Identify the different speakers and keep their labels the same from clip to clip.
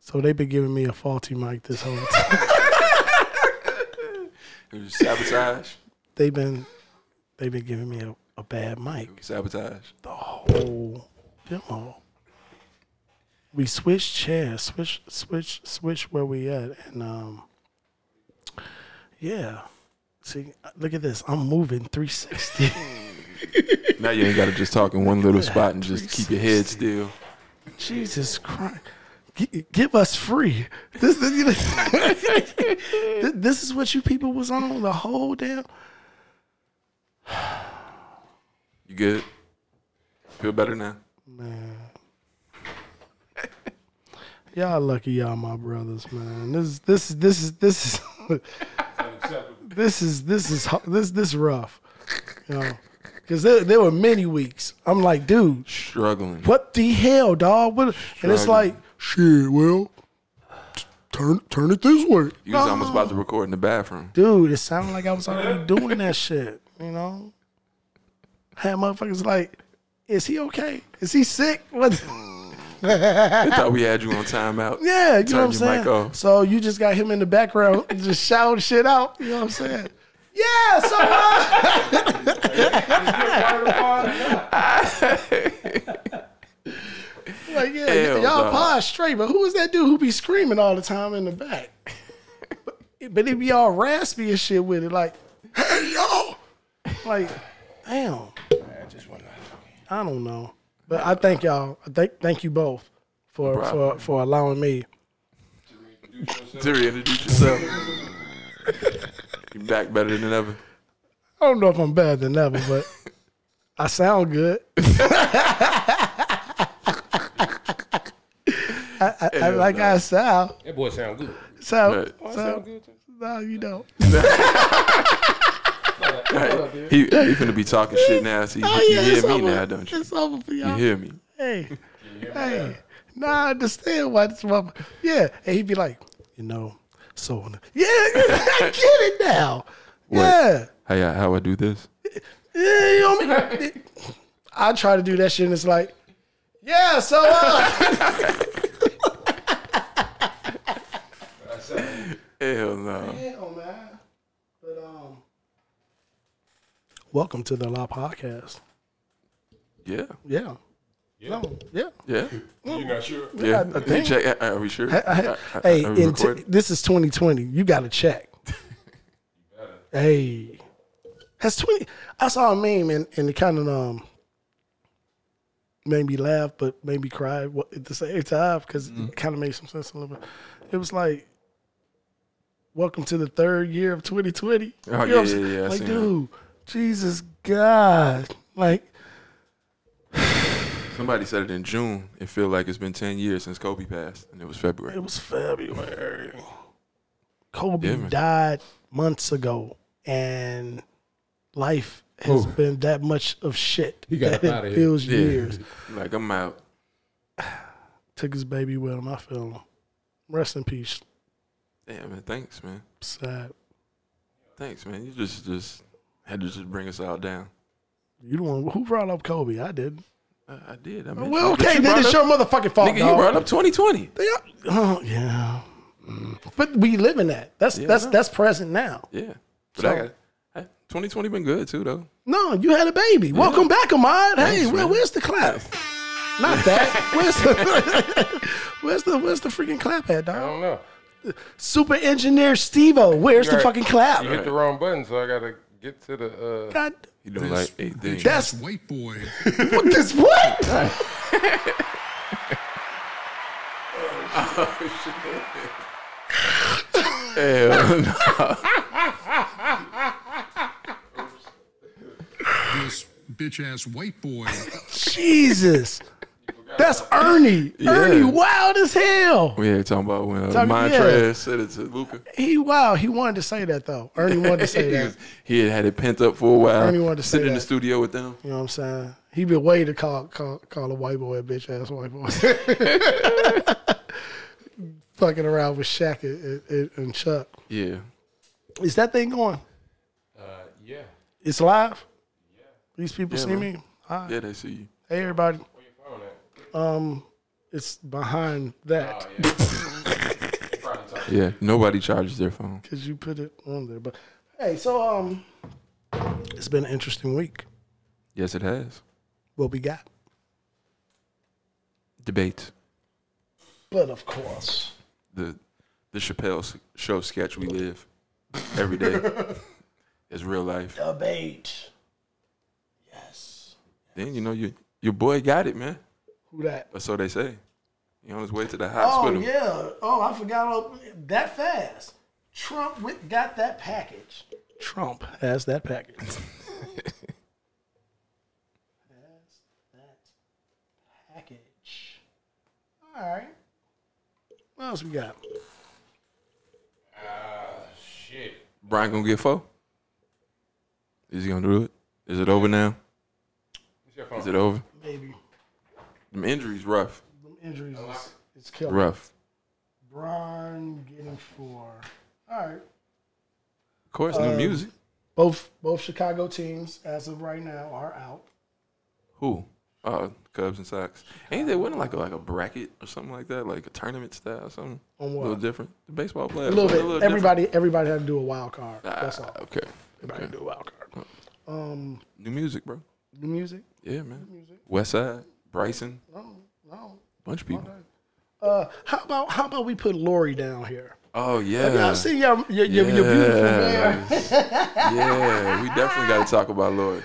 Speaker 1: So they've been giving me a faulty mic this whole time.
Speaker 2: It was sabotage.
Speaker 1: they've been they've been giving me a, a bad mic.
Speaker 2: It was sabotage.
Speaker 1: The whole demo. We switched chairs, switch switch switch where we at and um yeah. See, look at this. I'm moving 360.
Speaker 2: Now you ain't got to just talk in one little spot and just keep your head still.
Speaker 1: Jesus Christ. G- give us free. This, this, this is what you people was on the whole damn.
Speaker 2: You good? Feel better now?
Speaker 1: Man. Y'all lucky y'all my brothers, man. This this this is this is this is this is hu- this this rough. You know. Cause there, there were many weeks. I'm like, dude,
Speaker 2: Struggling.
Speaker 1: what the hell, dog? What? And it's like, shit. Well, t- turn turn it this way.
Speaker 2: You was almost about to record in the bathroom.
Speaker 1: dude, it sounded like I was already doing that shit. You know, had motherfuckers like, is he okay? Is he sick? What?
Speaker 2: They thought we had you on timeout.
Speaker 1: Oh. Yeah, you know
Speaker 2: Turn
Speaker 1: what I'm
Speaker 2: your mic
Speaker 1: saying.
Speaker 2: off.
Speaker 1: So you just got him in the background, just shouting shit out. You know what I'm saying? Yeah, so uh, like yeah,
Speaker 2: Hell
Speaker 1: y'all
Speaker 2: no.
Speaker 1: pause straight, but who is that dude who be screaming all the time in the back? But, but it be all raspy and shit with it, like, hey yo, like, damn. I don't know, but I thank y'all. I thank thank you both for for for allowing me.
Speaker 2: Siri, introduce yourself. you back better than ever.
Speaker 1: I don't know if I'm better than ever, but I sound good. I, I, I like I sound.
Speaker 3: That boy sound good.
Speaker 1: Sound,
Speaker 2: Right.
Speaker 1: sound, no, you don't.
Speaker 2: He he finna be talking shit now. See, you hear
Speaker 1: it's
Speaker 2: me
Speaker 1: over.
Speaker 2: now, don't you?
Speaker 1: It's over for
Speaker 2: You
Speaker 1: y'all.
Speaker 2: hear me?
Speaker 1: Hey, hey. Now I understand why this mother. Yeah, and he'd be like, you know, so on. Yeah, I get it now. Yeah.
Speaker 2: Hey, I- how I do this?
Speaker 1: Yeah, you know what I mean? I try to do that shit and it's like, yeah, so uh,
Speaker 2: Hell no.
Speaker 1: Hell, man. But um Welcome to the Law Podcast.
Speaker 2: Yeah,
Speaker 1: Yeah. Yeah. yeah.
Speaker 2: yeah,
Speaker 3: You not sure?
Speaker 2: yeah.
Speaker 1: I- I
Speaker 2: Hey, check. uh, Are- Are we sure? Are- are-
Speaker 1: Hey,
Speaker 2: are we
Speaker 1: in t-
Speaker 2: recording?
Speaker 1: this is 2020. You got to check. hey, has 20? I saw a meme and, and it kind of um made me laugh, but made me cry wa- at the same time because
Speaker 2: Mm-hmm.
Speaker 1: it kind of made some sense a little bit. It was like, "Welcome to the third year of 2020."
Speaker 2: Oh, yeah,
Speaker 1: what I'm
Speaker 2: yeah,
Speaker 1: saying?
Speaker 2: yeah, I
Speaker 1: Like,
Speaker 2: seen that.
Speaker 1: dude, Jesus God, like.
Speaker 2: Somebody said it in June. It feel like it's been ten years since Kobe passed, and it was February.
Speaker 1: It was February. Kobe
Speaker 2: Yeah, man.
Speaker 1: died months ago, and life has
Speaker 3: Who?
Speaker 1: been that much of shit
Speaker 3: He got
Speaker 1: that
Speaker 3: up outta
Speaker 1: it
Speaker 3: here.
Speaker 1: feels
Speaker 2: Yeah.
Speaker 1: years.
Speaker 2: Like I'm out.
Speaker 1: Took his baby with him. I feel him. Rest in peace.
Speaker 2: Damn man, thanks man,
Speaker 1: Sad.
Speaker 2: thanks man. You just just had to just bring us all down.
Speaker 1: You the one who brought up Kobe? I did.
Speaker 2: I, I did. I mean,
Speaker 1: Well, okay, then it's your motherfucking fault,
Speaker 2: nigga. You
Speaker 1: dog.
Speaker 2: brought up 2020.
Speaker 1: They are- oh yeah. Mm. But we live in that. That's
Speaker 2: Yeah, I
Speaker 1: that's
Speaker 2: know.
Speaker 1: that's present now.
Speaker 2: Yeah, but I
Speaker 1: So-
Speaker 2: got. hey, 2020 been good too though.
Speaker 1: No, you had a baby. Welcome back, Ahmad. hey, where,
Speaker 2: man.
Speaker 1: where's the clap? Not that. Where's the where's the where's the freaking clap at,
Speaker 3: I
Speaker 1: dog?
Speaker 3: don't know.
Speaker 1: Super engineer Steve-O, where's the
Speaker 3: Right.
Speaker 1: fucking clap?
Speaker 3: You hit the wrong button, so I gotta get to the. Uh,
Speaker 1: God,
Speaker 2: You doing like eight things.
Speaker 1: that's
Speaker 4: White boy.
Speaker 1: what this what?
Speaker 2: Hell no.
Speaker 4: This bitch ass white boy.
Speaker 1: Jesus. That's Ernie. Ernie wild as hell.
Speaker 2: Yeah, talking about when uh,
Speaker 1: Talking-
Speaker 2: Montrez
Speaker 1: yeah.
Speaker 2: said it to Luca.
Speaker 1: He wild. He wanted to say that though. Ernie wanted to say
Speaker 2: he,
Speaker 1: that.
Speaker 2: was- he had had it pent up for a while.
Speaker 1: Ernie wanted to say
Speaker 2: sitting in the
Speaker 1: that.
Speaker 2: studio with them.
Speaker 1: You know what I'm saying? He been waiting to call call call a white boy a bitch ass white boy. Fucking around with Shaq and, and, and Chuck.
Speaker 2: Yeah.
Speaker 1: Is that thing going?
Speaker 3: uh, yeah.
Speaker 1: It's live. These people see
Speaker 2: man.
Speaker 1: me. Hi.
Speaker 2: Yeah, they see you.
Speaker 1: Hey everybody.
Speaker 3: Where your phone at?
Speaker 1: It's behind that.
Speaker 2: Yeah, nobody charges their phone.
Speaker 1: because you put it on there. But hey, so um, it's been an interesting week.
Speaker 2: Yes, it has.
Speaker 1: What we got?
Speaker 2: Debate.
Speaker 1: But of course,
Speaker 2: The the Chappelle s- show sketch we live every day is real life.
Speaker 1: debate. Yes.
Speaker 2: Then you know you your boy got it, man.
Speaker 1: Who that?
Speaker 2: Or so they say. He on his way to the
Speaker 1: Oh
Speaker 2: hospital.
Speaker 1: yeah. Oh, I forgot all, that fast. Trump went, got that package. Trump has that package. has that package. All right. What else we got?
Speaker 3: Shit.
Speaker 2: Brian gonna get four. Is he gonna do it? Is it over now?
Speaker 3: What's your
Speaker 2: Is
Speaker 3: phone?
Speaker 2: it over?
Speaker 1: Maybe
Speaker 2: Them injuries rough,
Speaker 1: them injuries is, is killing.
Speaker 2: rough.
Speaker 1: Bron getting four. All right.
Speaker 2: Of course,
Speaker 1: Um,
Speaker 2: new music.
Speaker 1: Both both Chicago teams, as of right now, are out.
Speaker 2: Who? Oh, Cubs and Sox. Ain't there wasn't like a, like a bracket or something like that, like a tournament style or something?
Speaker 1: On
Speaker 2: A
Speaker 1: what?
Speaker 2: little different. The baseball
Speaker 1: A
Speaker 2: players.
Speaker 1: little
Speaker 2: was
Speaker 1: bit.
Speaker 2: different.
Speaker 1: everybody everybody had to do a wild card.
Speaker 2: Ah,
Speaker 1: That's all.
Speaker 2: Okay.
Speaker 1: Everybody had to do a wild card. Um,
Speaker 2: New music, bro.
Speaker 1: the music.
Speaker 2: Yeah, man. West Side, Bryson,
Speaker 1: No, no.
Speaker 2: bunch of people.
Speaker 1: Uh, how about how about we put Lori down here?
Speaker 2: Oh yeah.
Speaker 1: Y'all see your your, your, your beautiful man.
Speaker 2: yeah, we definitely got to talk about Lori.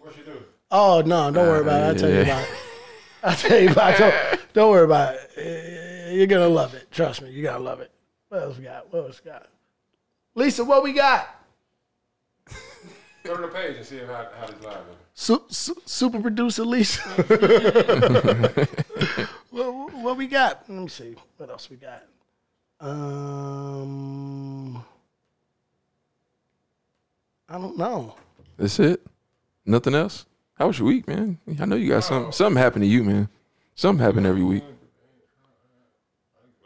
Speaker 3: What you do?
Speaker 1: Oh no, don't worry about it. I'll tell you about it. I'll tell you about it. Don't, don't worry about it. Eh, You're gonna love it. Trust me, you're gonna love it. What else we got? What else we got? Lisa, what we got?
Speaker 3: Turn the page and see how how this live is.
Speaker 1: Su- su- super producer Lisa. what, what we got? Let me see. What else we got? Um, I don't know.
Speaker 2: That's it. Nothing else. How was your week, man? I know you got something. Something happened to you, man. Something happened every week.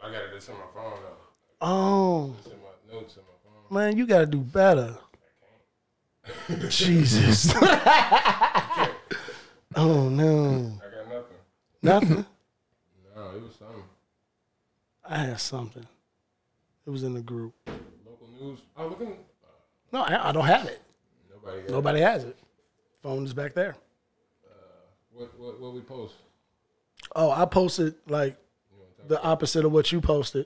Speaker 3: I got it. It's in my phone though.
Speaker 1: Oh
Speaker 3: It's in my notes in my phone.
Speaker 1: man, you gotta do better. Jesus. oh no,
Speaker 3: I got nothing.
Speaker 1: nothing.
Speaker 3: No, it was something.
Speaker 1: I had something. It was in the group.
Speaker 3: Local news. Oh, look at
Speaker 1: No, I, I don't have it.
Speaker 3: nobody. Got
Speaker 1: Nobody has it. Phone is back there.
Speaker 3: What, what what we post?
Speaker 1: Oh, I posted like the opposite of what you posted,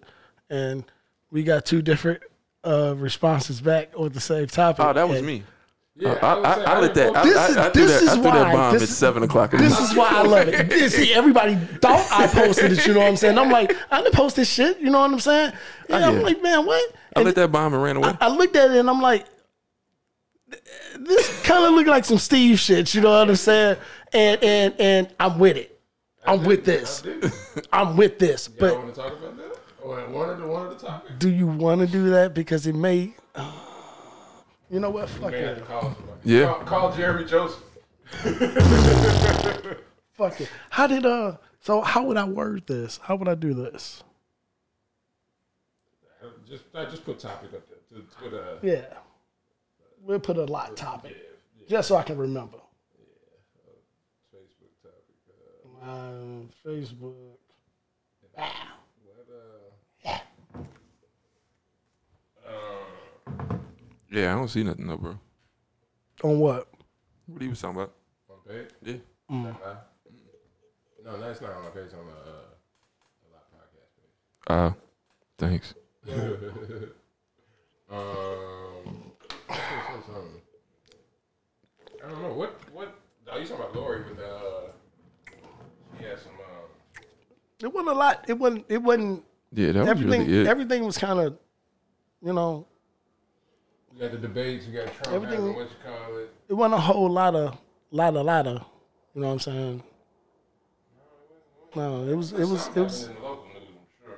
Speaker 1: and we got two different uh, responses back with the same topic.
Speaker 2: Oh, that was
Speaker 1: And
Speaker 2: me.
Speaker 3: Yeah,
Speaker 2: I, I,
Speaker 3: would say
Speaker 2: I let
Speaker 3: didn't
Speaker 2: that. I,
Speaker 3: post-
Speaker 1: This
Speaker 2: I-
Speaker 1: is-
Speaker 2: I threw
Speaker 1: this
Speaker 2: that,
Speaker 1: is
Speaker 2: I threw
Speaker 1: why.
Speaker 2: that bomb
Speaker 1: This
Speaker 2: at
Speaker 1: is-
Speaker 2: seven o'clock. in the
Speaker 1: This is why I love it. This- See, everybody thought I posted it. You know what I'm saying? I'm like, I didn't post this shit. You know what I'm saying? And
Speaker 2: yeah.
Speaker 1: I'm like, man, what?
Speaker 2: I
Speaker 1: And
Speaker 2: let that bomb and ran away.
Speaker 1: I looked at it and I'm like, this kind of looked like some Steve shit. You know what I'm saying? And and and I'm with it. I'm with this. I'm with this.
Speaker 3: I
Speaker 1: But
Speaker 3: want to talk about that. Or one of the one of the topics.
Speaker 1: do you want to do that because it may uh, you know what fuck
Speaker 3: Man, I had
Speaker 1: it
Speaker 3: to call somebody.
Speaker 2: Yeah.
Speaker 3: Call, call Jeremy Joseph.
Speaker 1: fuck it how did uh so how would i word this how would i do this
Speaker 3: Just I just put topic up there. Just put a
Speaker 1: yeah we'll put a lot topic just so i can remember
Speaker 3: Facebook topic.
Speaker 1: um, facebook
Speaker 2: Yeah, I don't see nothing though, bro.
Speaker 1: on what
Speaker 2: What he was talking about?
Speaker 3: On page.
Speaker 2: Yeah.
Speaker 3: Uh, No, that's not on my page. On the uh, the
Speaker 2: Uh,
Speaker 3: live podcast page.
Speaker 2: thanks.
Speaker 3: Um, something. I don't know what what. Are you talking about Lori with the? Uh, she had some. Um,
Speaker 1: it wasn't a lot it wasn't it wasn't
Speaker 2: Yeah, that
Speaker 1: everything
Speaker 2: was really it.
Speaker 1: everything was kind of you know
Speaker 3: we got the debates. We got Trump.
Speaker 1: Everything-
Speaker 3: Everything. What you call it?
Speaker 1: it wasn't a whole lot of lot of lot of you know what i'm saying no it was it was it was
Speaker 3: In the local news, I'm sure.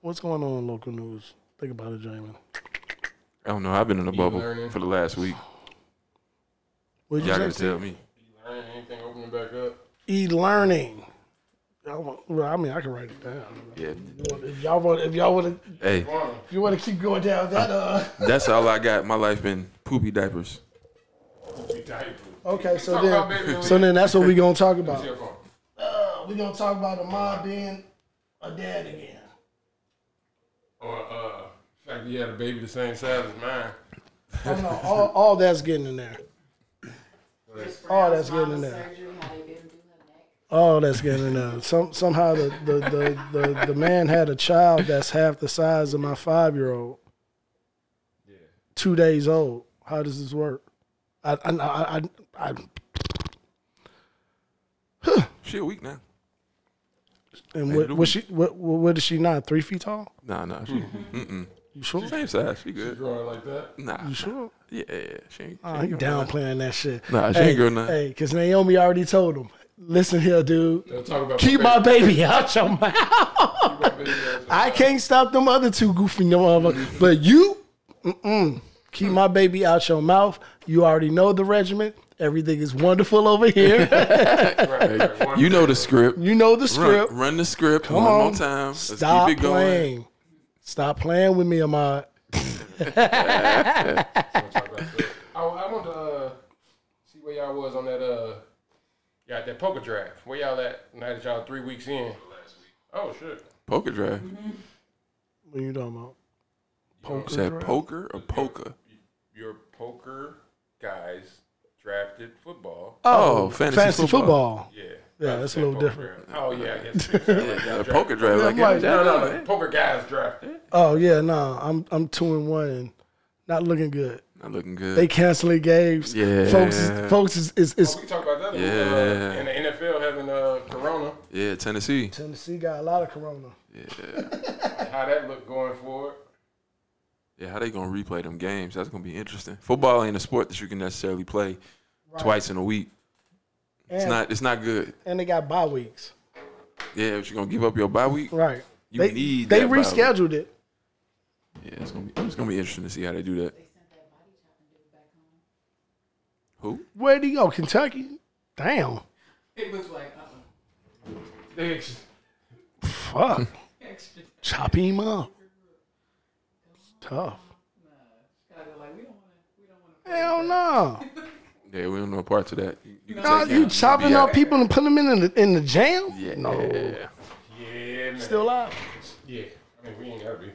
Speaker 1: What's going on in local news? Think about it, Jamin.
Speaker 2: I don't know. I've been in a bubble
Speaker 3: learning.
Speaker 2: for the last week.
Speaker 1: What
Speaker 2: Y'all
Speaker 1: you
Speaker 2: gotta
Speaker 1: say?
Speaker 2: tell me.
Speaker 3: You learning anything opening back up?
Speaker 1: E-learning. Y'all want, well, I mean, I can write it down.
Speaker 2: Yeah.
Speaker 1: If y'all want, if y'all want to,
Speaker 2: Hey,
Speaker 1: if you want to keep going down that, uh,
Speaker 2: that's all I got. My life been poopy diapers.
Speaker 3: We diapers.
Speaker 1: okay. So
Speaker 3: Talk about baby
Speaker 1: then,
Speaker 3: Lou.
Speaker 1: so then that's what we gonna talk about.
Speaker 3: Your phone.
Speaker 1: Uh, we gonna talk about a mom being a dad again.
Speaker 3: uh,
Speaker 5: you had a baby the same size as mine.
Speaker 1: Oh, no, all, all that's getting in there. Oh, that's good to know. All that's getting in there. Some somehow the the, the, the the man had a child that's half the size of my five year old. Two days old. How does this work? I I I I, I
Speaker 2: She a week now.
Speaker 1: and what was she what what is she not three feet tall?
Speaker 2: Nah, nah. She, mm-mm.
Speaker 1: You sure?
Speaker 2: Same size. She good.
Speaker 5: Growing like that.
Speaker 2: Nah.
Speaker 1: You sure?
Speaker 2: Yeah, yeah, yeah. She ain't, she
Speaker 1: Oh, he
Speaker 2: ain't gonna-
Speaker 1: downplaying that shit.
Speaker 2: Nah, she
Speaker 1: hey,
Speaker 2: ain't gonna-
Speaker 1: Hey, because Naomi already told him. Listen here, dude.
Speaker 5: They'll talk about
Speaker 1: Keep my baby out your mouth.
Speaker 5: baby.
Speaker 1: I can't stop them other two goofy motherfuckers. But you, mm-mm, keep my baby out your mouth. You already know the regiment. Everything is wonderful over here.
Speaker 5: Right, right, right.
Speaker 2: You know the script.
Speaker 1: you know the script.
Speaker 2: Run, run the script
Speaker 1: Come
Speaker 2: one
Speaker 1: on.
Speaker 2: more time. Let's
Speaker 1: Stop
Speaker 2: keep it going.
Speaker 1: playing. Stop playing with me, Ahmad.
Speaker 5: I, I want to uh, see where y'all was on that uh, y'all at that poker draft. Where y'all at now that y'all three weeks in? Oh shit!
Speaker 2: Poker draft.
Speaker 1: What you talking about? Poker.
Speaker 2: Is that
Speaker 1: draft?
Speaker 2: poker or poker?
Speaker 5: Your poker guys drafted football.
Speaker 2: Oh, fantasy,
Speaker 1: Fantasy
Speaker 2: football.
Speaker 1: football.
Speaker 5: Yeah,
Speaker 1: Yeah, that's a little
Speaker 5: poker
Speaker 1: different.
Speaker 5: draft. Oh yeah, I guess. it is. Y'all
Speaker 2: Yeah,
Speaker 5: drafted-
Speaker 2: poker draft. Like,
Speaker 1: I'm like,
Speaker 2: yeah,
Speaker 5: No, no, no, poker guys drafted.
Speaker 1: Oh yeah, no, I'm I'm two and one and not looking good.
Speaker 2: Not looking good.
Speaker 1: They canceling games.
Speaker 2: Yeah.
Speaker 1: Folks, is, folks is, is, is
Speaker 5: Oh, We can talk about that.
Speaker 2: Yeah.
Speaker 5: Uh, in the NFL having uh, Corona,
Speaker 2: yeah, Tennessee.
Speaker 1: Tennessee got a lot of corona.
Speaker 5: how that look going forward?
Speaker 2: Yeah, how they gonna replay them games? That's gonna be interesting. Football ain't a sport that you can necessarily play twice in a week.
Speaker 1: And,
Speaker 2: It's not. It's not good.
Speaker 1: and they got bye weeks.
Speaker 2: Yeah, but you're gonna give up your bye week.
Speaker 1: Right.
Speaker 2: You
Speaker 1: they
Speaker 2: need
Speaker 1: they
Speaker 2: that bye week.
Speaker 1: rescheduled it.
Speaker 2: Yeah, it's gonna be. It's gonna be interesting to see how they do that. Who?
Speaker 1: Where'd he go? Kentucky? Damn.
Speaker 6: It was like, uh-uh.
Speaker 5: They-
Speaker 1: Fuck.
Speaker 6: Extra.
Speaker 1: Chop him up. It's tough.
Speaker 6: Chicago, like, we don't want to, we don't want to.
Speaker 1: Hell no.
Speaker 2: Yeah, we don't know part of that. You, can
Speaker 1: Nah,
Speaker 2: take
Speaker 1: you
Speaker 2: out-
Speaker 1: chopping
Speaker 2: be
Speaker 1: up
Speaker 2: out.
Speaker 1: people and putting them in the, in the jam?
Speaker 2: Yeah.
Speaker 1: No.
Speaker 5: Yeah, man.
Speaker 1: Still alive?
Speaker 5: Yeah, I mean we ain't gotta be.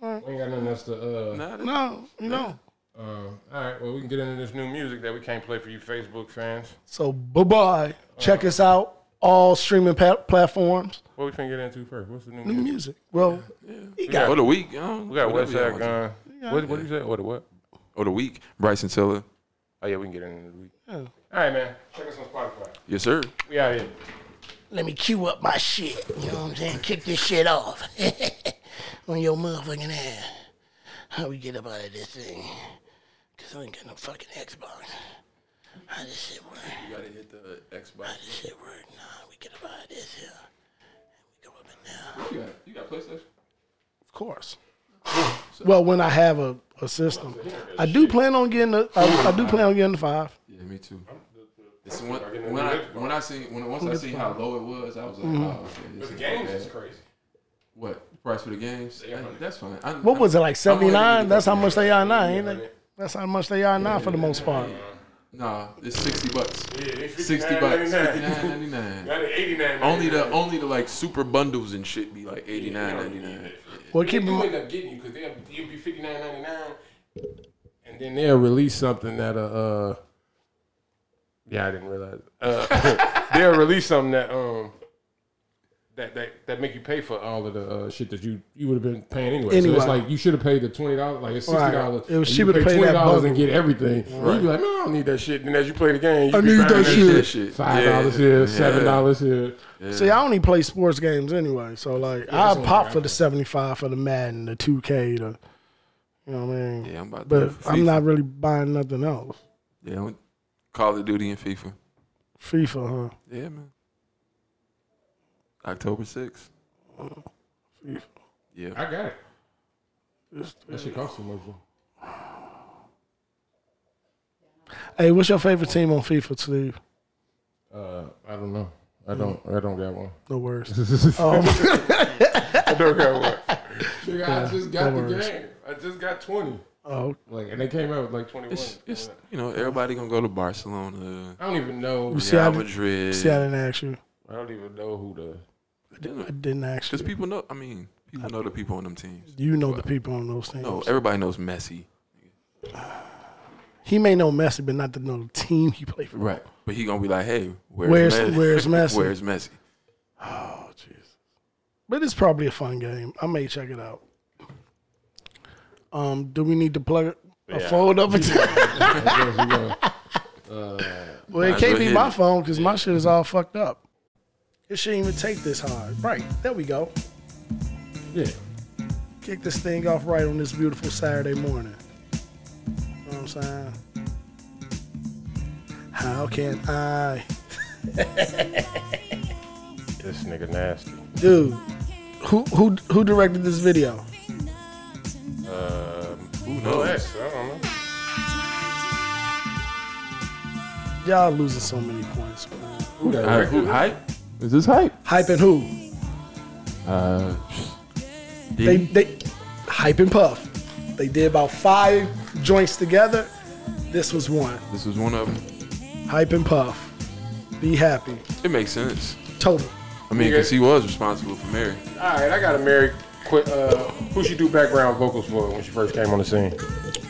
Speaker 5: We ain't got nothing else to. Uh,
Speaker 2: Nah, that-
Speaker 1: No. You know.
Speaker 5: uh, all right, well we can get into this new music that we can't play for you Facebook fans.
Speaker 1: So bye bye. Check us out. All streaming pa- platforms.
Speaker 5: What we finna get into first? What's the new,
Speaker 1: New
Speaker 5: music?
Speaker 1: music. Well, he got
Speaker 2: Or
Speaker 1: it.
Speaker 2: the week. you know,
Speaker 5: We got
Speaker 2: whatever
Speaker 5: West
Speaker 2: y'all
Speaker 5: Side
Speaker 2: want to-
Speaker 5: Gun. What, what do you say? Or the what?
Speaker 2: Or the week. Bryson Tiller.
Speaker 5: Oh yeah, we can get into the week. All right, man. Check us on Spotify.
Speaker 2: Yes, sir.
Speaker 5: We out here.
Speaker 1: Let me cue up my shit. You know what I'm saying? Kick this shit off. On your motherfucking ass. How we get up out of this thing? Cause I ain't got no fucking Xbox. How this shit work?
Speaker 2: You gotta hit the Xbox.
Speaker 1: This shit work. Nah, we get up out of this here. We go up in there.
Speaker 2: You got, you got PlayStation.
Speaker 1: Of course. Well, when I have a, a system, I do plan on getting the I, I do plan on getting the five.
Speaker 2: Yeah, me too. It's when, when I when I seen when once I seen how low it was, I was like,
Speaker 1: Mm-hmm.
Speaker 2: oh, okay, this is
Speaker 5: Games
Speaker 2: okay.
Speaker 5: is crazy.
Speaker 2: What the price for the games? Hey, that's fine. I,
Speaker 1: What was it like seventy nine?
Speaker 2: get
Speaker 1: That's
Speaker 2: the-
Speaker 1: how much they are now, ain't it? That's how much they are now for the most part.
Speaker 2: Nah, it's sixty bucks.
Speaker 5: Yeah, they
Speaker 2: Sixty bucks. Fifty nine
Speaker 5: 59.99.
Speaker 2: ninety nine.
Speaker 5: Got it, 89.
Speaker 2: Only the only the like super bundles and shit be like eighty nine ninety nine.
Speaker 1: Well,
Speaker 5: They
Speaker 1: keep in
Speaker 5: do
Speaker 1: mind,
Speaker 5: end up getting you because they'll you'll be fifty nine ninety nine, and then they'll release something that uh, uh yeah I didn't realize uh, they'll release something that um that that that make you pay for all of the uh, shit that you you would have been paying anyway. So
Speaker 1: Anyway.
Speaker 5: it's like you should have paid the twenty dollars, like it's sixty
Speaker 1: Right.
Speaker 5: dollars.
Speaker 1: It was cheaper to pay that
Speaker 5: twenty dollars and
Speaker 1: bundle.
Speaker 5: get everything. You'd be like, man, I don't need that shit. And as you play the game, you
Speaker 1: I
Speaker 5: be
Speaker 1: need
Speaker 5: buying
Speaker 1: that shit.
Speaker 5: Five dollars here, seven dollars here.
Speaker 1: See, I only play sports games anyway, so like I pop for the seventy five for the Madden, the two K, the you know what I mean.
Speaker 2: Yeah, I'm about to.
Speaker 1: but
Speaker 2: do
Speaker 1: I'm
Speaker 2: FIFA.
Speaker 1: not really buying nothing else.
Speaker 2: Yeah, I'm- Call of Duty and FIFA.
Speaker 1: FIFA, huh?
Speaker 2: Yeah, man. October sixth.
Speaker 1: FIFA.
Speaker 2: Yeah.
Speaker 5: I got it.
Speaker 1: It's-
Speaker 5: That shit costs too much. though.
Speaker 1: Hey, what's your favorite team on FIFA, Steve?
Speaker 5: Uh, I don't know. I don't. I don't got one.
Speaker 1: No worries. Um,
Speaker 5: I don't got one. Nigga, I just got
Speaker 1: no
Speaker 5: the
Speaker 1: worries.
Speaker 5: game. I just got twenty.
Speaker 1: Oh,
Speaker 5: Like, and they came out with like twenty-one.
Speaker 2: It's, it's you know everybody gonna go to Barcelona,
Speaker 5: I don't even know.
Speaker 1: see, I
Speaker 2: Real
Speaker 1: didn't,
Speaker 2: Madrid.
Speaker 1: see, I didn't ask you.
Speaker 5: I don't even know who the.
Speaker 1: I didn't ask
Speaker 2: Because
Speaker 1: you.
Speaker 2: people know, I mean, People know the people on them teams.
Speaker 1: You know the people on those teams.
Speaker 2: No, everybody knows Messi.
Speaker 1: He may know Messi, but not to know the team he played for.
Speaker 2: Right. But he gonna be like, hey, where's
Speaker 1: Where's-
Speaker 2: Messi?
Speaker 1: where's Messi?
Speaker 2: where's Messi?
Speaker 1: Oh, jeez. But it's probably a fun game. I may check it out. Um, do we need to plug a fold up? well,
Speaker 2: Might
Speaker 1: it
Speaker 2: as
Speaker 1: can't
Speaker 2: well
Speaker 1: be
Speaker 2: hit
Speaker 1: my
Speaker 2: it.
Speaker 1: phone because my shit is all fucked up. It shouldn't even take this hard. Right. There we go.
Speaker 5: Yeah.
Speaker 1: Kick this thing off right on this beautiful Saturday morning. You know what I'm saying? How can I?
Speaker 5: This nigga nasty.
Speaker 1: Dude, who who who directed this video?
Speaker 5: Um,
Speaker 2: Who
Speaker 5: no
Speaker 2: knows?
Speaker 5: S. I don't know.
Speaker 1: Y'all losing so many points, man.
Speaker 5: Who that
Speaker 2: Uh, who, hype? Is this hype?
Speaker 1: Hyping who?
Speaker 2: Uh,
Speaker 1: They
Speaker 2: Diddy?
Speaker 1: they hype and puff. They did about five joints together. This was one.
Speaker 2: this was one of them.
Speaker 1: Hype and puff. Be happy.
Speaker 2: It makes sense.
Speaker 1: Total.
Speaker 2: I mean, because he was responsible for Mary.
Speaker 5: All right, I got to marry. Quit. Uh, who she do background vocals for when she first came on the scene?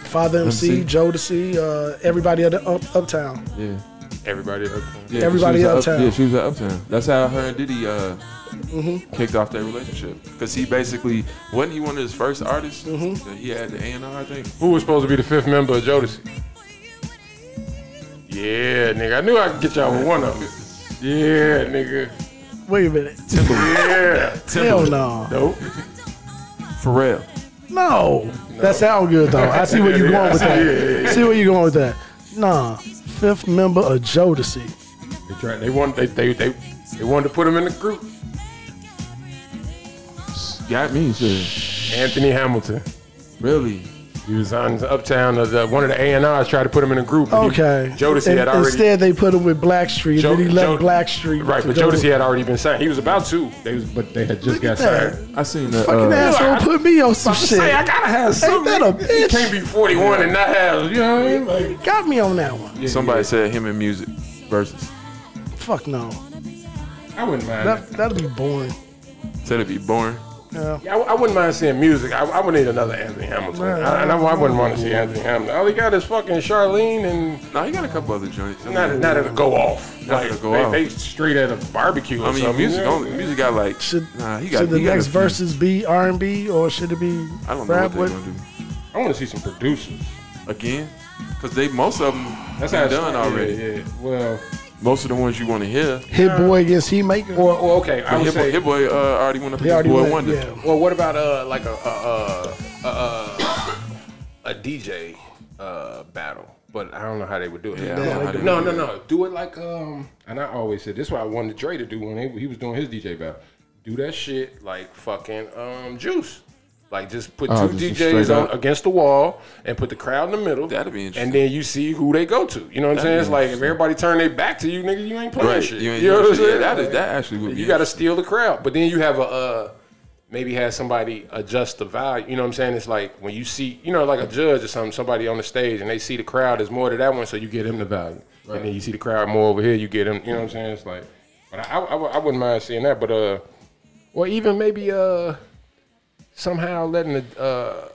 Speaker 1: Father MC,
Speaker 2: MC.
Speaker 1: Jodeci, uh, everybody at the up, uptown.
Speaker 2: Yeah.
Speaker 5: Everybody. Up
Speaker 2: Yeah,
Speaker 1: Everybody
Speaker 2: she was a
Speaker 1: uptown.
Speaker 2: yeah, she was at Uptown. That's how her and Diddy uh,
Speaker 1: Mm-hmm.
Speaker 2: kicked off their relationship. Because he basically, wasn't he one of his first artists?
Speaker 1: Mm-hmm.
Speaker 2: That he had the A&R, I think.
Speaker 5: Who was supposed to be the fifth member of Jodeci? Yeah, nigga. I knew I could get y'all with one of them. Yeah, nigga.
Speaker 1: Wait a minute.
Speaker 5: Yeah.
Speaker 1: Hell no.
Speaker 5: Nope.
Speaker 2: Pharrell.
Speaker 1: No. That sound good though. I see where you're going with that. See where you're going with that. Nah. Fifth member of Jodeci.
Speaker 5: They tried. They wanted. They they they, they wanted to put him in the group.
Speaker 2: Got me, shit.
Speaker 5: Anthony Hamilton.
Speaker 2: Really?
Speaker 5: He was on Uptown. uh, The, one of the A and R's tried to put him in a group. and he-
Speaker 1: Okay.
Speaker 5: Jodeci
Speaker 1: In-
Speaker 5: had already.
Speaker 1: Instead, they put him with Blackstreet.
Speaker 5: Jo-
Speaker 1: and then he left
Speaker 5: Jo-
Speaker 1: Blackstreet.
Speaker 5: right,
Speaker 1: to
Speaker 5: but
Speaker 1: go-
Speaker 5: Jodeci had already been signed. He was about to. They was, but they had just
Speaker 1: Look at
Speaker 5: got
Speaker 1: that.
Speaker 5: signed.
Speaker 2: I seen that.
Speaker 1: Fucking
Speaker 2: uh,
Speaker 1: asshole put me on some shit.
Speaker 5: Say, I gotta have
Speaker 1: Ain't
Speaker 5: something.
Speaker 1: that a
Speaker 5: You can't
Speaker 1: bitch?
Speaker 5: be 41 and not have. You know what I mean? Like,
Speaker 1: Got me on that one.
Speaker 2: Somebody said him and music versus.
Speaker 1: Fuck no.
Speaker 5: I wouldn't mind.
Speaker 1: That, that'd be boring.
Speaker 2: Said it'd be boring.
Speaker 1: Yeah.
Speaker 5: Yeah, I, I wouldn't mind seeing music. I, I would need another Anthony Hamilton. I, and I, I wouldn't want to see Anthony Hamilton. All he got is fucking Charlene and
Speaker 2: No, he got a couple other joints.
Speaker 5: not not at a go off.
Speaker 2: Not
Speaker 5: Like
Speaker 2: at a go
Speaker 5: they,
Speaker 2: off.
Speaker 5: they straight at a barbecue. Or
Speaker 2: I mean,
Speaker 5: something,
Speaker 2: music
Speaker 5: you know?
Speaker 2: only. Music got like.
Speaker 1: Should,
Speaker 2: nah, he got.
Speaker 1: should the
Speaker 2: he got a
Speaker 1: next
Speaker 2: few-
Speaker 1: verses be R and B or should it be
Speaker 2: I don't know
Speaker 1: rap?
Speaker 2: what they're gonna do
Speaker 5: I want to see some producers.
Speaker 2: again, because they most of them
Speaker 5: That's how
Speaker 2: been
Speaker 5: it's
Speaker 2: done
Speaker 5: yeah,
Speaker 2: already.
Speaker 5: Yeah, Well,
Speaker 2: Most of the ones you want to hear.
Speaker 1: Hit Boy against He Maker.
Speaker 5: or, or okay, I
Speaker 2: But
Speaker 5: would
Speaker 2: Hit Boy,
Speaker 5: say.
Speaker 2: Hit Boy uh, already won a
Speaker 1: He already
Speaker 2: Boy
Speaker 1: went-
Speaker 2: Wonder.
Speaker 1: Yeah.
Speaker 5: Well, what about uh like a a a, a, a, a DJ uh battle? But I don't know how they would do it.
Speaker 2: Yeah, I don't know how they
Speaker 5: no,
Speaker 2: would
Speaker 5: no, no. Do it like um, and I always said this. Is why I wanted Dre to do when he, he was doing his DJ battle. Do that shit like fucking um Juice. Like just put two
Speaker 2: Oh, just straight
Speaker 5: DJs on,
Speaker 2: up.
Speaker 5: against the wall and put the crowd in the middle.
Speaker 2: That'd be interesting.
Speaker 5: And then you see who they go to. You know what I'm saying?
Speaker 2: That'd
Speaker 5: It's
Speaker 2: be
Speaker 5: like if everybody turn their back to you, nigga, you ain't playing
Speaker 2: Right.
Speaker 5: shit.
Speaker 2: You
Speaker 5: You,
Speaker 2: ain't
Speaker 5: know
Speaker 2: doing
Speaker 5: what I'm
Speaker 2: shit. Yeah,
Speaker 5: saying?
Speaker 2: that is-
Speaker 5: Like,
Speaker 2: that actually would be
Speaker 5: You got to steal the crowd, but then you have a uh, maybe have somebody adjust the value. You know what I'm saying? It's like when you see, you know, like a judge or something, somebody on the stage, and they see the crowd is more to that one, so you get him the value. And then you see the crowd more over here, you get him. You know what I'm saying? It's like, but I, I, I wouldn't mind seeing that. But uh, or even maybe uh, somehow letting the uh,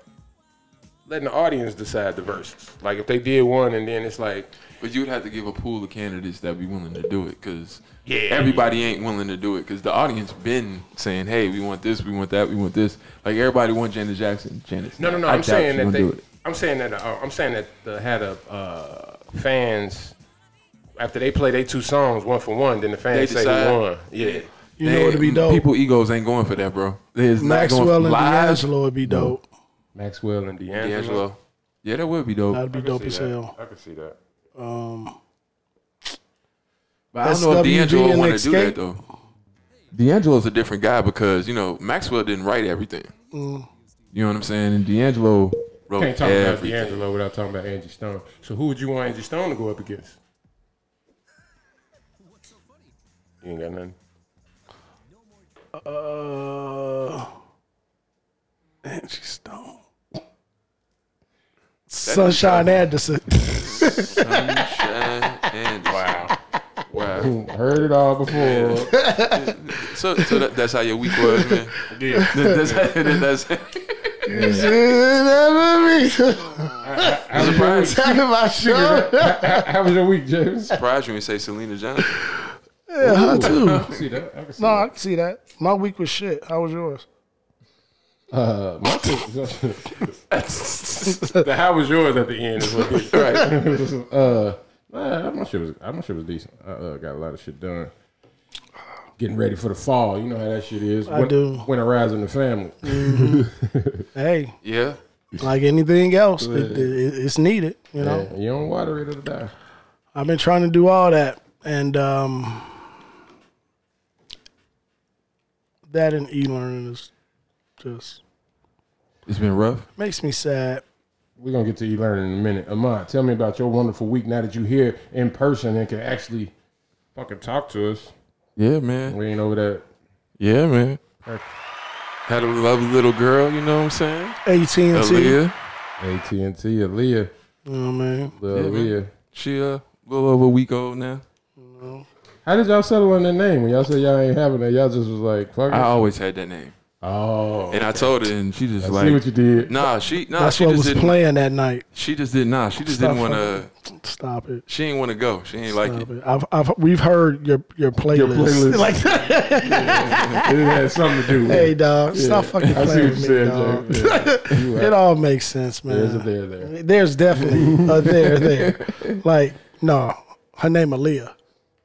Speaker 5: letting the audience decide the verses. Like if they did one, and then it's like.
Speaker 2: But you would have to give a pool of candidates that be willing to do it, because
Speaker 5: Yeah.
Speaker 2: everybody ain't willing to do it, because the audience been saying, "Hey, we want this, we want that, we want this." Like everybody want Janet Jackson. Janet.
Speaker 5: No, no, no.
Speaker 2: I
Speaker 5: I'm
Speaker 2: doubt
Speaker 5: saying
Speaker 2: she
Speaker 5: that
Speaker 2: gonna
Speaker 5: they.
Speaker 2: do it.
Speaker 5: I'm saying that. Uh, I'm saying that the had a uh, fans after they play their two songs one for one, then the
Speaker 2: They
Speaker 5: fans say
Speaker 2: decide.
Speaker 5: who won. Yeah.
Speaker 1: You know what'd be dope?
Speaker 2: People egos ain't going for that, bro. There's not
Speaker 1: Maxwell
Speaker 2: going
Speaker 1: and
Speaker 2: for live.
Speaker 1: D'Angelo would be dope.
Speaker 5: Maxwell and D'Angelo.
Speaker 2: D'Angelo. Yeah, that would be dope.
Speaker 1: That'd be
Speaker 5: I can
Speaker 1: dope as
Speaker 5: see that.
Speaker 1: hell. Um,
Speaker 5: I can see that.
Speaker 2: But I don't know
Speaker 1: SWV
Speaker 2: if D'Angelo
Speaker 1: and
Speaker 2: want to do
Speaker 1: Escape?
Speaker 2: that though. D'Angelo's a different guy because you know Maxwell didn't write everything.
Speaker 1: Mm.
Speaker 2: You know what I'm saying? And D'Angelo wrote
Speaker 5: Can't talk about
Speaker 2: Oh, everything.
Speaker 5: D'Angelo without talking about Angie Stone. So who would you want Angie Stone to go up against? You ain't got nothing.
Speaker 1: Uh, Angie Stone. Sunshine Anderson.
Speaker 2: Sunshine and wow, wow.
Speaker 5: Heard it all before.
Speaker 2: So, so that, that's how your week was, man.
Speaker 5: yeah.
Speaker 2: That's, that's, that's
Speaker 1: Is it ever me?
Speaker 2: I'm surprised.
Speaker 1: Talking about show.
Speaker 5: how, how was your week, James?
Speaker 2: surprised you didn't say Selena Johnson.
Speaker 1: Yeah, I too.
Speaker 5: I see that. I can see
Speaker 1: No, I can see that. My week was shit. How was yours?
Speaker 5: Uh, my the how was yours at the end is what it-
Speaker 2: Right.
Speaker 5: uh, nah, my shit was my shit was decent. I uh, got a lot of shit done. Getting ready for the fall. You know how that shit is.
Speaker 1: I do.
Speaker 5: Winter rising the family.
Speaker 1: Hey,
Speaker 2: Yeah.
Speaker 1: like anything else, it, it, it's needed. You know,
Speaker 5: Yeah, you don't water it, it'll die.
Speaker 1: I've been trying to do all that, and um, that and e-learning is just
Speaker 2: It's been rough.
Speaker 1: makes me sad.
Speaker 5: We're gonna get to e-learning in a minute. Amon, tell me about your wonderful week now that you're here in person and can actually fucking talk to us.
Speaker 2: Yeah, man.
Speaker 5: We ain't over that.
Speaker 2: Yeah, man. Had a lovely little girl, you know what I'm saying?
Speaker 1: AT and T.
Speaker 2: Aaliyah.
Speaker 5: AT and T, Aaliyah,
Speaker 1: Oh man,
Speaker 2: man.
Speaker 5: little Aaliyah.
Speaker 2: She uh, a little over a week old now.
Speaker 5: How did y'all settle on that name when y'all said y'all ain't having that? Y'all just was like, fuck
Speaker 2: I
Speaker 5: it.
Speaker 2: always had that name.
Speaker 5: Oh,
Speaker 2: And I told her and she just
Speaker 5: I
Speaker 2: like
Speaker 5: see what you did.
Speaker 2: Nah, she nah,
Speaker 1: that's
Speaker 2: she
Speaker 1: what
Speaker 2: just
Speaker 1: was
Speaker 2: didn't
Speaker 1: playing that night.
Speaker 2: she just did nah, she just
Speaker 1: Stop
Speaker 2: didn't wanna
Speaker 1: Stop it.
Speaker 2: she ain't wanna go. She ain't like it.
Speaker 1: Stop it. I've, I've, we've heard your your playlist.
Speaker 5: playlist.
Speaker 1: like,
Speaker 5: It had something to do. With
Speaker 1: hey
Speaker 5: it.
Speaker 1: dog, stop fucking
Speaker 5: I
Speaker 1: playing
Speaker 5: see what you
Speaker 1: with me, dog.
Speaker 5: said, Jay. Yeah. You
Speaker 1: It
Speaker 5: right.
Speaker 1: all makes sense, man.
Speaker 5: There's a there there.
Speaker 1: There's definitely a there there. Like, no, her name Aaliyah.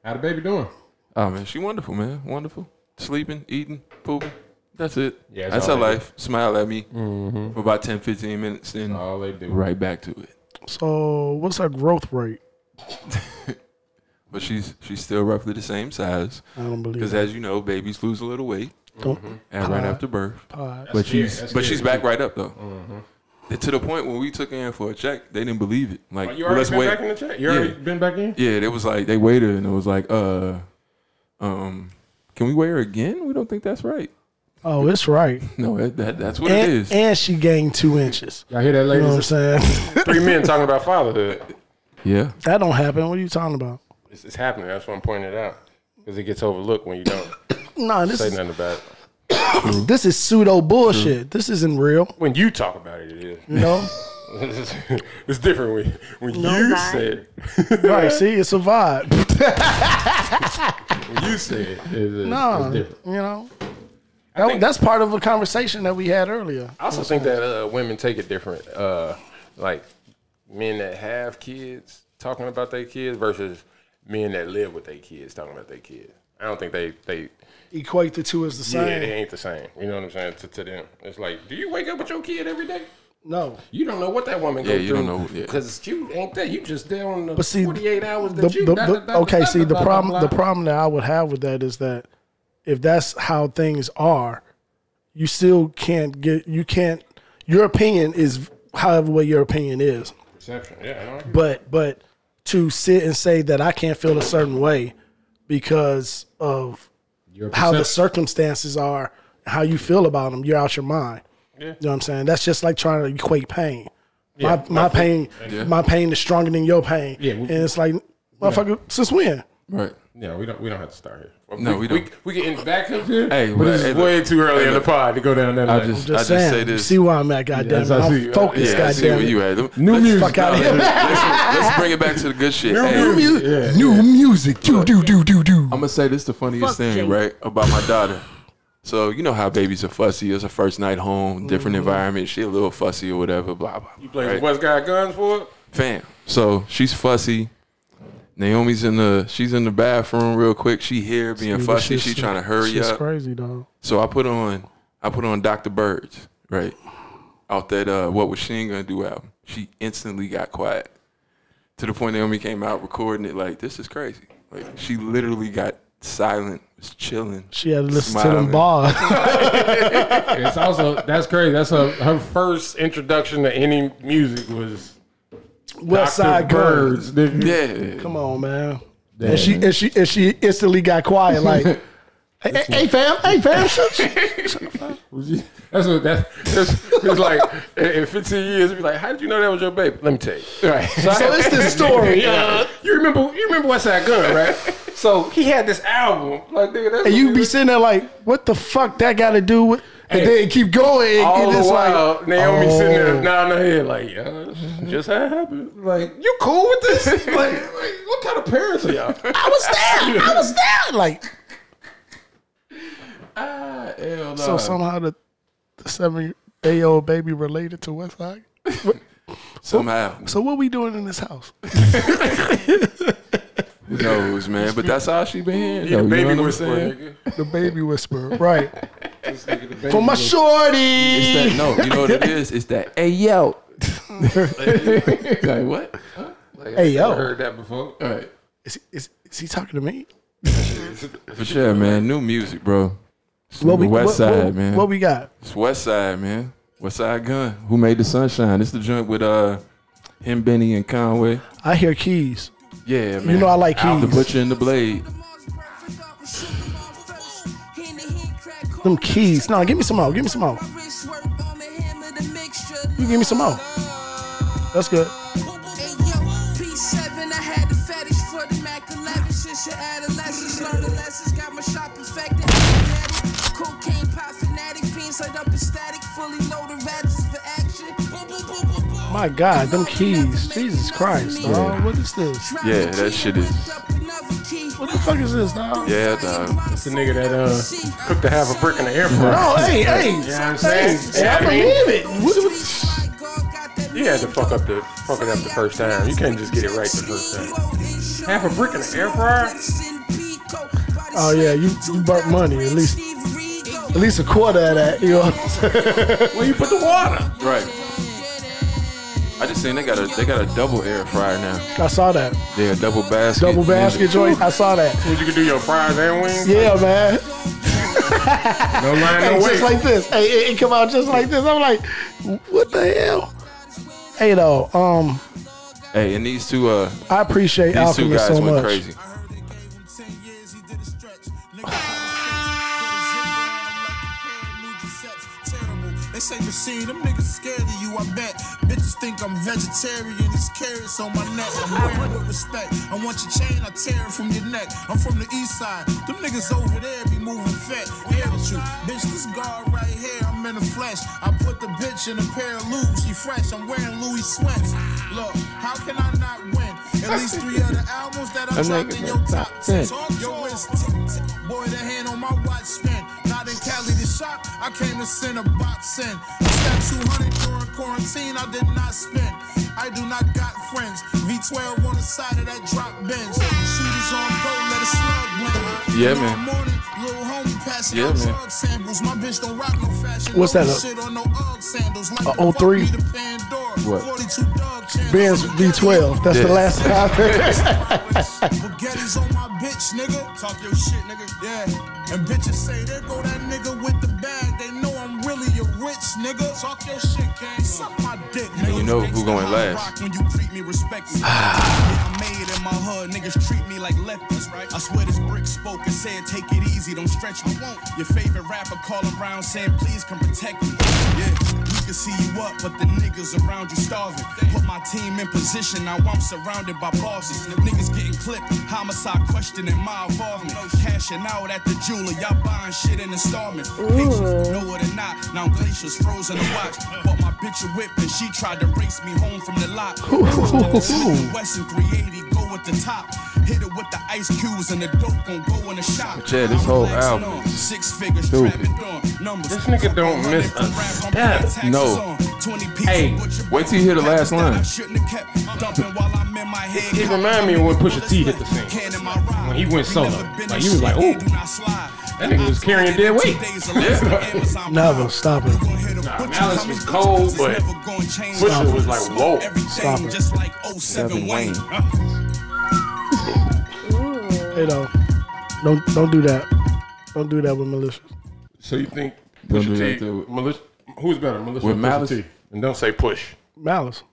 Speaker 5: How the baby doing?
Speaker 2: Oh man, she wonderful, man. Wonderful. Sleeping, eating, pooping. That's it.
Speaker 5: Yeah,
Speaker 2: That's
Speaker 5: that's
Speaker 2: her
Speaker 5: all I do.
Speaker 2: life. Smile at me
Speaker 5: Mm-hmm.
Speaker 2: for about 10, 15 minutes and
Speaker 5: All they do.
Speaker 2: right back to it.
Speaker 1: So, what's her growth rate?
Speaker 2: But she's she's still roughly the same size.
Speaker 1: I don't believe
Speaker 2: Because
Speaker 1: it.
Speaker 2: as you know, babies lose a little weight
Speaker 1: Don't,
Speaker 5: Mm-hmm.
Speaker 2: and right after birth.
Speaker 1: uh,
Speaker 2: But she's
Speaker 5: Uh-huh. that's Mm-hmm.
Speaker 2: but
Speaker 5: good.
Speaker 2: she's back right up though. And To the point when we took her in for a check, they didn't believe it. Like
Speaker 5: Oh, You
Speaker 2: well,
Speaker 5: already
Speaker 2: let's
Speaker 5: been
Speaker 2: wait.
Speaker 5: back in the chat. You
Speaker 2: Yeah.
Speaker 5: already been back in.
Speaker 2: Yeah, it was like they waited and it was like, uh, um, can we weigh her again? We don't think that's right.
Speaker 1: oh, it's right.
Speaker 2: No, that, that that's what it
Speaker 1: And,
Speaker 2: is.
Speaker 1: and she gained two inches.
Speaker 5: Y'all hear that,
Speaker 1: You know what I'm
Speaker 5: ladies?
Speaker 1: saying?
Speaker 5: Three men talking about fatherhood.
Speaker 2: yeah,
Speaker 1: that don't happen. What are you talking about?
Speaker 5: It's, it's happening. That's why I'm pointing it out because it gets overlooked when you don't
Speaker 1: No, this
Speaker 5: say
Speaker 1: is,
Speaker 5: nothing about it.
Speaker 1: this is pseudo bullshit. This isn't real.
Speaker 5: When you talk about it, it is.
Speaker 1: You know?
Speaker 5: it's different when when you said
Speaker 1: right? See, it's a vibe.
Speaker 5: when you said it, it's,
Speaker 1: No,
Speaker 5: it's
Speaker 1: you
Speaker 5: different.
Speaker 1: know.
Speaker 5: I
Speaker 1: That,
Speaker 5: think-
Speaker 1: that's part of a conversation that we had earlier.
Speaker 5: I also think that uh, women take it different. Uh, like men that have kids talking about their kids versus men that live with their kids talking about their kids. I don't think they they
Speaker 1: Equate the two as the same.
Speaker 5: yeah they ain't the same. You know what I'm saying? To, to them, it's like, do you wake up with your kid every day?
Speaker 1: No,
Speaker 5: You don't know what that woman
Speaker 2: Yeah,
Speaker 5: go
Speaker 2: you don't
Speaker 5: through.
Speaker 2: know, yeah.
Speaker 5: because you ain't there. You just there on the
Speaker 1: But see,
Speaker 5: 48 hours that
Speaker 1: the,
Speaker 5: you.
Speaker 1: the-
Speaker 5: da-
Speaker 1: the-
Speaker 5: da- da-
Speaker 1: okay,
Speaker 5: da-
Speaker 1: see
Speaker 5: da-
Speaker 1: the
Speaker 5: da- da-
Speaker 1: problem
Speaker 5: blah.
Speaker 1: the problem that I would have with that is that if that's how things are, you still can't get you can't your opinion is however way your opinion is.
Speaker 5: Perception, Yeah, I know.
Speaker 1: But but to sit and say that I can't feel a certain way because of
Speaker 5: Your
Speaker 1: how the
Speaker 5: perception.
Speaker 1: circumstances are, how you feel about them, you're out your mind. You know what I'm saying? That's just like trying to equate pain. my my pain my pain is stronger than your pain.
Speaker 5: Yeah, we-
Speaker 1: and it's like motherfucker, since when?
Speaker 2: right.
Speaker 5: Yeah, we don't. We don't have to start here. Well,
Speaker 2: No, we
Speaker 5: We,
Speaker 2: don't.
Speaker 5: we getting back up here.
Speaker 2: Hey,
Speaker 5: but this
Speaker 2: hey,
Speaker 5: is
Speaker 2: look.
Speaker 5: way too early in the pod to go down that.
Speaker 2: I
Speaker 5: lane.
Speaker 2: just,
Speaker 1: Just
Speaker 2: I
Speaker 1: saying.
Speaker 2: just say
Speaker 1: You
Speaker 2: this.
Speaker 1: see where I'm at, goddamn
Speaker 5: Yes,
Speaker 1: it.
Speaker 5: I
Speaker 1: I'm
Speaker 5: see you.
Speaker 1: focused,
Speaker 2: yeah, I see
Speaker 1: goddamn
Speaker 2: where
Speaker 1: it.
Speaker 2: you at.
Speaker 5: New
Speaker 2: Let's-
Speaker 5: music.
Speaker 1: Fuck
Speaker 2: No,
Speaker 1: out of
Speaker 2: let's,
Speaker 1: here.
Speaker 2: let's- let's bring it back to the good shit. Hey,
Speaker 5: Yeah.
Speaker 1: New music. Do, do, do, do, do.
Speaker 2: I'm gonna say this the funniest thing, right, about my daughter. So you know how babies are fussy. It's her first night home, different environment. She a little fussy or whatever. Blah blah.
Speaker 5: You play
Speaker 2: right?
Speaker 5: with West Guy Guns for it?
Speaker 2: fam. So she's fussy. Naomi's in the she's in the bathroom real quick. She here being
Speaker 1: Dude, this
Speaker 2: fussy.
Speaker 1: shit's-
Speaker 2: She trying to hurry
Speaker 1: shit's
Speaker 2: up.
Speaker 1: crazy, dog.
Speaker 2: So I put on I put on Dr. Birds, right? Out that uh what was she ain't gonna do album. She instantly got quiet. To the point Naomi came out recording it like this is crazy. Like she literally got silent, was chilling.
Speaker 1: She had to listen to
Speaker 2: smiling.
Speaker 1: them bars.
Speaker 5: It's also that's crazy. That's her her first introduction to any music was
Speaker 1: West Side
Speaker 5: Dr.
Speaker 1: Bird.
Speaker 5: Birds. nigga.
Speaker 2: Yeah.
Speaker 1: Come on, man. And she and she and she instantly got quiet like Hey, hey, hey, fam, hey fam, shut- shut-
Speaker 5: That's what that, that's it's like in in 15 years, be like, how did you know that was your baby? Let me tell you. Right. So,
Speaker 1: So it's this story. uh,
Speaker 5: you remember you remember West Side Gun, right?
Speaker 3: So he had this album. Like, nigga, that's
Speaker 1: And you
Speaker 3: what
Speaker 1: be
Speaker 3: he-
Speaker 1: sitting there like, what the fuck that got to do with? And
Speaker 3: Hey.
Speaker 1: then keep going.
Speaker 3: all
Speaker 1: and
Speaker 3: the
Speaker 1: it's like,
Speaker 3: while Naomi
Speaker 1: oh.
Speaker 3: sitting there nodding her head like, yeah, just how it happened. Like, you cool with this? like, like, what kind of parents are y'all?
Speaker 1: I was there. I was there. Like
Speaker 2: Hell
Speaker 1: so
Speaker 3: Uh.
Speaker 2: nah.
Speaker 1: somehow the, the seven day old baby related to West Side.
Speaker 2: somehow.
Speaker 1: So what we doing in this house?
Speaker 2: Who knows, man? But that's how she been.
Speaker 3: He
Speaker 2: though,
Speaker 3: the
Speaker 2: you know
Speaker 3: baby
Speaker 2: what I'm
Speaker 3: whisperer.
Speaker 2: saying?
Speaker 3: nigga.
Speaker 1: The baby whisperer, right?
Speaker 3: This nigga the baby
Speaker 1: For my
Speaker 3: whisperer.
Speaker 1: shorty.
Speaker 2: It's that, no, you know what it is? It's that, hey, yo. like, what?
Speaker 1: Hey
Speaker 5: Oh.
Speaker 3: I
Speaker 1: yo,
Speaker 3: heard that before.
Speaker 2: All right.
Speaker 1: is, is, is he talking to me?
Speaker 2: For sure, man. New music, bro. It's the West
Speaker 1: what-
Speaker 2: Side,
Speaker 1: what-
Speaker 2: man.
Speaker 1: What we got?
Speaker 2: it's West Side, man. West Side Gun. Who made the sunshine? It's the joint with uh him, Benny, and Conway.
Speaker 1: I hear keys.
Speaker 2: Yeah, man.
Speaker 1: You know I like
Speaker 2: Out the
Speaker 1: keys.
Speaker 2: butcher and the blade.
Speaker 1: Them keys. Nah, give me some out. Give me some out.
Speaker 7: You give me some more.
Speaker 1: That's good.
Speaker 7: Hey, yo, P7, I had the fetish for the Mac 11 since your adolescence. Learned the lessons, got my shop infected. automatic. Cocaine pop fanatic, fiends light up ecstatic, fully loaded ratchets for action. Boom, boom, boom, boom, boom.
Speaker 1: My God, them keys. Jesus Christ, dog. What is this?
Speaker 2: Yeah, that shit is-
Speaker 1: What the fuck is this, dog?
Speaker 2: Yeah, dog.
Speaker 3: It's the nigga that uh, cooked a half a brick in the air fryer.
Speaker 1: No, hey, hey.
Speaker 3: You know what I'm saying?
Speaker 1: Hey,
Speaker 3: Yeah,
Speaker 1: I
Speaker 3: I mean,
Speaker 1: believe it. What, what,
Speaker 3: you had to fuck up the fuck it up the first time. You can't just get it right the first time. Half a brick in the air fryer?
Speaker 7: Oh yeah, you you burnt money at least.
Speaker 1: at least a quarter of that. You know what I'm saying?
Speaker 3: Where you put the water?
Speaker 2: Right. I just seen they got a they got a double air fryer now.
Speaker 1: I saw that.
Speaker 2: Yeah, double basket.
Speaker 1: Double basket joint. I saw that.
Speaker 3: You can do your fries and wings.
Speaker 1: Yeah, man.
Speaker 3: No line,
Speaker 1: Hey,
Speaker 3: no
Speaker 1: just
Speaker 3: wait.
Speaker 1: like this. Hey, it, it come out just like this. I'm like, what the hell? Hey, though. Um,
Speaker 2: Hey, and these two uh
Speaker 1: I appreciate
Speaker 2: these two
Speaker 1: Alchemist
Speaker 2: guys
Speaker 1: so
Speaker 2: went
Speaker 1: much.
Speaker 2: crazy.
Speaker 8: They say machine, them niggas scared of you, I bet. Bitches think I'm vegetarian, it's carrots on my neck. I'm wearing with respect. I want your chain, I tear it from your neck. I'm from the east side. Them niggas over there be moving fat. Air with you. Bitch, this guard right here, I'm in the flesh. I put the bitch in a pair of lubes. She fresh, I'm wearing Louis sweats. Look, how can I not win? At least three other albums that I
Speaker 2: Them
Speaker 8: dropped
Speaker 2: niggas
Speaker 8: in your
Speaker 2: in
Speaker 8: top
Speaker 2: top
Speaker 8: ten.
Speaker 2: 10.
Speaker 8: Yo, it's tick, tick. Boy, the hand on my watch spin. Not in Cali to shop, I came to send a box in. I spent 200 during quarantine, I did not spend. I do not got friends. V12 on the side of that drop bench. Shooters on go, let it slug blend.
Speaker 2: Yeah,
Speaker 8: In the
Speaker 2: man.
Speaker 8: Morning, little homie passing
Speaker 2: Yeah,
Speaker 8: out
Speaker 2: man.
Speaker 8: drug samples. My bitch don't rock no fashion.
Speaker 1: What's
Speaker 8: no
Speaker 1: that, uh,
Speaker 8: Shit on no Ugg sandals. Like
Speaker 1: uh, 03?
Speaker 8: the fuck me to Pandora.
Speaker 2: What?
Speaker 8: 42 dog channels.
Speaker 1: Ben's V12. That's
Speaker 2: Yeah.
Speaker 1: the last time.
Speaker 8: Spaghetti's on my bitch, nigga. Talk your shit, nigga. Yeah. And bitches say, there go that nigga with the bag. They know I'm really a rich nigga. Talk your shit, gang. Suck my dick, nigga.
Speaker 2: you know who going last.
Speaker 8: When you treat me respectfully. Yeah, I'm made in my hood. Niggas treat me like leftists, right? I swear this brick spoke and said, take it easy, don't stretch me. Won't. Your favorite rapper call around saying, please come protect me. Yeah. We can see you up, but the niggas around you starving. Put my team in position, now I'm surrounded by bosses. Niggas getting clipped, homicide questioning my involvement. Cashing out at the jeweler, y'all buying shit in installments. Patience, know it or not, now glaciers frozen to watch. Bought my bitch a whip and she tried to race me home from the lot. Smith & Wesson 380, go at the top. Hit it with the ice cubes and the dope gon' go in the shop.
Speaker 2: Yeah, this
Speaker 8: I'm
Speaker 2: whole
Speaker 8: relaxing
Speaker 2: album
Speaker 8: on.
Speaker 2: is
Speaker 8: Six figures,
Speaker 2: stupid.
Speaker 8: trapping on numbers.
Speaker 3: This nigga don't miss a step.
Speaker 2: No.
Speaker 3: Hey,
Speaker 2: wait till you hear the last line.
Speaker 8: It,
Speaker 3: it remind me of when Pusha T hit the scene. When he went solo. Like, he was like, "Ooh, that nigga was carrying dead weight."
Speaker 1: Never stop it.
Speaker 8: Nah,
Speaker 3: Malice was cold, but Pusha was like, "Whoa."
Speaker 1: Stop it.
Speaker 8: Just like 07
Speaker 2: Devin
Speaker 8: Wayne.
Speaker 2: Wayne.
Speaker 8: Huh?
Speaker 1: Hey, though. Don't don't do that. Don't do that with malicious.
Speaker 3: So you think
Speaker 2: Don't
Speaker 3: Pusha
Speaker 2: do that
Speaker 3: T,
Speaker 2: to-
Speaker 3: Malish, who's better, Malish
Speaker 2: With
Speaker 3: or Pusha
Speaker 2: Malice?
Speaker 3: T? And don't say Push.
Speaker 1: Malice.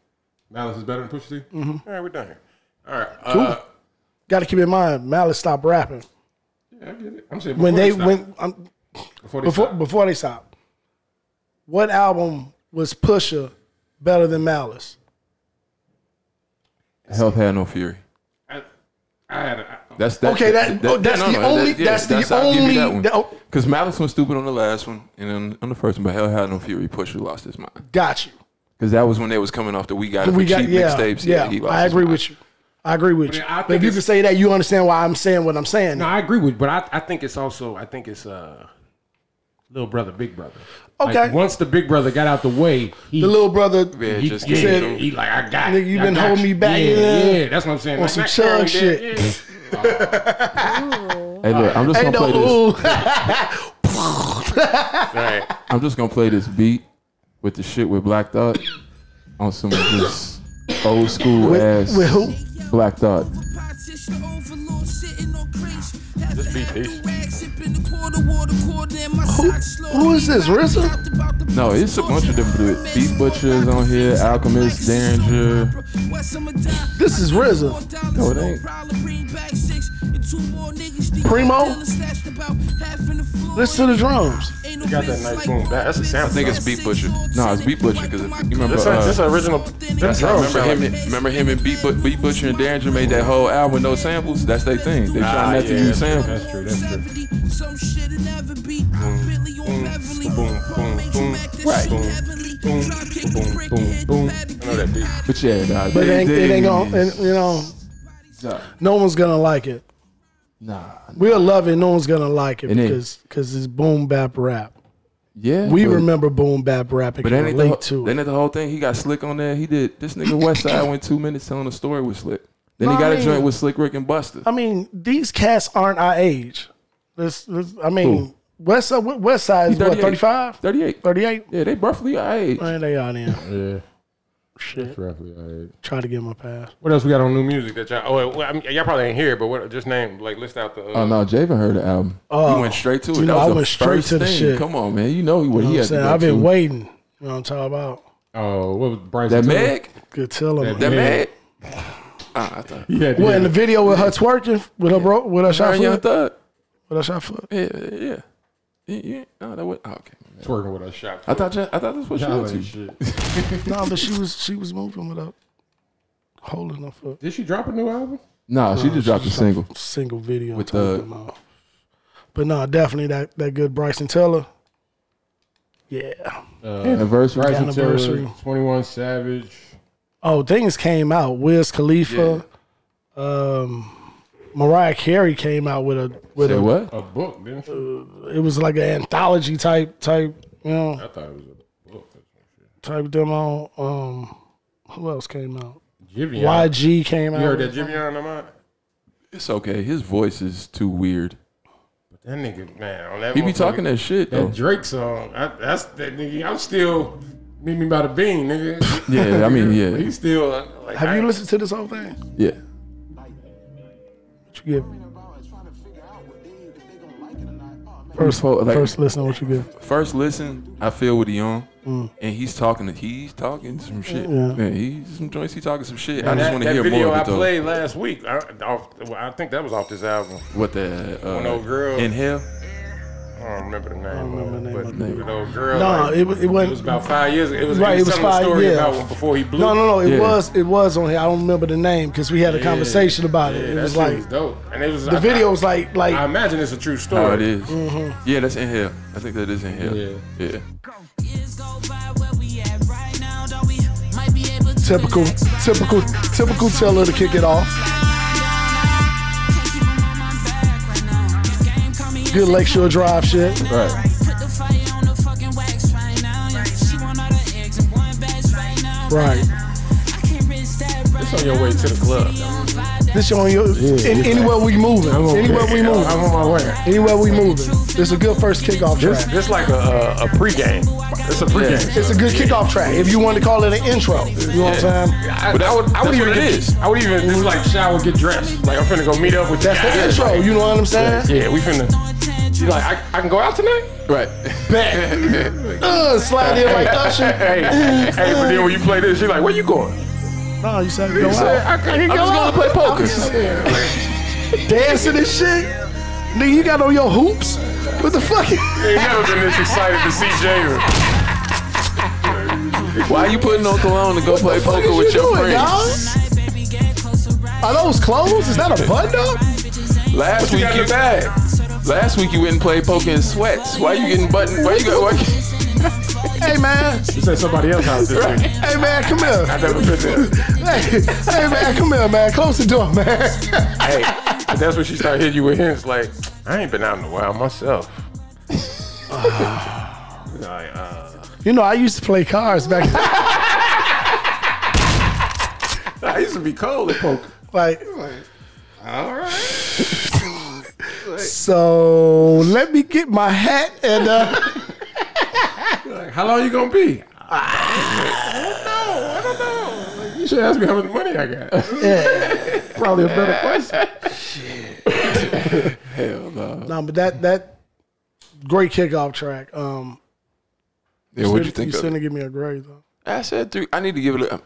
Speaker 3: Malice is better than Pusha T. Mm-hmm. All right, we're done here. All right, uh,
Speaker 1: Got to keep in mind, Malice stopped rapping
Speaker 3: yeah, I get it. I'm saying
Speaker 1: when
Speaker 3: before
Speaker 1: they
Speaker 3: stop.
Speaker 1: when um,
Speaker 3: before they
Speaker 1: before
Speaker 3: stop.
Speaker 1: before they stopped. What album was Pusha better than Malice?
Speaker 2: Health had no fury.
Speaker 3: I, I had a,
Speaker 2: That's that,
Speaker 1: Okay, that- oh, that's the only- that's the only- that- oh.
Speaker 2: Because Malice was stupid on the last one and on, on the first one, but Hell Had No Fury Pusher lost his mind
Speaker 1: Got you.
Speaker 2: because that was when they was coming off the We Got It
Speaker 1: We
Speaker 2: for
Speaker 1: got
Speaker 2: Cheap
Speaker 1: yeah,
Speaker 2: mixtapes.
Speaker 1: yeah. I agree with you. I agree with
Speaker 5: But
Speaker 1: you.
Speaker 5: I
Speaker 1: But
Speaker 5: think
Speaker 1: if you
Speaker 5: it's-
Speaker 1: can say that, you understand why I'm saying what I'm saying.
Speaker 5: No, I agree with, but I, I think it's also I think it's uh, little brother, big brother. Like,
Speaker 1: Okay.
Speaker 5: once the big brother got out the way, he,
Speaker 1: the little brother,
Speaker 2: Yeah,
Speaker 5: he,
Speaker 2: just
Speaker 5: yeah,
Speaker 2: get
Speaker 1: said-
Speaker 2: it.
Speaker 5: he like I got.
Speaker 1: Nigga, you
Speaker 5: I
Speaker 1: been
Speaker 5: got
Speaker 1: holding me back,
Speaker 5: Yeah,
Speaker 1: yeah.
Speaker 5: yeah, that's what I'm saying.
Speaker 1: On some
Speaker 5: not
Speaker 1: chug
Speaker 5: curly,
Speaker 1: shit.
Speaker 5: yeah.
Speaker 2: Hey, look, I'm just
Speaker 1: ain't
Speaker 2: gonna
Speaker 1: no
Speaker 2: play this.
Speaker 1: ooh.
Speaker 5: Right.
Speaker 2: I'm just gonna play this beat with the shit with Black Thought on some of this old school ass
Speaker 1: with who?
Speaker 2: Black Thought.
Speaker 7: Just
Speaker 5: beat this.
Speaker 1: who is this,
Speaker 7: RZA?
Speaker 2: No, it's a bunch of different dudes. Beat Butchers on here, Alchemist, Derringer.
Speaker 1: This is
Speaker 7: RZA.
Speaker 2: No, it ain't.
Speaker 1: Primo?
Speaker 7: Listen
Speaker 1: Listen to the drums.
Speaker 7: You
Speaker 5: got that nice boom bass. That's a sample.
Speaker 2: I think it's Beat Butcher. No, it's Beat Butcher because you remember.
Speaker 5: This,
Speaker 2: uh,
Speaker 5: this original. That's
Speaker 2: I remember
Speaker 5: sound
Speaker 2: him. And, remember him and Beat, but- Beat Butcher and Derringer made that whole album with no samples. That's their thing. They
Speaker 5: Ah,
Speaker 2: try not to
Speaker 5: yeah,
Speaker 2: use
Speaker 5: that's-
Speaker 2: samples.
Speaker 5: true, that's true.
Speaker 7: Some shit it never be. Bentley on Beverly.
Speaker 5: boom, boom,
Speaker 7: Make you
Speaker 5: boom.
Speaker 7: act that
Speaker 2: Right.
Speaker 7: shit
Speaker 2: Boom,
Speaker 7: heavenly.
Speaker 5: boom,
Speaker 7: Drop kick the
Speaker 5: boom,
Speaker 7: brick
Speaker 5: boom,
Speaker 7: and hit the
Speaker 5: boom.
Speaker 7: baby
Speaker 5: I know that beat.
Speaker 7: back.
Speaker 2: But yeah, nah,
Speaker 1: But
Speaker 2: they,
Speaker 1: it ain't, it
Speaker 2: they-
Speaker 1: ain't gonna, and, you know, no one's gonna like it.
Speaker 2: nah.
Speaker 1: We'll love it. No one's gonna like it,
Speaker 2: It ain't.
Speaker 1: because because it's boom bap rap.
Speaker 2: Yeah,
Speaker 1: We
Speaker 2: but-
Speaker 1: remember boom bap rap and
Speaker 2: But
Speaker 1: can
Speaker 2: ain't
Speaker 1: relate
Speaker 2: it the,
Speaker 1: to
Speaker 2: then
Speaker 1: it.
Speaker 2: it the whole thing. He got slick on there. He did this nigga Westside went two minutes telling a story with Slick. Then
Speaker 1: No,
Speaker 2: he got
Speaker 1: I
Speaker 2: a joint
Speaker 1: mean-
Speaker 2: with Slick Rick and Buster.
Speaker 1: I mean, these cats aren't our age. This, this I mean, West Side, what- West Side is what 35,
Speaker 2: 38.
Speaker 1: 38.
Speaker 2: Uh, Yeah, they roughly our age.
Speaker 1: Man, they out in.
Speaker 5: Yeah,
Speaker 1: Shit,
Speaker 5: roughly. All right.
Speaker 1: try to get my pass.
Speaker 5: What else we got on new music that y'all? Oh, well, I mean, y'all probably ain't hear, it, but what? Just name like list out the. Uh,
Speaker 2: Oh no, Javen heard the album.
Speaker 1: Oh,
Speaker 2: he went straight to it.
Speaker 1: you know,
Speaker 2: that was
Speaker 1: I
Speaker 2: the
Speaker 1: went straight
Speaker 2: first
Speaker 1: to the
Speaker 2: thing.
Speaker 1: shit.
Speaker 2: Come on, man. You know what
Speaker 1: You know
Speaker 2: he
Speaker 1: what I'm
Speaker 2: had to
Speaker 1: saying?
Speaker 2: go
Speaker 1: I've been
Speaker 2: to.
Speaker 1: waiting. You know what I'm talking about?
Speaker 5: oh, what was Bryce?
Speaker 2: That
Speaker 5: Tiller?
Speaker 2: Meg,
Speaker 1: Good tell them.
Speaker 2: that
Speaker 5: Yeah.
Speaker 2: Meg. Ah, I thought.
Speaker 5: He had-
Speaker 1: Well, in the video with her twerking, with her bro, with her
Speaker 2: Her
Speaker 1: shot
Speaker 2: and Young
Speaker 1: foot,
Speaker 2: Thug.
Speaker 1: with her shot foot.
Speaker 2: Yeah, yeah, yeah. Yeah, yeah. No, that was oh, okay.
Speaker 5: twerking with a shot.
Speaker 2: I thought. you- I thought that's what she
Speaker 5: Y'all
Speaker 2: was
Speaker 5: ain't
Speaker 2: to.
Speaker 5: shit.
Speaker 1: No, but she was she was moving with her holding her foot.
Speaker 5: Did she drop a new album?
Speaker 2: Nah, she just dropped a single.
Speaker 1: Single video
Speaker 2: With
Speaker 1: with
Speaker 2: the-
Speaker 1: the. But no, definitely that that good Bryson Teller. Yeah.
Speaker 2: Anniversary.
Speaker 5: Bryson
Speaker 1: Anniversary.
Speaker 5: Tiller, Twenty One Savage.
Speaker 1: Oh, things came out. Wiz Khalifa, um, Mariah Carey came out with a with
Speaker 2: Say
Speaker 1: a.
Speaker 2: what?
Speaker 5: A book, didn't she?
Speaker 1: It was like an anthology type type you know
Speaker 5: I thought it was a book.
Speaker 1: type demo. Um, who else came out?
Speaker 5: Jivion.
Speaker 1: YG came out.
Speaker 5: You heard that Jivion on my?
Speaker 2: It's okay. His voice is too weird.
Speaker 5: That nigga, man. On that
Speaker 1: Oh,
Speaker 2: He be
Speaker 5: motherfucker-
Speaker 2: talking that shit
Speaker 5: That
Speaker 2: though.
Speaker 5: Drake song. I, that's that nigga. I'm still meet me by the bean, nigga.
Speaker 2: Yeah, I mean, yeah,
Speaker 5: He's still. uh, Like,
Speaker 1: Have
Speaker 5: I-
Speaker 1: you listened to this whole thing?
Speaker 2: yeah.
Speaker 1: What you give? First,
Speaker 2: Before, like-
Speaker 1: first listen, to what you give?
Speaker 2: First listen, I feel what he on, and he's talking. He's talking some shit.
Speaker 1: Mm. Yeah.
Speaker 2: Yeah, he's some joints. He talking some shit. I
Speaker 5: And
Speaker 2: just
Speaker 5: that,
Speaker 2: want to
Speaker 5: that
Speaker 2: hear
Speaker 5: video
Speaker 2: more
Speaker 5: I
Speaker 2: of it though.
Speaker 5: played last week. I, off, well, I think that was off this album.
Speaker 2: What the uh,
Speaker 5: One old girl.
Speaker 2: in hell?
Speaker 5: I don't remember the name.
Speaker 1: remember
Speaker 5: of
Speaker 1: the name
Speaker 5: it, but
Speaker 1: of
Speaker 2: it.
Speaker 5: with old girl.
Speaker 1: No,
Speaker 5: like,
Speaker 1: it wa- it wasn't-
Speaker 5: was about five years. ago. It was
Speaker 1: Right,
Speaker 5: It was,
Speaker 1: it was
Speaker 5: telling
Speaker 1: five-
Speaker 5: a story
Speaker 1: yeah.
Speaker 5: about when, before he blew.
Speaker 1: No, no, no. It
Speaker 2: Yeah.
Speaker 1: was it was on here. I don't remember the name because we had a conversation about it.
Speaker 5: Yeah,
Speaker 1: It
Speaker 5: that
Speaker 1: was
Speaker 5: shit
Speaker 1: like
Speaker 5: was dope. And it was
Speaker 1: the video was like like
Speaker 5: I imagine it's a true story.
Speaker 2: Oh, it is.
Speaker 1: Mm-hmm.
Speaker 2: Yeah, that's in hell. I think that is in hell.
Speaker 5: Yeah.
Speaker 2: yeah.
Speaker 7: Years go by where we at right now, though we might be able to
Speaker 1: typical,
Speaker 7: relax right
Speaker 1: typical, typical Teller to kick it off. Good Lakeshore Drive shit.
Speaker 2: Right.
Speaker 7: Put the fire on the fucking wax right now. Yeah. She want all the eggs in one batch right now.
Speaker 1: Right.
Speaker 7: I can't risk that right
Speaker 5: It's on your way to the club.
Speaker 1: This on your an- anywhere we moving. Anywhere we moving.
Speaker 5: I'm on my way.
Speaker 1: Anywhere we moving. This a good first kickoff
Speaker 5: This,
Speaker 1: track.
Speaker 5: this like a, a, a pregame. It's a pregame.
Speaker 1: It's a good kickoff track. If you want to call it an intro, you know what I'm saying?
Speaker 5: I,
Speaker 2: But that-
Speaker 5: I would, I
Speaker 2: that's
Speaker 5: would even
Speaker 2: what it
Speaker 5: get,
Speaker 2: is.
Speaker 5: I would even this is like shower, get dressed. Like I'm finna go meet up with
Speaker 1: That's the
Speaker 5: you.
Speaker 1: intro. You know what I'm saying?
Speaker 5: Yeah, we finna. You like I, I can go out tonight.
Speaker 2: Right.
Speaker 1: Uh, slide in like Usher.
Speaker 5: Hey, hey, but then when you play this, you're like, where you going?
Speaker 1: No, you said go
Speaker 5: said,
Speaker 1: out.
Speaker 5: I can't
Speaker 2: I'm
Speaker 5: go
Speaker 2: just
Speaker 5: out.
Speaker 2: gonna play poker.
Speaker 1: Dancing and shit. Nigga, you got on your hoops? What the fuck?
Speaker 5: Ain't never been this excited to see Javen.
Speaker 2: Why you putting on cologne to go play
Speaker 1: What
Speaker 2: poker
Speaker 1: is
Speaker 2: with
Speaker 1: you
Speaker 2: your
Speaker 1: doing,
Speaker 2: friends?
Speaker 1: y'all? Are those clothes? Is that a button up?
Speaker 2: Last
Speaker 3: you
Speaker 2: week
Speaker 3: got
Speaker 2: you
Speaker 3: in the bag?
Speaker 2: bad. Last week you went and played poker in sweats. Why you getting button? Why you got? Why you,
Speaker 1: Hey man,
Speaker 3: It's at somebody else's house this week.
Speaker 1: hey man, come here.
Speaker 3: I never put that.
Speaker 1: Hey, hey man, come here, man. Close the door, man.
Speaker 3: Hey, but that's when she started hitting you with hints like, I ain't been out in a while myself. like, uh,
Speaker 1: You know, I used to play cards back then.
Speaker 3: I used to be cold at poker.
Speaker 1: like.
Speaker 3: All right.
Speaker 1: So let me get my hat and uh,
Speaker 3: Like, how long you gonna be? I don't know. Ah, I don't know. Like, you should ask me how much money I got. Probably a better question.
Speaker 1: no, but that that great kickoff track. Um,
Speaker 2: yeah, what'd you think?
Speaker 1: You
Speaker 2: Of
Speaker 1: still
Speaker 2: it?
Speaker 1: didn't give me a grade though.
Speaker 2: I said three. I need to give it a,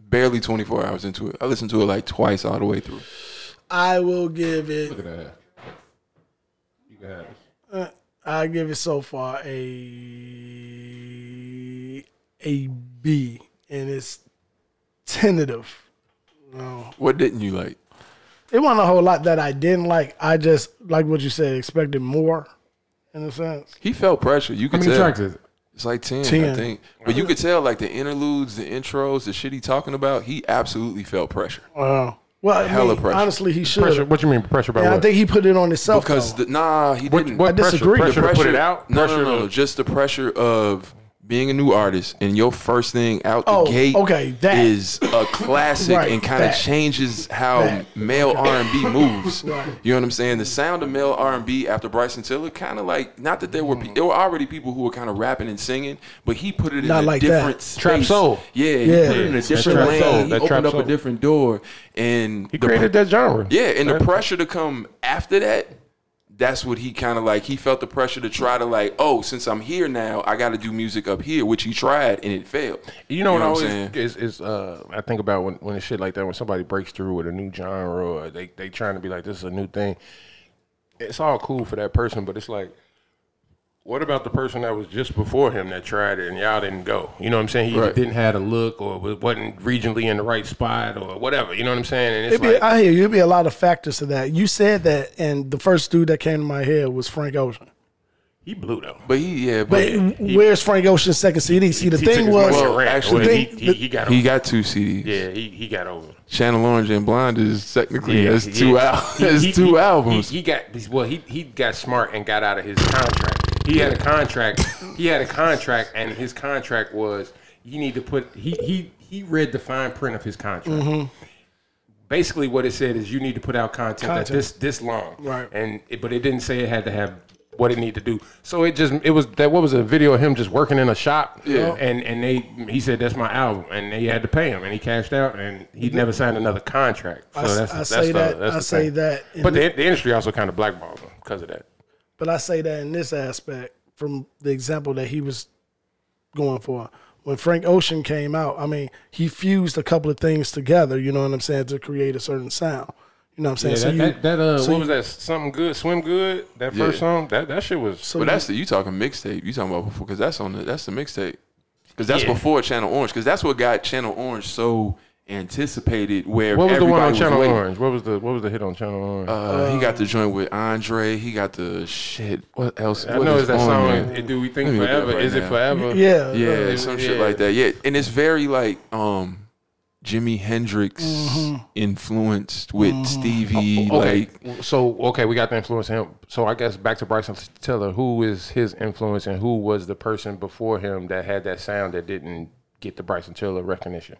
Speaker 2: barely 24 hours into it. I listened to it like twice all the way through.
Speaker 1: I will give it. Uh,
Speaker 3: Look at that. You got it.
Speaker 1: I give it so far a a B, and it's tentative.
Speaker 2: What didn't you like?
Speaker 1: It wasn't a whole lot that I didn't like. I just like what you said. Expected more, in a sense.
Speaker 2: He felt pressure. You
Speaker 3: How
Speaker 2: could
Speaker 3: many
Speaker 2: tell.
Speaker 3: tracks is it?
Speaker 2: It's like 10,
Speaker 1: 10.
Speaker 2: I think. But you could tell like the interludes, the intros, the shit he talking about, he absolutely felt pressure.
Speaker 3: Oh,
Speaker 1: Wow. Uh, Well, I
Speaker 2: Hella
Speaker 1: mean,
Speaker 2: pressure.
Speaker 1: honestly, he should.
Speaker 3: Pressure. What you mean pressure by
Speaker 1: And I
Speaker 3: what?
Speaker 1: think he put it on himself
Speaker 2: Because
Speaker 1: though.
Speaker 2: the, nah, he
Speaker 3: what,
Speaker 2: didn't.
Speaker 3: what
Speaker 1: I disagree.
Speaker 3: Pressure, pressure to put it out.
Speaker 2: No,
Speaker 3: pressure
Speaker 2: no, no,
Speaker 3: to-
Speaker 2: no. Just the pressure of being a new artist and your first thing out the
Speaker 1: Oh,
Speaker 2: gate
Speaker 1: okay, that.
Speaker 2: is a classic
Speaker 1: Right,
Speaker 2: and kind of
Speaker 1: that.
Speaker 2: changes how
Speaker 1: That.
Speaker 2: male R&B moves.
Speaker 1: Right.
Speaker 2: You know what I'm saying? The sound of male R&B after Bryson Tiller kind of like not that there were pe- there were already people who were kind of rapping and singing, but he put it in
Speaker 1: Not
Speaker 2: a
Speaker 1: like that.
Speaker 2: different space.
Speaker 3: Trap soul.
Speaker 2: Yeah,
Speaker 1: Yeah.
Speaker 2: he put it in a
Speaker 1: That
Speaker 2: different
Speaker 3: trap
Speaker 2: lane.
Speaker 3: soul,
Speaker 2: He
Speaker 3: that trap
Speaker 2: opened up
Speaker 3: soul.
Speaker 2: a different door and
Speaker 3: He
Speaker 2: the-
Speaker 3: created that genre.
Speaker 2: yeah, and the
Speaker 3: That-
Speaker 2: pressure to come after that, that's what he kind of like. He felt the pressure to try to like, oh, since I'm here now, I got to do music up here, which he tried and it failed.
Speaker 3: You know,
Speaker 2: know
Speaker 3: what,
Speaker 2: what I'm
Speaker 3: I always is, is uh, I think about when when it's shit like that when somebody breaks through with a new genre or they they trying to be like this is a new thing. It's all cool for that person, but it's like, what about the person that was just before him that tried it and y'all didn't go? You know what I'm saying? He
Speaker 2: Right.
Speaker 3: didn't have a look or wa- wasn't regionally in the right spot or whatever. You know what I'm saying? And it's
Speaker 1: It'd be,
Speaker 3: like,
Speaker 1: I hear you. It'd be a lot of factors to that. You said that, and the first dude that came to my head was Frank Ocean.
Speaker 3: he blew though.
Speaker 2: But he, yeah,
Speaker 1: But
Speaker 2: but,
Speaker 1: where's Frank Ocean's second CD? See, the
Speaker 3: He took
Speaker 1: thing
Speaker 3: his
Speaker 1: was,
Speaker 3: money and
Speaker 2: Well,
Speaker 3: ran.
Speaker 2: actually,
Speaker 3: Well,
Speaker 1: the
Speaker 3: he,
Speaker 1: thing-
Speaker 3: he, he got
Speaker 2: he
Speaker 3: over.
Speaker 2: got two CDs.
Speaker 3: yeah, he, he got over.
Speaker 2: Channel Orange and Blind is technically that's
Speaker 3: he-
Speaker 2: two
Speaker 3: yeah.
Speaker 2: al-
Speaker 3: He-
Speaker 2: that's
Speaker 3: he-
Speaker 2: two
Speaker 3: he-
Speaker 2: albums.
Speaker 3: He, he got well. He he got smart and got out of his contract. He had a contract. He had a contract, and his contract was you need to put. He he he read the fine print of his contract.
Speaker 2: Mm-hmm.
Speaker 3: Basically, what it said is you need to put out content, that this this long,
Speaker 1: Right.
Speaker 3: And it, but it didn't say it had to have what it needed to do. So it just it was that what was a video of him just working in a shop,
Speaker 2: Yeah.
Speaker 3: And and they he said that's my album, and they had to pay him, and he cashed out, and he never signed another contract. So
Speaker 1: I s-
Speaker 3: that's
Speaker 1: I
Speaker 3: that's
Speaker 1: say
Speaker 3: the,
Speaker 1: that-
Speaker 3: That's
Speaker 1: I
Speaker 3: the
Speaker 1: say
Speaker 3: thing.
Speaker 1: that in
Speaker 3: But the, the industry also kind of blackballed him because of that.
Speaker 1: but I say that in this aspect from the example that he was going for. When Frank Ocean came out, I mean, he fused a couple of things together. You know what I'm saying to create a certain sound. You know what I'm saying?
Speaker 3: Yeah, that,
Speaker 1: you,
Speaker 3: that, that uh,
Speaker 1: so
Speaker 3: what
Speaker 1: you-
Speaker 3: was that? Something good, swim good. That
Speaker 2: Yeah.
Speaker 3: first song, that that shit was.
Speaker 1: so
Speaker 2: But
Speaker 1: you-
Speaker 2: that's the you talking mixtape. You talking about before because that's on the that's the mixtape. Because that's
Speaker 3: Yeah.
Speaker 2: before Channel Orange. Because that's what got Channel Orange so anticipated. Where
Speaker 3: What was the one
Speaker 2: everybody
Speaker 3: on
Speaker 2: was
Speaker 3: Channel
Speaker 2: waiting.
Speaker 3: Orange? What was the what was the hit on Channel Orange?
Speaker 2: Uh, he
Speaker 3: Um,
Speaker 2: got the joint with Andre. He got the shit. What else?
Speaker 3: I
Speaker 2: what
Speaker 3: know
Speaker 2: is
Speaker 3: it's that
Speaker 2: on
Speaker 3: song.
Speaker 2: there?
Speaker 3: It, do we think
Speaker 2: Let me look it up
Speaker 3: forever?
Speaker 2: right
Speaker 3: is it
Speaker 2: now.
Speaker 3: forever?
Speaker 1: yeah,
Speaker 2: Yeah, some shit
Speaker 3: yeah.
Speaker 2: like that. Yeah, and it's very like um, Jimi Hendrix influenced with Stevie.
Speaker 3: Mm-hmm. Oh, Okay.
Speaker 2: Like
Speaker 3: so okay, we got the influence of him. So I guess back to Bryson Tiller. Who is his influence, and who was the person before him that had that sound that didn't get the Bryson Tiller recognition?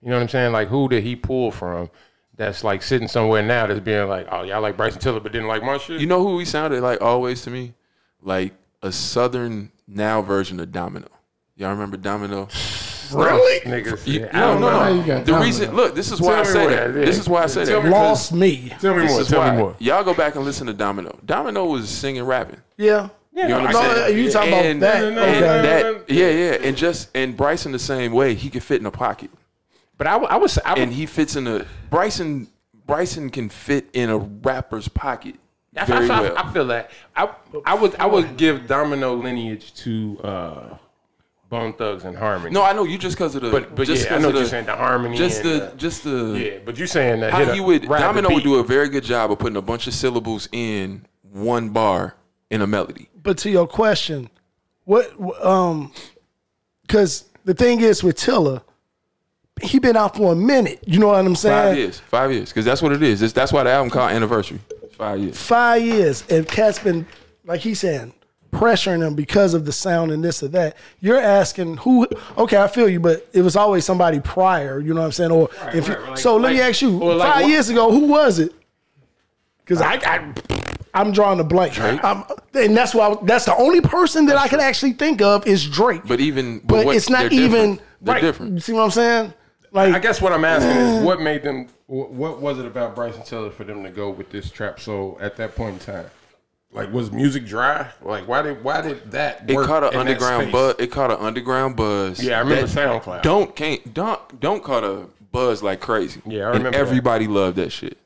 Speaker 3: You know what I'm saying? Like who did he pull from? That's like sitting somewhere now that's being like, oh y'all like Bryson Tiller, but didn't like my shit.
Speaker 2: you know who he sounded like always to me, like a southern now version of Domino. Y'all remember Domino?
Speaker 3: really, niggas?
Speaker 2: You-
Speaker 3: I don't
Speaker 2: no, no,
Speaker 3: know.
Speaker 2: no.
Speaker 3: how you got-
Speaker 2: The reason, look, this is why I
Speaker 3: Tell me
Speaker 2: say
Speaker 3: what
Speaker 2: that.
Speaker 3: that is.
Speaker 2: This is why I say
Speaker 3: Tell
Speaker 2: that.
Speaker 3: me
Speaker 1: lost me.
Speaker 3: Tell me
Speaker 2: This
Speaker 3: more.
Speaker 2: is
Speaker 3: Tell
Speaker 2: why.
Speaker 3: me more.
Speaker 2: Y'all go back and listen to Domino. Domino was singing, rapping.
Speaker 1: Yeah,
Speaker 2: You know what I'm
Speaker 1: No,
Speaker 2: saying?
Speaker 1: you talking about
Speaker 2: and,
Speaker 1: that.
Speaker 2: And
Speaker 1: Okay.
Speaker 2: that, yeah, yeah, and just and Bryson the same way. He can fit in a pocket,
Speaker 3: But I, w- I was, I,
Speaker 2: and
Speaker 3: w-
Speaker 2: he fits in a Bryson. Bryson can fit in a rapper's pocket
Speaker 3: I-
Speaker 2: very
Speaker 3: I, I-
Speaker 2: well.
Speaker 3: I feel that. I, I would, I would give Domino lineage to uh, Bone Thugs and Harmony.
Speaker 2: No, I know you just because of the.
Speaker 3: but but
Speaker 2: just
Speaker 3: yeah, I
Speaker 2: 'cause
Speaker 3: know
Speaker 2: of
Speaker 3: you're saying the harmony.
Speaker 2: Just
Speaker 3: and
Speaker 2: the just the.
Speaker 3: yeah, but you saying that
Speaker 2: How
Speaker 3: hit a-
Speaker 2: he would
Speaker 3: ride the
Speaker 2: Domino would
Speaker 3: beat.
Speaker 2: do a very good job of putting a bunch of syllables in one bar in a melody.
Speaker 1: But to your question, what um, because the thing is with Tilla, he been out for a minute. You know what I'm saying?
Speaker 2: Five years, five years, because that's what it is. It's, that's why the album called Anniversary. It's five years.
Speaker 1: Five years, and Cat's been like he's saying pressuring him because of the sound and this or that. You're asking who? Okay, I feel you, but it was always somebody prior. You know what I'm saying? Or if you,
Speaker 3: right, like-
Speaker 1: so, let me
Speaker 3: like-
Speaker 1: ask you:
Speaker 3: or like
Speaker 1: five
Speaker 3: what-
Speaker 1: years ago, who was it? Because I, I, I'm drawing a blank. I'm, and that's why that's the only person that I can actually think of is Drake.
Speaker 2: But even but,
Speaker 1: but
Speaker 2: what-
Speaker 1: it's not
Speaker 2: they're different.
Speaker 1: even
Speaker 2: They're
Speaker 1: right.
Speaker 2: different.
Speaker 1: You see what I'm saying? Like
Speaker 3: I guess what I'm asking is what made them. wh- What was it about Bryson Tiller for them to go with this trap soul at that point in time? Like, was music dry? Like, why did why did that?
Speaker 2: It
Speaker 3: work
Speaker 2: caught an
Speaker 3: in that
Speaker 2: underground
Speaker 3: space?
Speaker 2: buzz. It caught an underground buzz.
Speaker 3: Yeah, I remember
Speaker 2: that
Speaker 3: SoundCloud.
Speaker 2: Don't can't don't don't caught a buzz like crazy.
Speaker 3: Yeah, I
Speaker 2: And
Speaker 3: remember that.
Speaker 2: everybody loved that shit.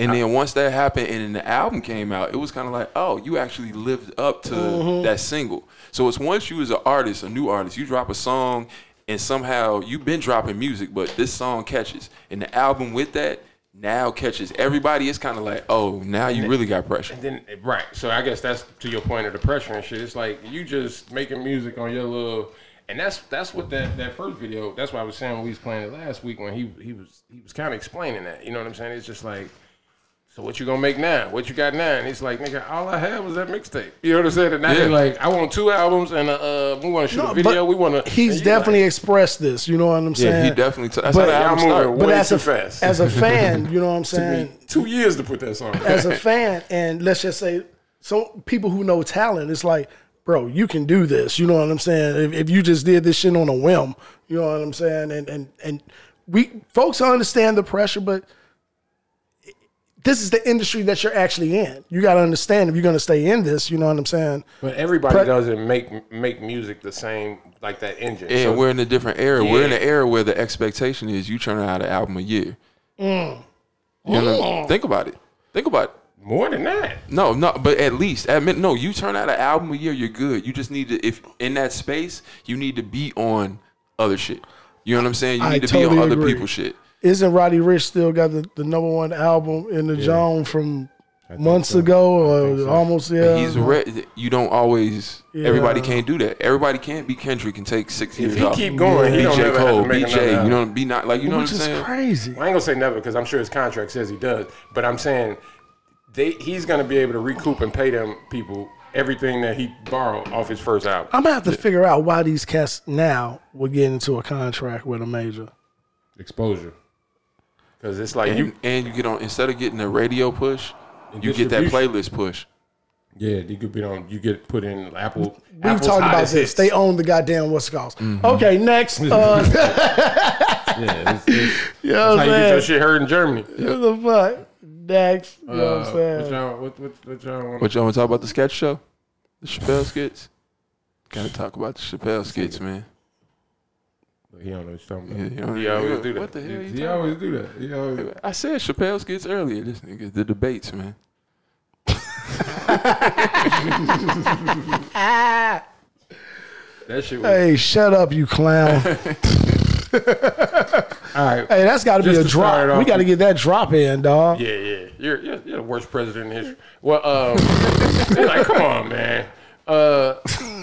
Speaker 2: And then once that happened, and then the album came out, it was kind of like, oh, you actually lived up to
Speaker 3: Mm-hmm.
Speaker 2: that single. So it's once you as an artist, a new artist, you drop a song, and somehow you've been dropping music, but this song catches, and the album with that now catches everybody. It's kind of like, oh, now you really got pressure.
Speaker 3: And then right, so I guess that's to your point of the pressure and shit. It's like you just making music on your little, and that's that's what that that first video. That's why I was saying when we was playing it last week when he he was he was kind of explaining that. You know what I'm saying? It's just like. So what you gonna make now? What you got now? And he's like, nigga, all I had was that mixtape. You know what I'm saying? And now
Speaker 2: Yeah.
Speaker 3: he's like, I want two albums and a, uh, we want to shoot
Speaker 1: no,
Speaker 3: a
Speaker 1: but
Speaker 3: video. We want to.
Speaker 1: He's definitely expressed this. You know what I'm saying?
Speaker 2: Yeah, he definitely. T- that's
Speaker 1: But-
Speaker 2: how the album
Speaker 3: Y'all moving
Speaker 2: started.
Speaker 1: But
Speaker 3: Way
Speaker 1: as
Speaker 3: too
Speaker 1: a
Speaker 3: fast.
Speaker 1: as a fan, you know what I'm saying.
Speaker 3: two years to put that song.
Speaker 1: as a fan, and let's just say some people who know talent, it's like, bro, you can do this. You know what I'm saying? If, if you just did this shit on a whim, you know what I'm saying? And and and we folks understand the pressure, but this is the industry that you're actually in. You got to understand if you're going to stay in this. You know what I'm saying?
Speaker 3: but everybody
Speaker 1: Pre-
Speaker 3: doesn't make make music the same like that engine.
Speaker 2: Yeah,
Speaker 3: So-
Speaker 2: we're in a different era. We're in
Speaker 3: Yeah.
Speaker 2: an era where the expectation is you turn out an album a year.
Speaker 1: Mm.
Speaker 2: You know, think about it. Think about it.
Speaker 3: more than that.
Speaker 2: No, no, but at least admit no. You turn out an album a year, you're good. You just need to if in that space, you need to be on other shit. You know what I'm saying? You
Speaker 1: I
Speaker 2: need to be
Speaker 1: totally
Speaker 2: on other
Speaker 1: agree.
Speaker 2: people's shit.
Speaker 1: Isn't Roddy Rich still got the, the number one album in the zone from months ago or almost? Yeah,
Speaker 2: He's a re- you don't always. Everybody
Speaker 1: Yeah.
Speaker 2: can't do that. Everybody can't be Kendrick and take six years
Speaker 3: he
Speaker 2: off.
Speaker 3: keep going, he
Speaker 2: be
Speaker 3: don't
Speaker 2: J.
Speaker 3: never have to
Speaker 2: Cole,
Speaker 3: make
Speaker 2: be
Speaker 3: another
Speaker 2: Jay. You
Speaker 3: album.
Speaker 2: know, be not like you know
Speaker 1: which
Speaker 2: what I'm
Speaker 1: is
Speaker 2: saying.
Speaker 1: crazy.
Speaker 3: I ain't gonna say never because I'm sure his contract says he does. But I'm saying they he's gonna be able to recoup and pay them people everything that he borrowed off his first album.
Speaker 1: I'm gonna have to figure out why these cats now would get into a contract with a major.
Speaker 3: Exposure. Because it's like
Speaker 2: and
Speaker 3: you
Speaker 2: you and you get on instead of getting a radio push, you get that
Speaker 3: distribution.
Speaker 2: playlist push.
Speaker 3: yeah you could be on you get put in Apple.
Speaker 1: We talked about this. They own the goddamn what's it called.
Speaker 3: Mm-hmm.
Speaker 1: Okay, next. Uh,
Speaker 3: yeah, it's, it's,
Speaker 1: you know
Speaker 3: how
Speaker 1: what
Speaker 3: you get your
Speaker 1: I'm saying?
Speaker 3: shit heard in Germany.
Speaker 1: What the fuck? Next. You know what I'm
Speaker 3: Uh, what
Speaker 1: saying?
Speaker 3: y'all what what, what y'all want?
Speaker 2: What y'all want to talk about the sketch show, the Chappelle skits? Gotta talk about the Chappelle skits, man.
Speaker 3: He don't know what you're talking
Speaker 2: You
Speaker 3: about.
Speaker 2: know,
Speaker 3: He always
Speaker 2: what-
Speaker 3: do that.
Speaker 2: What the hell? You
Speaker 3: He
Speaker 2: talking
Speaker 3: always do that. He always.
Speaker 2: about? I said Chappelle skits earlier. This nigga, the debates, man.
Speaker 3: That shit was.
Speaker 1: Hey, shut up, you clown. hey,
Speaker 3: All right.
Speaker 1: that's got to be
Speaker 3: Just
Speaker 1: a
Speaker 3: to start
Speaker 1: drop.
Speaker 3: it
Speaker 1: We
Speaker 3: off
Speaker 1: got to
Speaker 3: with-
Speaker 1: get that drop in, dog.
Speaker 3: Yeah, yeah. You're, you're, you're the worst president in history. Well, um, they're like, come on, man. Uh,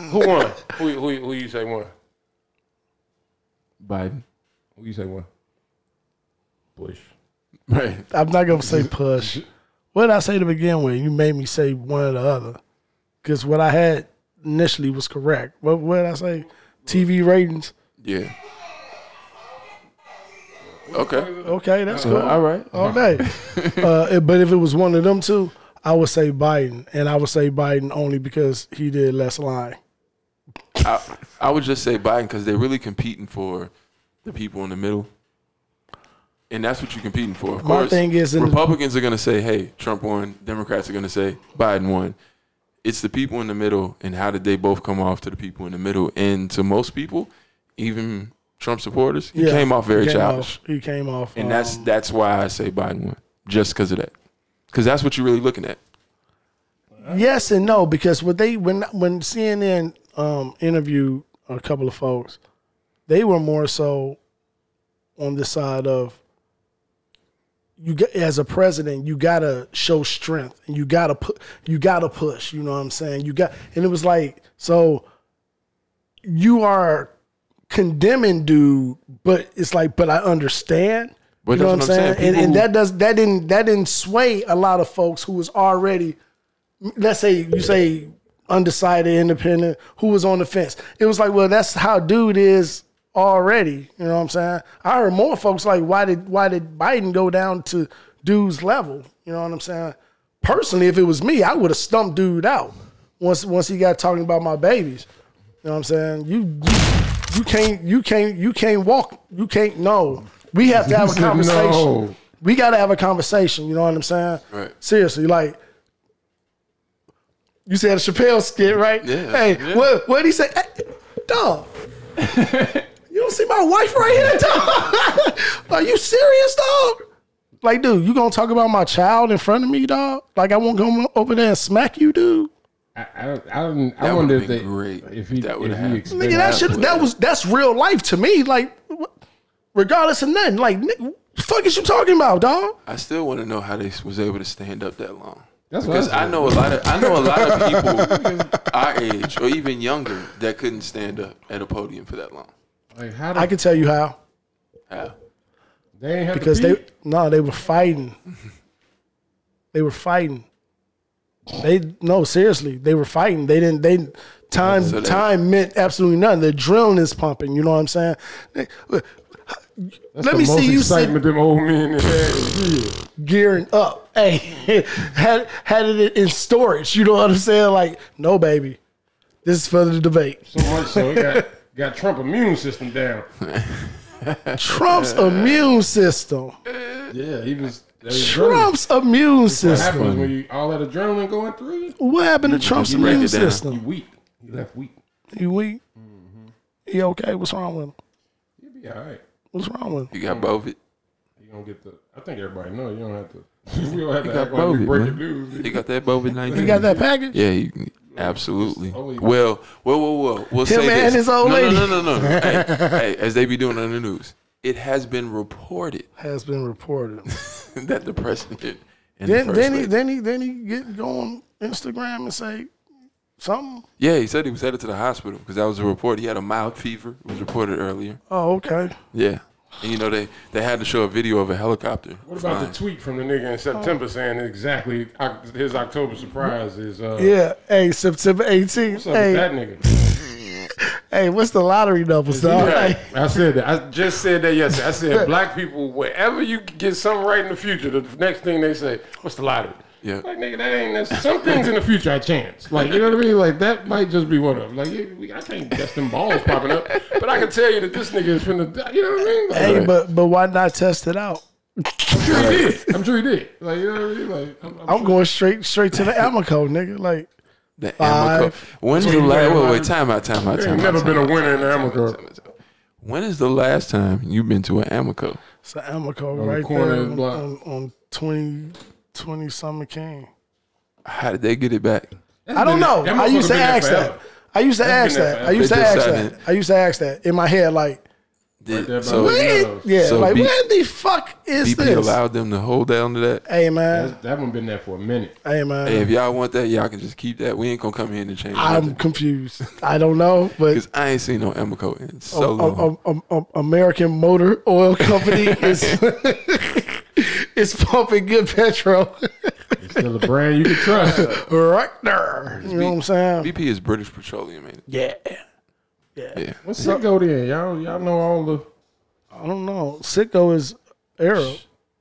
Speaker 3: who won? Who, who, who you say won?
Speaker 2: Biden,
Speaker 3: Who you say won? Bush.
Speaker 2: right?
Speaker 1: I'm not gonna say push. What did I say to begin with? You made me say one or the other, because what I had initially was correct. What, what did I say? TV ratings.
Speaker 2: Yeah. Okay.
Speaker 1: Okay, that's cool.
Speaker 2: All right.
Speaker 1: all day. uh, it- but if it was one of them two, I would say Biden, and I would say Biden only because he did less lying.
Speaker 2: I, I would just say Biden because they're really competing for the people in the middle, and that's what you're competing for. Of
Speaker 1: My
Speaker 2: course,
Speaker 1: thing is in-
Speaker 2: Republicans are going to say, "Hey, Trump won." Democrats are going to say, "Biden won." It's the people in the middle, and how did they both come off to the people in the middle? And to most people, even Trump supporters, he
Speaker 1: Yeah,
Speaker 2: came off very
Speaker 1: he came
Speaker 2: childish,
Speaker 1: off- he came off, uh,
Speaker 2: and that's that's why I say Biden won, just because of that, because that's what you're really looking at.
Speaker 1: yes and no because what they when when CNN um, interviewed a couple of folks, they were more so on the side of you got, as a president, you gotta show strength and you gotta put you gotta push. You know what I'm saying? You got and it was like so you are condemning dude, but it's like but I understand.
Speaker 2: But
Speaker 1: you know what I'm
Speaker 2: that's
Speaker 1: saying? And,
Speaker 2: People
Speaker 1: and
Speaker 2: who-
Speaker 1: that does that didn't that didn't sway a lot of folks who was already let's say you say undecided independent who was on the fence it was like well that's how dude is already you know what i'm saying i heard more folks like why did why did biden go down to dude's level you know what i'm saying personally if it was me i would have stumped dude out once once he got talking about my babies you know what i'm saying you you, you can't you can't you can't walk you can't no we have to have a
Speaker 3: No.
Speaker 1: conversation we got to have a conversation. You know what I'm saying?
Speaker 2: Right.
Speaker 1: Seriously, like you said, a Chappelle skit, right?
Speaker 2: Yeah,
Speaker 1: Hey,
Speaker 2: yeah.
Speaker 1: what what did he say? Hey, dog. you don't see my wife right here, dog. Are you serious, dog? Like, dude, you gonna talk about my child in front of me, dog? Like, I won't go over there and smack you, dude.
Speaker 3: I, I, don't- I, don't- I
Speaker 2: That
Speaker 3: wonder
Speaker 2: would've
Speaker 3: if
Speaker 2: been
Speaker 3: they,
Speaker 2: great.
Speaker 3: if he,
Speaker 2: That
Speaker 3: if
Speaker 2: would've
Speaker 3: he
Speaker 2: happened.
Speaker 3: expanded.
Speaker 1: Nigga, that should that was that's real life to me. Like, wh- regardless of nothing, like, nigga, fuck is you talking about, dog?
Speaker 2: I still want to know how they was able to stand up that long.
Speaker 3: That's what
Speaker 2: because I,
Speaker 3: I said.
Speaker 2: know a lot of I know a lot of people our age or even younger that couldn't stand up at a podium for that long.
Speaker 3: Like, how did,
Speaker 1: I can tell you how.
Speaker 2: How?
Speaker 3: they ain't have
Speaker 1: because
Speaker 3: to
Speaker 1: they
Speaker 3: pee?
Speaker 1: no, they were fighting. they were fighting. They no, seriously, they were fighting. They didn't. They time
Speaker 2: So they-
Speaker 1: time meant absolutely nothing. The adrenaline is pumping. You know what I'm saying? They-
Speaker 3: That's
Speaker 1: let
Speaker 3: the
Speaker 1: me
Speaker 3: most
Speaker 1: see you sit-
Speaker 3: excitement them old men have had. Yeah.
Speaker 1: gearing up. Hey, had had it in storage. You know what I'm saying? Like no, baby, this is for the debate.
Speaker 3: So much so it got, got Trump immune system down.
Speaker 1: Trump's immune system.
Speaker 3: Yeah, he was. that was adrenaline.
Speaker 1: Trump's immune
Speaker 3: What
Speaker 1: system.
Speaker 3: happens when you all that adrenaline going through you?
Speaker 1: What happened to Trump's
Speaker 2: break
Speaker 1: immune
Speaker 2: it down.
Speaker 3: You
Speaker 1: system?
Speaker 3: weak. You left weak.
Speaker 1: He weak. He okay? What's wrong with him?
Speaker 3: You'll be all right.
Speaker 1: What's wrong with him?
Speaker 2: You got Bovid.
Speaker 3: You gonna get the. I think everybody know. You don't have to. we don't have to
Speaker 2: got
Speaker 3: act like we
Speaker 2: Bogut, man.
Speaker 3: breaking news.
Speaker 2: You got that Bovid nineteen.
Speaker 1: You got that package?
Speaker 2: Yeah, you, can- absolutely.
Speaker 3: Oh, yeah.
Speaker 2: Well, whoa, whoa, whoa. We'll say
Speaker 1: and
Speaker 2: this.
Speaker 1: his old
Speaker 2: no,
Speaker 1: lady.
Speaker 2: No, no, no, no. hey, hey, as they be doing on the news, it has been reported
Speaker 1: Has been reported.
Speaker 2: that the president and
Speaker 1: then
Speaker 2: the first
Speaker 1: then he
Speaker 2: lady-
Speaker 1: then he then he get go on Instagram and say something.
Speaker 2: yeah, he said he was headed to the hospital because that was a report. He had a mild fever. It was reported earlier.
Speaker 1: Oh, okay.
Speaker 2: Yeah. And you know they, they had to show a video of a helicopter.
Speaker 3: What about
Speaker 2: flying.
Speaker 3: the tweet from the nigga in
Speaker 1: Oh.
Speaker 3: September saying exactly Oc- his October surprise is? Uh,
Speaker 1: Yeah. Hey, September 18th.
Speaker 3: What's up
Speaker 1: hey,
Speaker 3: with that nigga?
Speaker 1: hey, what's the lottery numbers, dog?
Speaker 3: Right.
Speaker 1: Hey,
Speaker 3: I said that. I just said that yesterday. I said black people, wherever you can get something right in the future, the next thing they say, "What's the lottery?"
Speaker 2: Yeah.
Speaker 3: Like nigga, that ain't that's, some things in the future are chance. Like you know what I mean? Like that might just be one of them. Like you- we- I can't guess them balls popping up, but I can tell you that this nigga is finna. die. You know what I mean? Like,
Speaker 1: hey,
Speaker 2: Right.
Speaker 1: but but why not test it out?
Speaker 3: I'm sure he did. I'm sure he did. Like you know what I mean? Like I'm, I'm
Speaker 1: I'm going straight straight to the Amoco, nigga. Like
Speaker 2: The Amoco.
Speaker 1: Five,
Speaker 2: When's the
Speaker 3: two,
Speaker 2: last?
Speaker 3: one.
Speaker 2: Wait, wait, time out, time out,
Speaker 3: There
Speaker 2: time
Speaker 3: ain't
Speaker 2: out.
Speaker 3: never
Speaker 2: time
Speaker 3: been a
Speaker 2: out,
Speaker 3: winner in
Speaker 2: time out,
Speaker 3: Amoco.
Speaker 2: time out, time out. When is the last time you've been to an Amoco?
Speaker 1: it's an Amoco
Speaker 3: the
Speaker 1: right
Speaker 3: corner
Speaker 1: there
Speaker 3: of the
Speaker 1: on,
Speaker 3: block.
Speaker 1: on, on 20 20 Summer King.
Speaker 2: How did they get it back?
Speaker 1: I don't know.
Speaker 3: That
Speaker 1: I
Speaker 3: motherfucker
Speaker 1: used to
Speaker 3: been there
Speaker 1: ask
Speaker 3: forever.
Speaker 1: that. I used to
Speaker 3: That's
Speaker 1: ask
Speaker 3: been there
Speaker 1: that. I used to
Speaker 2: forever. They
Speaker 1: ask
Speaker 2: decided-
Speaker 1: that. I used to ask that in my head, like
Speaker 2: Did,
Speaker 3: there by
Speaker 2: so
Speaker 3: the
Speaker 2: BP
Speaker 1: Where,
Speaker 3: Domino's.
Speaker 1: yeah,
Speaker 2: So
Speaker 1: like
Speaker 2: B-
Speaker 1: where the fuck is this?
Speaker 2: allowed them to hold down to that.
Speaker 1: Hey man,
Speaker 3: That, that one been there for a minute.
Speaker 1: hey man,
Speaker 2: Hey, if y'all want that, y'all can just keep that. We ain't gonna come in and change
Speaker 1: I'm
Speaker 2: it
Speaker 1: confused. I don't know, but
Speaker 2: because I ain't seen no Amoco in so
Speaker 3: Oh,
Speaker 1: um,
Speaker 2: long.
Speaker 1: um, um, um, American Motor Oil Company is is pumping good petrol
Speaker 3: It's still a brand you can trust.
Speaker 1: right there. You know what I'm saying?
Speaker 2: BP is British Petroleum, ain't it?
Speaker 1: yeah,
Speaker 3: What's that go there? Y'all y'all know all the.
Speaker 1: I don't know. Sicko is Arab.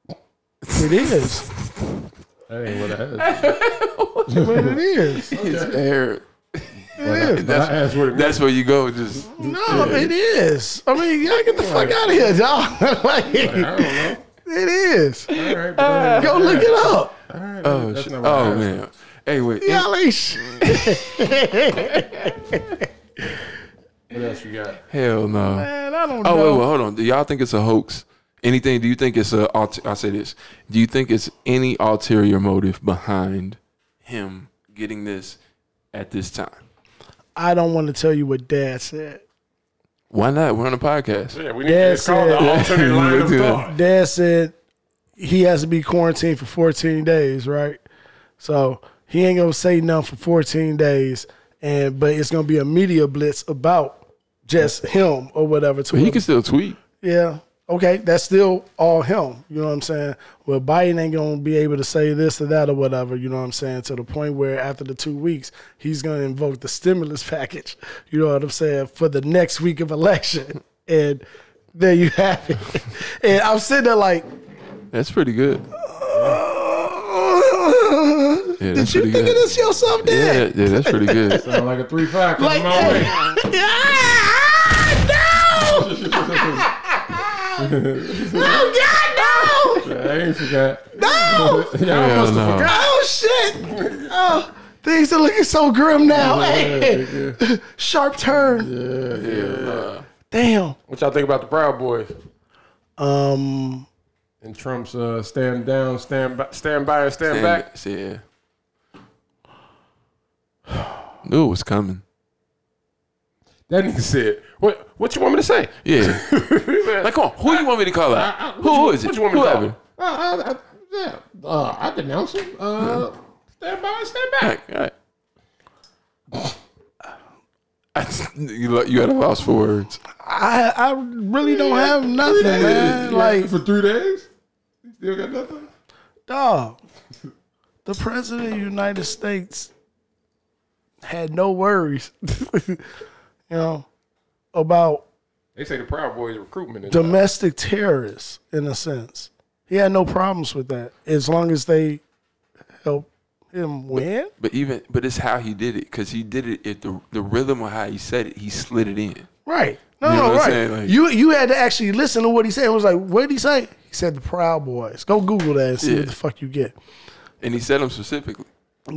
Speaker 1: It is.
Speaker 3: That ain't what I asked.
Speaker 1: But it is. It
Speaker 2: It's air.
Speaker 1: is.
Speaker 3: I asked what it meant.
Speaker 2: That's where you go. Just
Speaker 1: No, it is. I mean, y'all get the fuck out of here, dog. like,
Speaker 3: I
Speaker 1: it
Speaker 3: don't know.
Speaker 1: is.
Speaker 3: All right, but that ain't-
Speaker 1: Go look it up.
Speaker 3: all right,
Speaker 2: oh,
Speaker 3: that's
Speaker 2: shit.
Speaker 3: not what I
Speaker 2: oh
Speaker 3: asked.
Speaker 2: man. Hey, wait.
Speaker 1: Y'all ain't shit.
Speaker 3: What else you got?
Speaker 2: Hell no.
Speaker 1: Man, I don't know.
Speaker 2: Oh wait, wait, hold on. Do y'all think it's a hoax? Anything? Do you think it's a? ult- I say this. Do you think it's any ulterior motive behind him getting this at this time?
Speaker 1: I don't want to tell you what dad said.
Speaker 2: Why not? We're on a podcast.
Speaker 3: Yeah, we need
Speaker 1: Yeah,
Speaker 3: it's called
Speaker 1: it's,
Speaker 3: the
Speaker 1: uh,
Speaker 3: alternate line of
Speaker 2: Yeah.
Speaker 3: thought.
Speaker 1: Dad said he has to be quarantined for 14 days, right? So he ain't gonna say nothing for 14 days, and but it's gonna be a media blitz about just him or whatever. To
Speaker 2: But he
Speaker 1: him.
Speaker 2: can still tweet.
Speaker 1: yeah, okay, that's still all him. You know what I'm saying? Well, Biden ain't gonna be able to say this or that or whatever. You know what I'm saying? To the point where after the two weeks, he's gonna invoke the stimulus package. You know what I'm saying? For the next week of election, and there you have it. and I'm sitting there like.
Speaker 2: That's pretty good. Yeah, that's
Speaker 1: Did you
Speaker 2: pretty
Speaker 1: think of
Speaker 2: good.
Speaker 1: this yourself,
Speaker 2: Yeah,
Speaker 1: Dad?
Speaker 2: yeah, that's pretty good.
Speaker 3: Sound like a three five.
Speaker 1: Like, ah, no! oh God, no!
Speaker 3: I ain't forgot.
Speaker 1: No!
Speaker 3: Y'all
Speaker 2: Hell
Speaker 3: must have
Speaker 2: no.
Speaker 1: Oh shit! Oh, things are looking so grim now. Hey, sharp turn. Damn.
Speaker 3: What y'all think about the Proud Boys
Speaker 1: Um,
Speaker 3: and Trump's uh, stand down, stand by, stand by, and stand,
Speaker 2: And-
Speaker 3: back?
Speaker 2: Yeah. Knew it was coming.
Speaker 3: That nigga said, "What? What you want me to say?"
Speaker 2: Yeah.
Speaker 3: like,
Speaker 2: Like, come on. Who you want me to call out?
Speaker 3: I- I- what
Speaker 2: who
Speaker 3: you-
Speaker 2: who is it?
Speaker 3: Uh, What you want me to
Speaker 2: Whoever.
Speaker 3: call? Uh, I, I, yeah, uh, I denounce him. Uh, stand by, and stand
Speaker 2: All
Speaker 3: back.
Speaker 2: right, all right. you, lo- you had a loss for words.
Speaker 1: I I really don't have nothing, man.
Speaker 3: Yeah,
Speaker 1: Like,
Speaker 3: for three days, you still got nothing.
Speaker 1: dog, the president of the United States had no worries, you know, about
Speaker 3: They say the Proud Boys recruitment is
Speaker 1: domestic terrorists in a sense. He had no problems with that as long as they help him win.
Speaker 2: But even but it's how he did it because he did it at the the rhythm of how he said it. He slid it in.
Speaker 1: Right. No,
Speaker 2: You know
Speaker 1: no,
Speaker 2: what I'm
Speaker 1: right.
Speaker 2: saying? Like-
Speaker 1: you you had to actually listen to what he said. It was like, what did he say? He said the Proud Boys. Go Google that and see
Speaker 2: Yeah.
Speaker 1: what the fuck you get.
Speaker 2: And he said them specifically.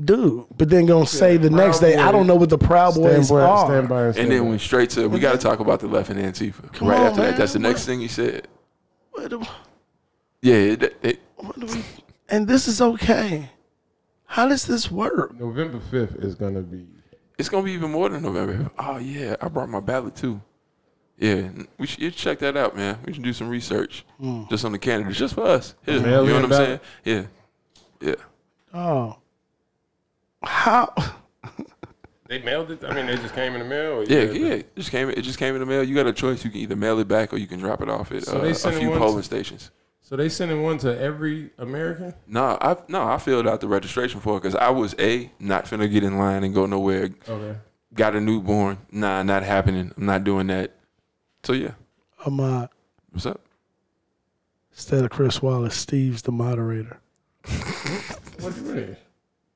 Speaker 1: Dude. But then gonna say the next day, I don't know what the Proud Boys are.
Speaker 3: and
Speaker 2: And then went straight to we got to talk about the left and Antifa.
Speaker 1: Come
Speaker 2: right
Speaker 1: on,
Speaker 2: after
Speaker 1: man.
Speaker 2: that, that's the next
Speaker 1: What-
Speaker 2: thing he said.
Speaker 1: What the-
Speaker 2: Yeah, it, it,
Speaker 1: what do we- and this is okay. How does this work?
Speaker 3: November fifth is gonna be.
Speaker 2: it's gonna be even more than November. Oh yeah, I brought my ballot too. Yeah, we should you should check that out, man. We should do some research
Speaker 3: Hmm.
Speaker 2: just on the candidates, just for us. Here, you know
Speaker 3: Mail-in
Speaker 2: what I'm saying?
Speaker 3: ballot.
Speaker 2: Yeah, yeah.
Speaker 1: Oh. How
Speaker 3: They mailed it. I mean, they just came in the mail. Or
Speaker 2: Yeah, yeah. It just came. It just came in the mail. You got a choice. You can either mail it back or you can drop it off at
Speaker 3: So
Speaker 2: uh,
Speaker 3: they
Speaker 2: a
Speaker 3: sending
Speaker 2: few
Speaker 3: one
Speaker 2: polling
Speaker 3: to-
Speaker 2: stations.
Speaker 3: So they sending one to every American.
Speaker 2: Nah, I no, I filled out the registration for it because I was a not finna get in line and go nowhere.
Speaker 3: Okay.
Speaker 2: Got a newborn. Nah, not happening. I'm not doing that. So yeah,
Speaker 1: am I
Speaker 2: what's up?
Speaker 1: uh, instead of Chris Wallace, Steve's the moderator?
Speaker 3: What do you mean?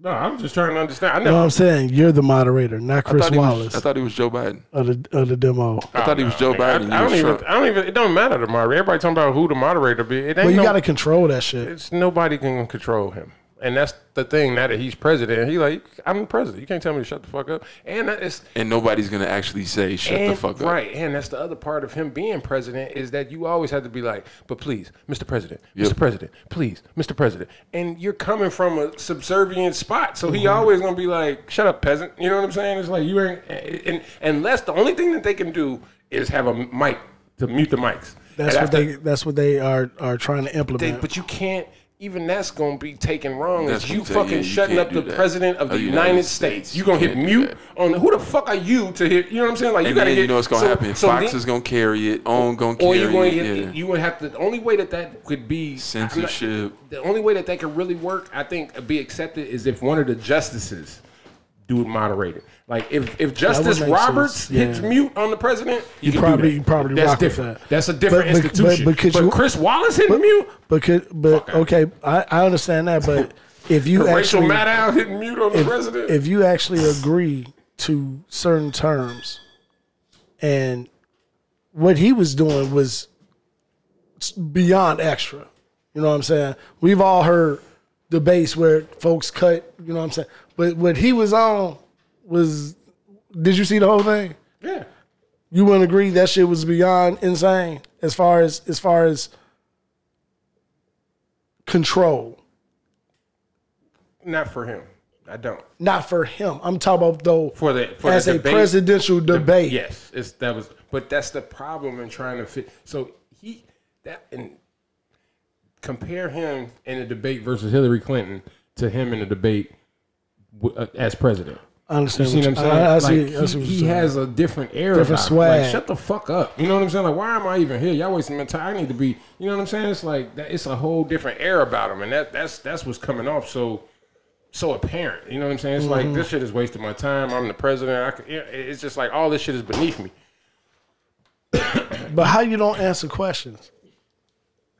Speaker 3: No, I'm just trying to understand. I
Speaker 1: You know what
Speaker 3: never.
Speaker 1: I'm saying? You're the moderator, not Chris
Speaker 2: thought he was-
Speaker 1: Wallace
Speaker 2: I thought he was Joe Biden.
Speaker 1: of, the, of the demo.
Speaker 2: I thought he was Joe
Speaker 3: I, I
Speaker 2: Biden. you
Speaker 3: don't
Speaker 2: was
Speaker 3: even.
Speaker 2: Trump.
Speaker 3: I don't even. It don't matter to moderator. Everybody talking about who the moderator be. It ain't
Speaker 1: Well, you
Speaker 3: no,
Speaker 1: got to control that shit.
Speaker 3: It's nobody can control him, and that's the thing. Now that he's president, he like I'm president. You can't tell me to shut the fuck up. And that is
Speaker 2: and nobody's gonna actually say shut
Speaker 3: and,
Speaker 2: the fuck up.
Speaker 3: right. And that's the other part of him being president is that you always have to be like, but please, Mr. President, Mr. President, please, Mr. President, and you're coming from a subservient spot, so
Speaker 1: Mm-hmm.
Speaker 3: he always gonna be like, shut up, peasant. You know what I'm saying? It's like you ain't. eh, And unless the only thing that they can do is have a mic to mute the mics.
Speaker 1: That's
Speaker 3: And
Speaker 1: what
Speaker 3: after-
Speaker 1: they. That's what they are are trying to
Speaker 3: they,
Speaker 1: implement.
Speaker 3: but you can't. Even that's gonna be taken wrong.
Speaker 2: That's
Speaker 3: Is
Speaker 2: what
Speaker 3: you
Speaker 2: I'm saying,
Speaker 3: fucking
Speaker 2: yeah, you
Speaker 3: shutting
Speaker 2: can't
Speaker 3: up
Speaker 2: do
Speaker 3: the
Speaker 2: that.
Speaker 3: president of the United, States. You gonna hit
Speaker 2: can't do
Speaker 3: mute
Speaker 2: that.
Speaker 3: on who the fuck are you to hit? You know what I'm saying? Like you
Speaker 2: And
Speaker 3: gotta
Speaker 2: then
Speaker 3: get.
Speaker 2: you know what's gonna
Speaker 3: so-
Speaker 2: happen.
Speaker 3: so
Speaker 2: Fox
Speaker 3: then-
Speaker 2: is gonna carry it. On gonna
Speaker 3: Or
Speaker 2: carry
Speaker 3: you're going to
Speaker 2: it.
Speaker 3: get,
Speaker 2: yeah.
Speaker 3: you would have to. The only way that that could be
Speaker 2: Censorship.
Speaker 3: the only way that that could really work, I think, be accepted is if one of the justices do it moderated. Like if if Justice
Speaker 1: make sense,
Speaker 3: Roberts hits
Speaker 1: yeah.
Speaker 3: mute on the president, you, can do
Speaker 1: probably-
Speaker 3: that.
Speaker 1: you probably
Speaker 3: that's
Speaker 1: rock with
Speaker 3: different.
Speaker 1: that.
Speaker 3: That's a different
Speaker 1: But- but- but-
Speaker 3: institution.
Speaker 1: but
Speaker 3: But,
Speaker 1: could you-
Speaker 3: Chris Wallace hitting mute.
Speaker 1: but could but okay, I, I understand that. But if you
Speaker 3: Rachel
Speaker 1: actually
Speaker 3: Maddow hitting mute on the president.
Speaker 1: if you actually agree to certain terms, and what he was doing was beyond extra. You know what I'm saying? We've all heard debates where folks cut. You know what I'm saying? But what he was on was. Did you see the whole thing?
Speaker 3: yeah.
Speaker 1: you wouldn't agree that shit was beyond insane as far as as far as control.
Speaker 3: Not for him. I don't.
Speaker 1: Not for him. I'm talking about though
Speaker 3: For the for
Speaker 1: as
Speaker 3: the
Speaker 1: a
Speaker 3: debate,
Speaker 1: presidential debate.
Speaker 3: Yes, it's that was, but that's the problem in trying to fit. So he that and compare him in a debate versus Hillary Clinton to him in a debate w- uh, as president.
Speaker 1: I
Speaker 3: You
Speaker 1: understand.
Speaker 3: see what I'm saying?
Speaker 1: I, I see,
Speaker 3: like,
Speaker 1: I see
Speaker 3: he,
Speaker 1: what
Speaker 3: he
Speaker 1: you're saying.
Speaker 3: has a different air.
Speaker 1: Different
Speaker 3: about it.
Speaker 1: swag.
Speaker 3: Like, shut the fuck up. You know what I'm saying? Like, why am I even here? Y'all wasting my time. I need to be. You know what I'm saying? It's like that, it's a whole different air about him, and that that's that's what's coming off. So. So apparent, you know what I'm saying? It's
Speaker 1: Mm-hmm.
Speaker 3: like this shit is wasting my time. I'm the president. I can, it- it's just like all this shit is beneath me.
Speaker 1: But how you don't answer questions?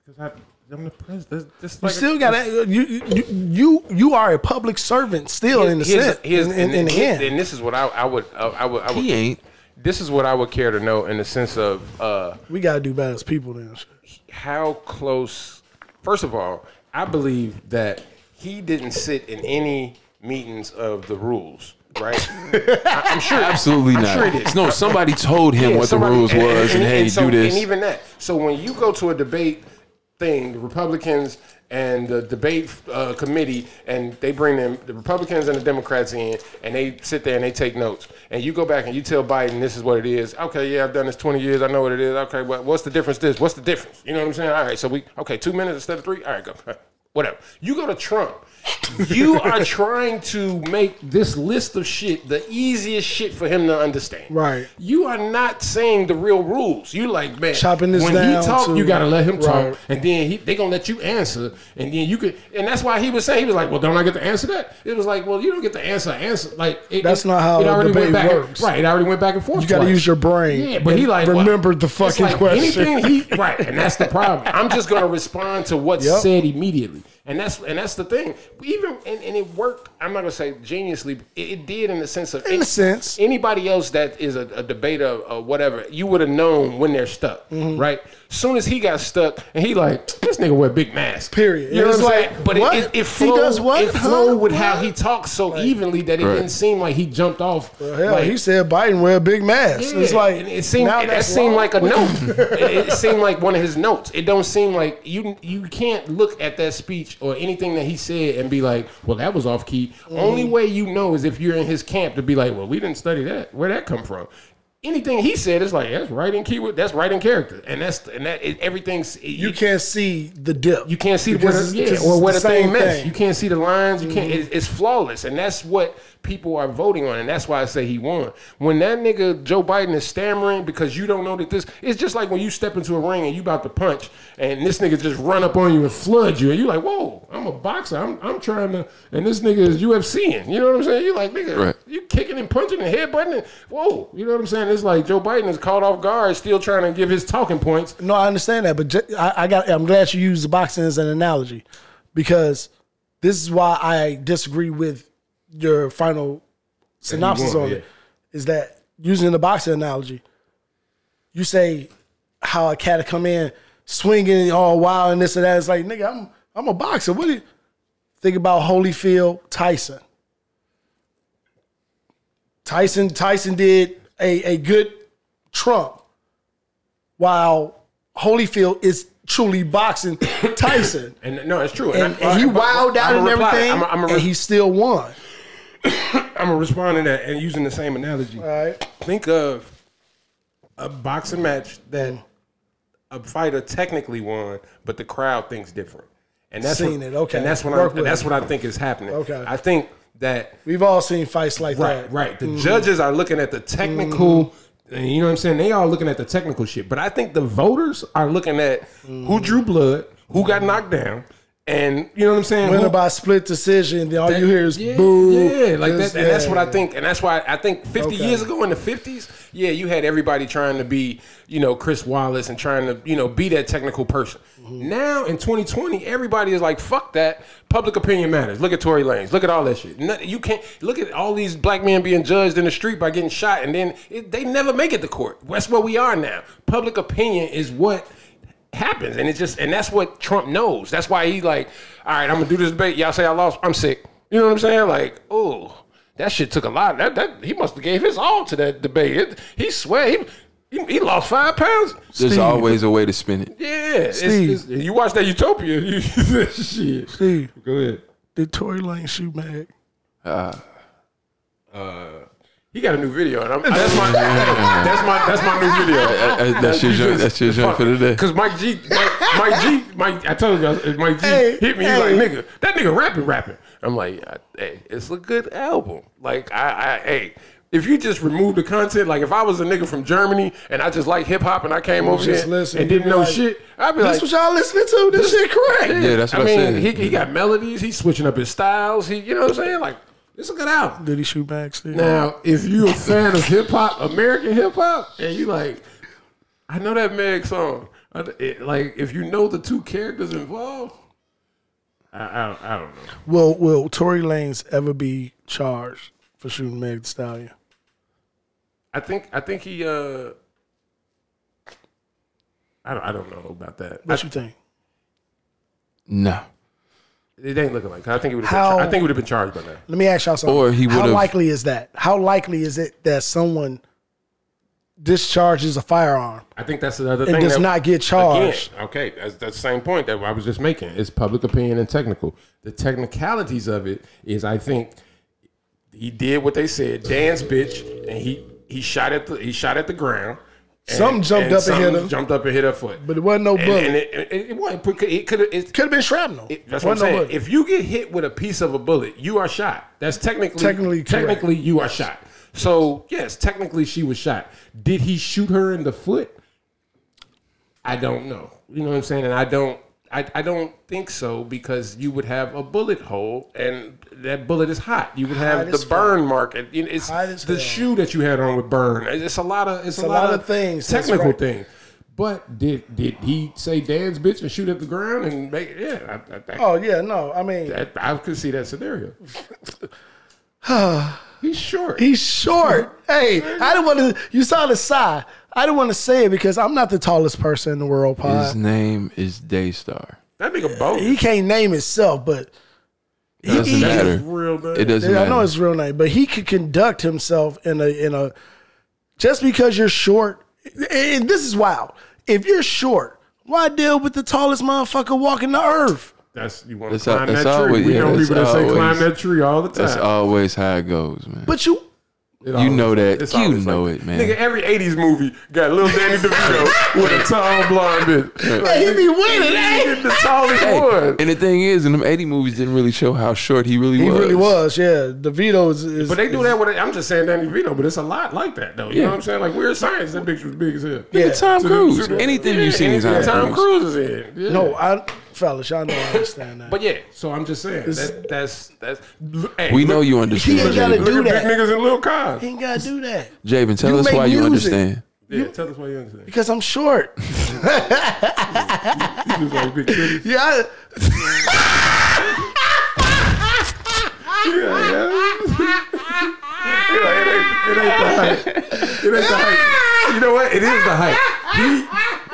Speaker 3: Because I'm the president. That's just
Speaker 1: You
Speaker 3: like
Speaker 1: still got to you you you you are a public servant still in the sense in, in, in the end.
Speaker 3: And this is what I, I would I, I would I would
Speaker 2: He ain't.
Speaker 3: this is what I would care to know in the sense of uh,
Speaker 1: we got to do better as people than shit.
Speaker 3: how close. First of all, I believe that he didn't sit in any meetings of the rules, right? I, am sure.
Speaker 2: Absolutely
Speaker 3: I'm
Speaker 2: not.
Speaker 3: sure he did.
Speaker 2: No, somebody told him
Speaker 3: Yeah,
Speaker 2: what
Speaker 3: somebody-
Speaker 2: the rules
Speaker 3: and-
Speaker 2: was and, hey,
Speaker 3: so-
Speaker 2: do this.
Speaker 3: And even that. So when you go to a debate thing, the Republicans and the debate uh, committee, and they bring them the Republicans and the Democrats in, and they sit there and they take notes. And you go back and you tell Biden, this is what it is. Okay, yeah, I've done this 20 years. I know what it is. Okay, what, what's the difference? This, what's the difference? You know what I'm saying? All right, so we okay, two minutes instead of three. All right, go. Whatever. You go to Trump. you are trying to make this list of shit the easiest shit for him to understand.
Speaker 1: Right.
Speaker 3: You are not saying the real rules. You like man.
Speaker 1: Chopping this
Speaker 3: when
Speaker 1: down
Speaker 3: he talk,
Speaker 1: to-
Speaker 3: you gotta let him
Speaker 1: Right.
Speaker 3: talk, and then he, they gonna let you answer, and then you could, and that's why he was saying he was like, well, don't I get to answer that? It was like, well, you don't get to answer answer like it,
Speaker 1: That's
Speaker 3: it-
Speaker 1: not how
Speaker 3: it
Speaker 1: a
Speaker 3: already
Speaker 1: debate
Speaker 3: went back,
Speaker 1: works.
Speaker 3: Right, it already went back and forth.
Speaker 1: You got to
Speaker 3: twice.
Speaker 1: use your brain.
Speaker 3: Yeah, but he
Speaker 1: and
Speaker 3: like
Speaker 1: remembered the
Speaker 3: it's
Speaker 1: fucking
Speaker 3: like
Speaker 1: question.
Speaker 3: Anything he right, and that's the problem. I'm just gonna respond to what's
Speaker 1: Yep.
Speaker 3: said immediately, and that's and that's the thing. Even and, and it worked. I'm not gonna say geniusly. but It, it did in the sense of
Speaker 1: In a sense.
Speaker 3: Anybody else that is a, a debater or whatever, you would have known when they're stuck,
Speaker 1: Mm-hmm.
Speaker 3: right? Soon as he got stuck, and he like this nigga wear big mask.
Speaker 1: Period.
Speaker 3: You
Speaker 1: And
Speaker 3: know what
Speaker 1: it's
Speaker 3: I'm
Speaker 1: like,
Speaker 3: saying? But
Speaker 1: what?
Speaker 3: it, it,
Speaker 1: He
Speaker 3: it flowed.
Speaker 1: does what?
Speaker 3: It flowed
Speaker 1: Huh?
Speaker 3: with how
Speaker 1: What?
Speaker 3: he talked so evenly that it
Speaker 2: Right.
Speaker 3: didn't seem like he jumped off.
Speaker 1: Hell,
Speaker 3: like-
Speaker 1: he said Biden wear a big mask.
Speaker 3: yeah,
Speaker 1: It's like
Speaker 3: and it seemed
Speaker 1: now
Speaker 3: and that
Speaker 1: that's
Speaker 3: seemed
Speaker 1: wrong.
Speaker 3: like a note. it, it seemed like one of his notes. It don't seem like you you can't look at that speech or anything that he said and be like, well, that was off key.
Speaker 1: Mm.
Speaker 3: Only way you know is if you're in his camp to be like, well, we didn't study that. Where would that come from? Anything he said is like that's right in keyword. That's right in character, and that's and that it, everything's
Speaker 1: you can't see the dip.
Speaker 3: you can't see where,
Speaker 1: Because
Speaker 3: the, yeah,
Speaker 1: it's-
Speaker 3: or where the
Speaker 1: it's
Speaker 3: thing,
Speaker 1: same
Speaker 3: missed.
Speaker 1: thing. Mm-hmm.
Speaker 3: You can't see the lines. You can't. It's, it's flawless, and that's what people are voting on, and that's why I say he won. When that nigga Joe Biden is stammering because you don't know that this, it's just like when you step into a ring and you about to punch, and this nigga just run up on you and flood you, and you like, whoa, I'm a boxer. I'm I'm trying to, and this nigga is UFCing. You know what I'm saying? You like nigga,
Speaker 2: Right.
Speaker 3: you kicking and punching and headbutting. And, whoa, you know what I'm saying? It's like Joe Biden is caught off guard, still trying to give his talking points.
Speaker 1: No, I understand that, but ju- I, I got. I'm glad you used the boxing as an analogy, because this is why I disagree with your final synopsis
Speaker 3: won,
Speaker 1: on
Speaker 3: yeah.
Speaker 1: it. Is that using the boxing analogy? You say how a cat come in swinging all wild and this and that. It's like nigga, I'm I'm a boxer. What do you think about Holyfield Tyson? Tyson Tyson did a, a good Trump while Holyfield is truly boxing Tyson.
Speaker 3: And no, it's true.
Speaker 1: and,
Speaker 3: I-
Speaker 1: and he
Speaker 3: but- but-
Speaker 1: wowed out
Speaker 3: I'ma
Speaker 1: and
Speaker 3: reply.
Speaker 1: everything,
Speaker 3: I'ma- I'ma re-
Speaker 1: and he still won.
Speaker 3: I'm gonna respond to that and using the same analogy.
Speaker 1: Right.
Speaker 3: Think of a boxing match that a fighter technically won, but the crowd thinks different. And that's
Speaker 1: Seen
Speaker 3: what,
Speaker 1: it, okay.
Speaker 3: And that's what
Speaker 1: Work
Speaker 3: I
Speaker 1: with
Speaker 3: that's
Speaker 1: it.
Speaker 3: what I think is happening.
Speaker 1: Okay.
Speaker 3: I think that
Speaker 1: We've all seen fights like
Speaker 3: right,
Speaker 1: that.
Speaker 3: right. The judges are looking at the technical.
Speaker 1: Mm-hmm.
Speaker 3: and You know what I'm saying? They all looking at the technical shit, but I think the voters are looking at who drew blood, who got knocked down, and you know what I'm saying.
Speaker 1: When
Speaker 3: Who-
Speaker 1: Mm-hmm. about split decision, then all you hear is
Speaker 3: yeah,
Speaker 1: boo.
Speaker 3: Yeah, like
Speaker 1: This-
Speaker 3: that, and that's what I
Speaker 1: yeah.
Speaker 3: think, and that's why I think 50
Speaker 1: Okay.
Speaker 3: years ago in the 50s, yeah, you had everybody trying to be, you know, Chris Wallace and trying to, you know, be that technical person.
Speaker 1: Mm-hmm.
Speaker 3: Now in 2020, everybody is like, fuck that. Public opinion matters. Look at Tory Lanez. Look at all that shit. No- You can't look at all these black men being judged in the street by getting shot, and then it, they never make it to court. That's where we are now. Public opinion is what happens and it's just and that's what Trump knows. That's why he like, all right, I'm gonna do this debate. Y'all say I lost, I'm sick. You know what I'm saying? Like, oh, that shit took a lot. That that he must have gave his all to that debate. It, he swear he, he, he lost five pounds.
Speaker 2: There's always a way to spin it.
Speaker 3: Yeah, it's-
Speaker 1: Steve.
Speaker 3: it's- you watch that Utopia. You, shit.
Speaker 1: Steve,
Speaker 3: Go ahead.
Speaker 1: did Tory Lane shoot Mag?
Speaker 2: Uh,
Speaker 3: He got a new video, and I'm, that's my that's my that's my new video.
Speaker 2: Hey, uh, That's your joint. That's your joint for today.
Speaker 3: Cause Mike G, Mike, Mike G, Mike, I told you, I was- Mike G
Speaker 1: Hey,
Speaker 3: hit me.
Speaker 1: hey.
Speaker 3: He's like, nigga, that nigga rapping, rapping. I'm like, I- hey, it's a good album. Like, I, I, hey, if you just remove the content, like if I was a nigga from Germany and I just like hip hop and I came over
Speaker 1: Just
Speaker 3: here
Speaker 1: listen,
Speaker 3: and
Speaker 1: you
Speaker 3: didn't
Speaker 1: be
Speaker 3: know
Speaker 1: like,
Speaker 3: shit, I'd be
Speaker 1: This
Speaker 3: like,
Speaker 1: what y'all listening to? This shit correct.
Speaker 2: Yeah, that's what I,
Speaker 3: mean,
Speaker 2: said.
Speaker 3: He, he got melodies. He's switching up his styles. He, you know what I'm saying? Like, it's a good album.
Speaker 1: Did he shoot back still?
Speaker 3: Now, if you a fan of hip hop, American hip hop, and you like, I know that Meg song. I- it- like, if you know the two characters involved, I, I, don't- I don't know.
Speaker 1: Will Will Tory Lanez ever be charged for shooting Meg Thee Stallion?
Speaker 3: I think I think he. uh I don't, I don't know about that.
Speaker 1: What you think?
Speaker 2: no.
Speaker 3: it ain't looking like. I think it would.
Speaker 1: How-
Speaker 3: Char- I think it would have been charged by now.
Speaker 1: Let me ask y'all something.
Speaker 2: Or he
Speaker 1: How
Speaker 2: would've-
Speaker 1: likely is that? How likely is it that someone discharges a firearm
Speaker 3: I think that's another
Speaker 1: and
Speaker 3: thing.
Speaker 1: does
Speaker 3: that-
Speaker 1: not get
Speaker 3: Again,
Speaker 1: charged?
Speaker 3: okay, that's, that's the same point that I was just making. It's public opinion and technical. The technicalities of it is, I think he did what they said, dance bitch, and he he shot at the he shot at the ground. and-
Speaker 1: Something jumped up and
Speaker 3: something
Speaker 1: hit her.
Speaker 3: Jumped up and hit her foot.
Speaker 1: But it wasn't no
Speaker 3: and,
Speaker 1: bullet.
Speaker 3: and it, it, it, wasn't- it could have.
Speaker 1: Could have been shrapnel.
Speaker 3: That's what I'm
Speaker 1: Wasn't no
Speaker 3: saying.
Speaker 1: bullet.
Speaker 3: If you get hit with a piece of a bullet, you are shot. That's technically
Speaker 1: Technically correct.
Speaker 3: technically you are shot. So yes, technically she was shot. Did he shoot her in the foot? I don't know. You know what I'm saying? And I don't. I, I don't think so because you would have a bullet hole and that bullet is hot. You would have
Speaker 1: Hot
Speaker 3: the
Speaker 1: as fuck.
Speaker 3: burn mark. It- it- It's
Speaker 1: Hot as
Speaker 3: the
Speaker 1: hell.
Speaker 3: shoe that you had on with burn. It's a lot of it's, a, lot, of
Speaker 1: things. That's
Speaker 3: Technical
Speaker 1: right.
Speaker 3: thing. But did did he say dance bitch and shoot at the ground and make yeah? I, I, I,
Speaker 1: oh yeah, no. I mean,
Speaker 3: that, I could see that scenario. He's short.
Speaker 1: he's short. hey, I didn't want to. You saw the sigh. I didn't want to say it because I'm not the tallest person in the world,
Speaker 2: His
Speaker 1: Pod.
Speaker 2: name is Daystar.
Speaker 3: that nigga bogus.
Speaker 1: He can't name himself, but
Speaker 2: It doesn't
Speaker 1: he-
Speaker 3: That's his
Speaker 2: matter.
Speaker 3: real name.
Speaker 2: It doesn't
Speaker 1: Yeah, I
Speaker 2: matter.
Speaker 1: know his real name, but he could conduct himself in a in a just because you're short. And this is wild. If you're short, why deal with the tallest motherfucker walking the earth?
Speaker 3: That's you want to
Speaker 2: That's al-
Speaker 3: climb
Speaker 2: that's
Speaker 3: that tree.
Speaker 2: always-
Speaker 3: we
Speaker 2: yeah,
Speaker 3: know
Speaker 2: that's
Speaker 3: people that say climb
Speaker 2: always-
Speaker 3: that tree all the time.
Speaker 2: That's always how it goes, man.
Speaker 1: But you,
Speaker 3: It
Speaker 2: you know that.
Speaker 3: it's
Speaker 2: You
Speaker 3: always
Speaker 2: know
Speaker 3: like-
Speaker 2: it, man.
Speaker 3: Nigga, every '80s movie got little Danny DeVito with a tall blonde bitch.
Speaker 1: hey, he be winning, eh?
Speaker 3: He's the tallest
Speaker 2: Hey,
Speaker 3: one.
Speaker 2: and the thing is, in them 80 movies didn't really show how short he really
Speaker 1: He
Speaker 2: was.
Speaker 1: really was, yeah. DeVito is, is
Speaker 3: But they do that with. it. I'm just saying Danny DeVito, but it's a lot like that though. You know what I'm saying? Like Weird Science, that bitch was big as hell.
Speaker 1: Yeah.
Speaker 2: Nigga, Tom
Speaker 3: To the-
Speaker 2: Cruise.
Speaker 3: to the-
Speaker 2: Anything
Speaker 3: Yeah,
Speaker 2: you've seen is
Speaker 3: anything
Speaker 2: Tom,
Speaker 3: Tom Cruise is in. Yeah.
Speaker 1: No, I fellas, y'all know I understand that.
Speaker 3: But yeah, so I'm just saying that, that's that's. Hey,
Speaker 2: We
Speaker 3: look-
Speaker 2: know you
Speaker 1: He
Speaker 2: understand.
Speaker 1: ain't gotta
Speaker 2: Javen.
Speaker 1: do
Speaker 3: Look at
Speaker 1: that.
Speaker 3: big niggas and little cars.
Speaker 1: he ain't gotta do that
Speaker 2: Javen, tell
Speaker 1: You
Speaker 2: us
Speaker 1: make
Speaker 2: why you
Speaker 1: music.
Speaker 2: understand.
Speaker 3: Yeah, tell us why you understand.
Speaker 1: because I'm short.
Speaker 3: You just like big titties.
Speaker 1: Yeah, I,
Speaker 3: Yeah, yeah. it, ain't, it ain't the height. It ain't the height. You know what? It is the height. He,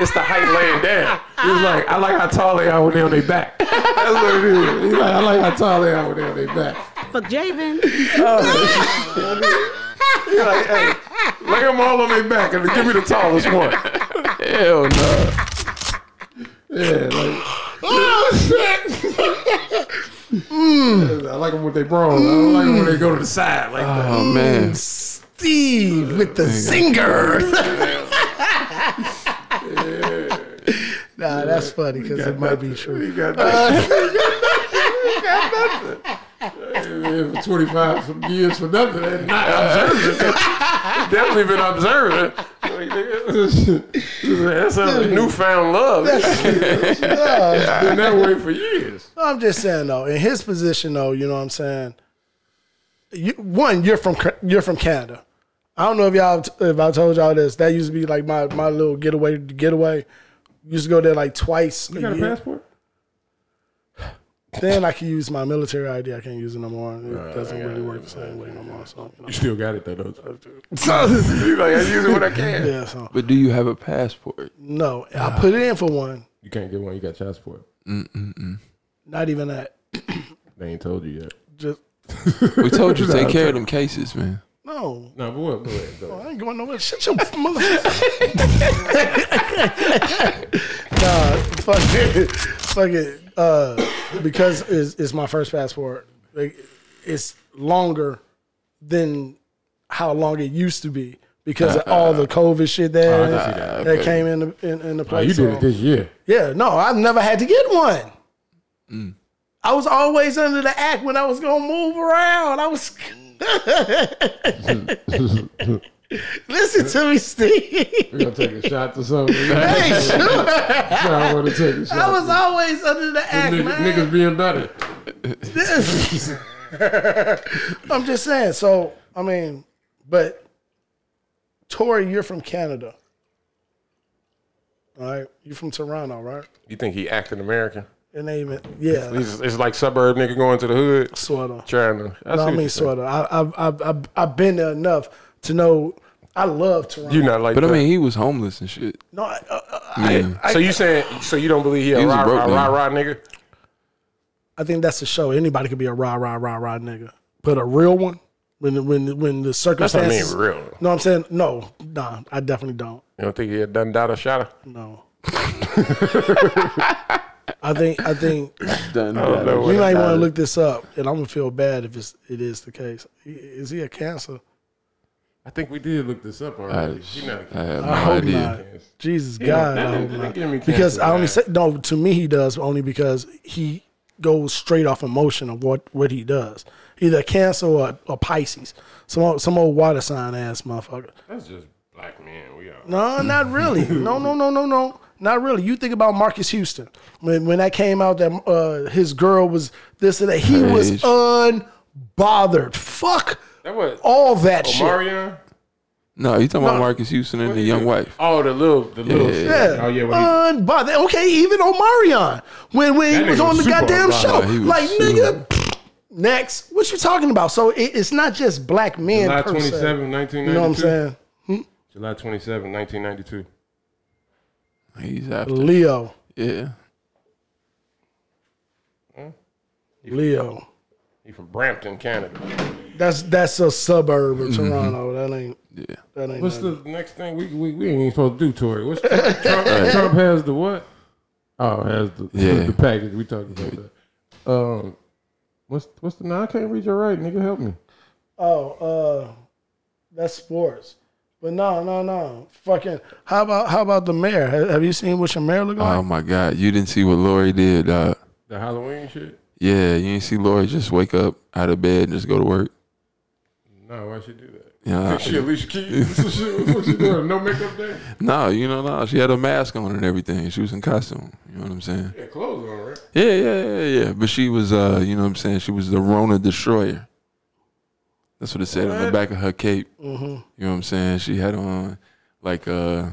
Speaker 3: it's the height laying down. He's like, I like how tall they are when they on their back. That's what it is. He's like, I like how tall they are when they on their back.
Speaker 5: Fuck Javen.
Speaker 3: He's like, hey, lay them all on their back and give me the tallest one.
Speaker 2: Hell no.
Speaker 3: Yeah, like. Oh shit! I like them when they brawl. I don't like them when they go to the side like that.
Speaker 2: Oh, man.
Speaker 1: Mm. Steve with the singer. nah, that's funny because it might be true.
Speaker 3: You got nothing. you got nothing. Hey, man, for 25 some years for nothing. That's not observing. Definitely been observing. Like, nigga, That's a newfound love. It's been that way for years.
Speaker 1: I'm just saying though, in his position though, you know what I'm saying. You, one, you're from Ca- you're from Canada. I don't know if y'all if I told y'all this. That used to be like my my little getaway getaway. Used to go there like twice. a year.
Speaker 3: passport?
Speaker 1: Then I can use my military ID. I can't use it no more. It doesn't really work the same way no more. So, you know.
Speaker 3: You still got it though, don't you? You like, I use it when I can.
Speaker 1: yeah. So
Speaker 2: But do you have a passport?
Speaker 1: no, I put it in for one.
Speaker 3: You can't get one. You got child support.
Speaker 1: Not even that.
Speaker 3: They ain't told you yet.
Speaker 1: Just
Speaker 2: We told you, take care of them cases, man.
Speaker 1: no.
Speaker 3: No, but what? Go ahead. Go
Speaker 1: I
Speaker 3: ahead.
Speaker 1: ain't going nowhere. Shut your mother. nah, fuck it, fuck it. Uh, because it's, it's my first passport. Like, it's longer than how long it used to be because of all the COVID shit that
Speaker 3: I can see that.
Speaker 1: that came in the, in, in the
Speaker 3: Oh,
Speaker 1: place.
Speaker 3: you did it
Speaker 1: So-
Speaker 3: this year.
Speaker 1: yeah, no, I've never had to get one. I was always under the act when I was gonna move around. I was. Listen to me, Steve.
Speaker 3: We're gonna take a shot to something. I
Speaker 1: Hey, shoot.
Speaker 3: want to take a shot.
Speaker 1: I was always under the act,
Speaker 3: Niggas,
Speaker 1: man.
Speaker 3: niggas being better.
Speaker 1: This- I'm just saying. So I mean, but Tori, you're from Canada, right? You're from Toronto, right?
Speaker 3: You think he acting American?
Speaker 1: And they even yeah,
Speaker 3: He's, it's like suburb nigga going to the hood,
Speaker 1: sort of.
Speaker 3: trying to. I, see
Speaker 1: No, I
Speaker 3: what
Speaker 1: mean
Speaker 3: you're saying.
Speaker 1: sort of. I, I've, I've I've I've been there enough to know. I love Toronto.
Speaker 3: You not like
Speaker 2: But I
Speaker 3: that.
Speaker 2: mean, he was homeless and shit.
Speaker 1: no, I, uh, I,
Speaker 2: Yeah.
Speaker 1: I,
Speaker 3: so you saying so you don't believe he a
Speaker 2: He was a
Speaker 3: rah
Speaker 2: broke
Speaker 3: rah
Speaker 2: nigga.
Speaker 3: rah rah nigga?
Speaker 1: I think that's the show. Anybody could be a rah rah rah rah nigga, but a real one when when when the
Speaker 3: That's what I mean,
Speaker 1: circumstances.
Speaker 3: real.
Speaker 1: No, I'm saying no, nah. I definitely don't.
Speaker 3: You don't think he had done dada shotta?
Speaker 1: No. I think I think
Speaker 2: Done.
Speaker 1: you might want to look this up, and I'm gonna feel bad if it's it is the case. I- Is he a cancer?
Speaker 3: I think we did look this up already. She not a
Speaker 2: I have no
Speaker 1: I hope
Speaker 2: idea.
Speaker 1: not. Jesus God, I hope not.
Speaker 3: give me
Speaker 1: because
Speaker 3: cancer,
Speaker 1: I only
Speaker 3: man.
Speaker 1: say no to me he does only because he goes straight off emotion of what what he does either cancer or, or Pisces some old, some old water sign ass motherfucker
Speaker 3: that's just black man. We are.
Speaker 1: no not really no no no no no not really you think about Marcus Houston when when that came out that uh, his girl was this and that he was
Speaker 2: Preach.
Speaker 1: unbothered fuck
Speaker 3: That was
Speaker 1: all that Oh, shit
Speaker 3: Omarion.
Speaker 2: No, you talking about Marcus Houston and the young wife?
Speaker 3: Oh, the little, the little.
Speaker 1: yeah, Uh,
Speaker 3: shit. Oh yeah. What he,
Speaker 1: unbothered okay even Omarion when when
Speaker 3: That
Speaker 1: he was
Speaker 3: nigga
Speaker 1: on
Speaker 3: was
Speaker 1: the
Speaker 3: super
Speaker 1: goddamn
Speaker 3: unbothered.
Speaker 1: show
Speaker 2: Yeah, he was
Speaker 1: like
Speaker 2: super-
Speaker 1: nigga Next, what you talking about? So it, it's not just black men.
Speaker 3: July
Speaker 1: per
Speaker 3: 27,
Speaker 1: se. You know what I'm
Speaker 3: 1992.
Speaker 1: saying?
Speaker 3: July 27, 1992.
Speaker 2: He's after.
Speaker 1: Leo,
Speaker 2: Yeah.
Speaker 1: Leo.
Speaker 3: He from Brampton, Canada.
Speaker 1: That's that's a suburb of Toronto. That ain't.
Speaker 2: Yeah.
Speaker 1: That ain't.
Speaker 3: Mm-hmm. What's
Speaker 1: nothing.
Speaker 3: the next thing we we, we ain't even supposed to do, Tory? What's Trump, Trump, Trump has the what? Oh, has the
Speaker 2: Yeah.
Speaker 3: the package we talking about. That. Um, what's what's the? No, I can't read your right, nigga. Help me.
Speaker 1: Oh, uh, that's sports. But no, no, no. Fucking. How about how about the mayor? Have, have you seen what your mayor look like?
Speaker 2: Oh my God, you didn't see what Lori did. Uh,
Speaker 3: The Halloween shit.
Speaker 2: yeah, you didn't see Lori just wake up out of bed and just go to work.
Speaker 3: No, why she do that?
Speaker 2: Yeah.
Speaker 3: Think she Alicia Keys? That's what she- that's what she doing? No makeup day.
Speaker 2: No, you know, no. She had a mask on and everything. She was in costume. You know what I'm saying?
Speaker 3: Yeah, clothes on, right?
Speaker 2: Yeah, yeah, yeah, yeah. But she was, uh, you know what I'm saying? She was the Rona Destroyer. That's what it said on the
Speaker 3: What? Mm-hmm.
Speaker 2: back of her cape. You know what I'm saying? She had on like uh,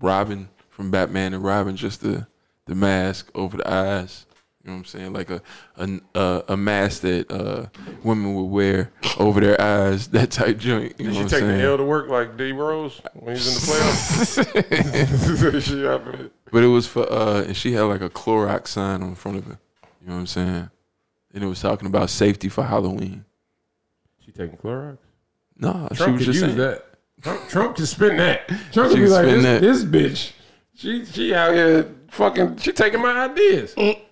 Speaker 2: Robin from Batman and Robin, just the, the mask over the eyes. You know what I'm saying? Like a a, a, a mask that uh, women would wear over their eyes, that type joint. You know
Speaker 3: Did she
Speaker 2: what I'm
Speaker 3: take
Speaker 2: saying?
Speaker 3: the L to work like D Rose when he's in the playoffs? she out there.
Speaker 2: But it was for uh and she had like a Clorox sign on the front of it. You know what I'm saying? And it was talking about safety for Halloween.
Speaker 3: She taking Clorox?
Speaker 2: No, she
Speaker 3: Trump
Speaker 2: was
Speaker 3: could
Speaker 2: just
Speaker 3: use
Speaker 2: saying
Speaker 3: that. Trump, Trump can spin that. Trump could
Speaker 2: She
Speaker 3: be
Speaker 2: can
Speaker 3: like
Speaker 2: spin
Speaker 3: this,
Speaker 2: that.
Speaker 3: this bitch. She she out here fucking. She taking my ideas. Get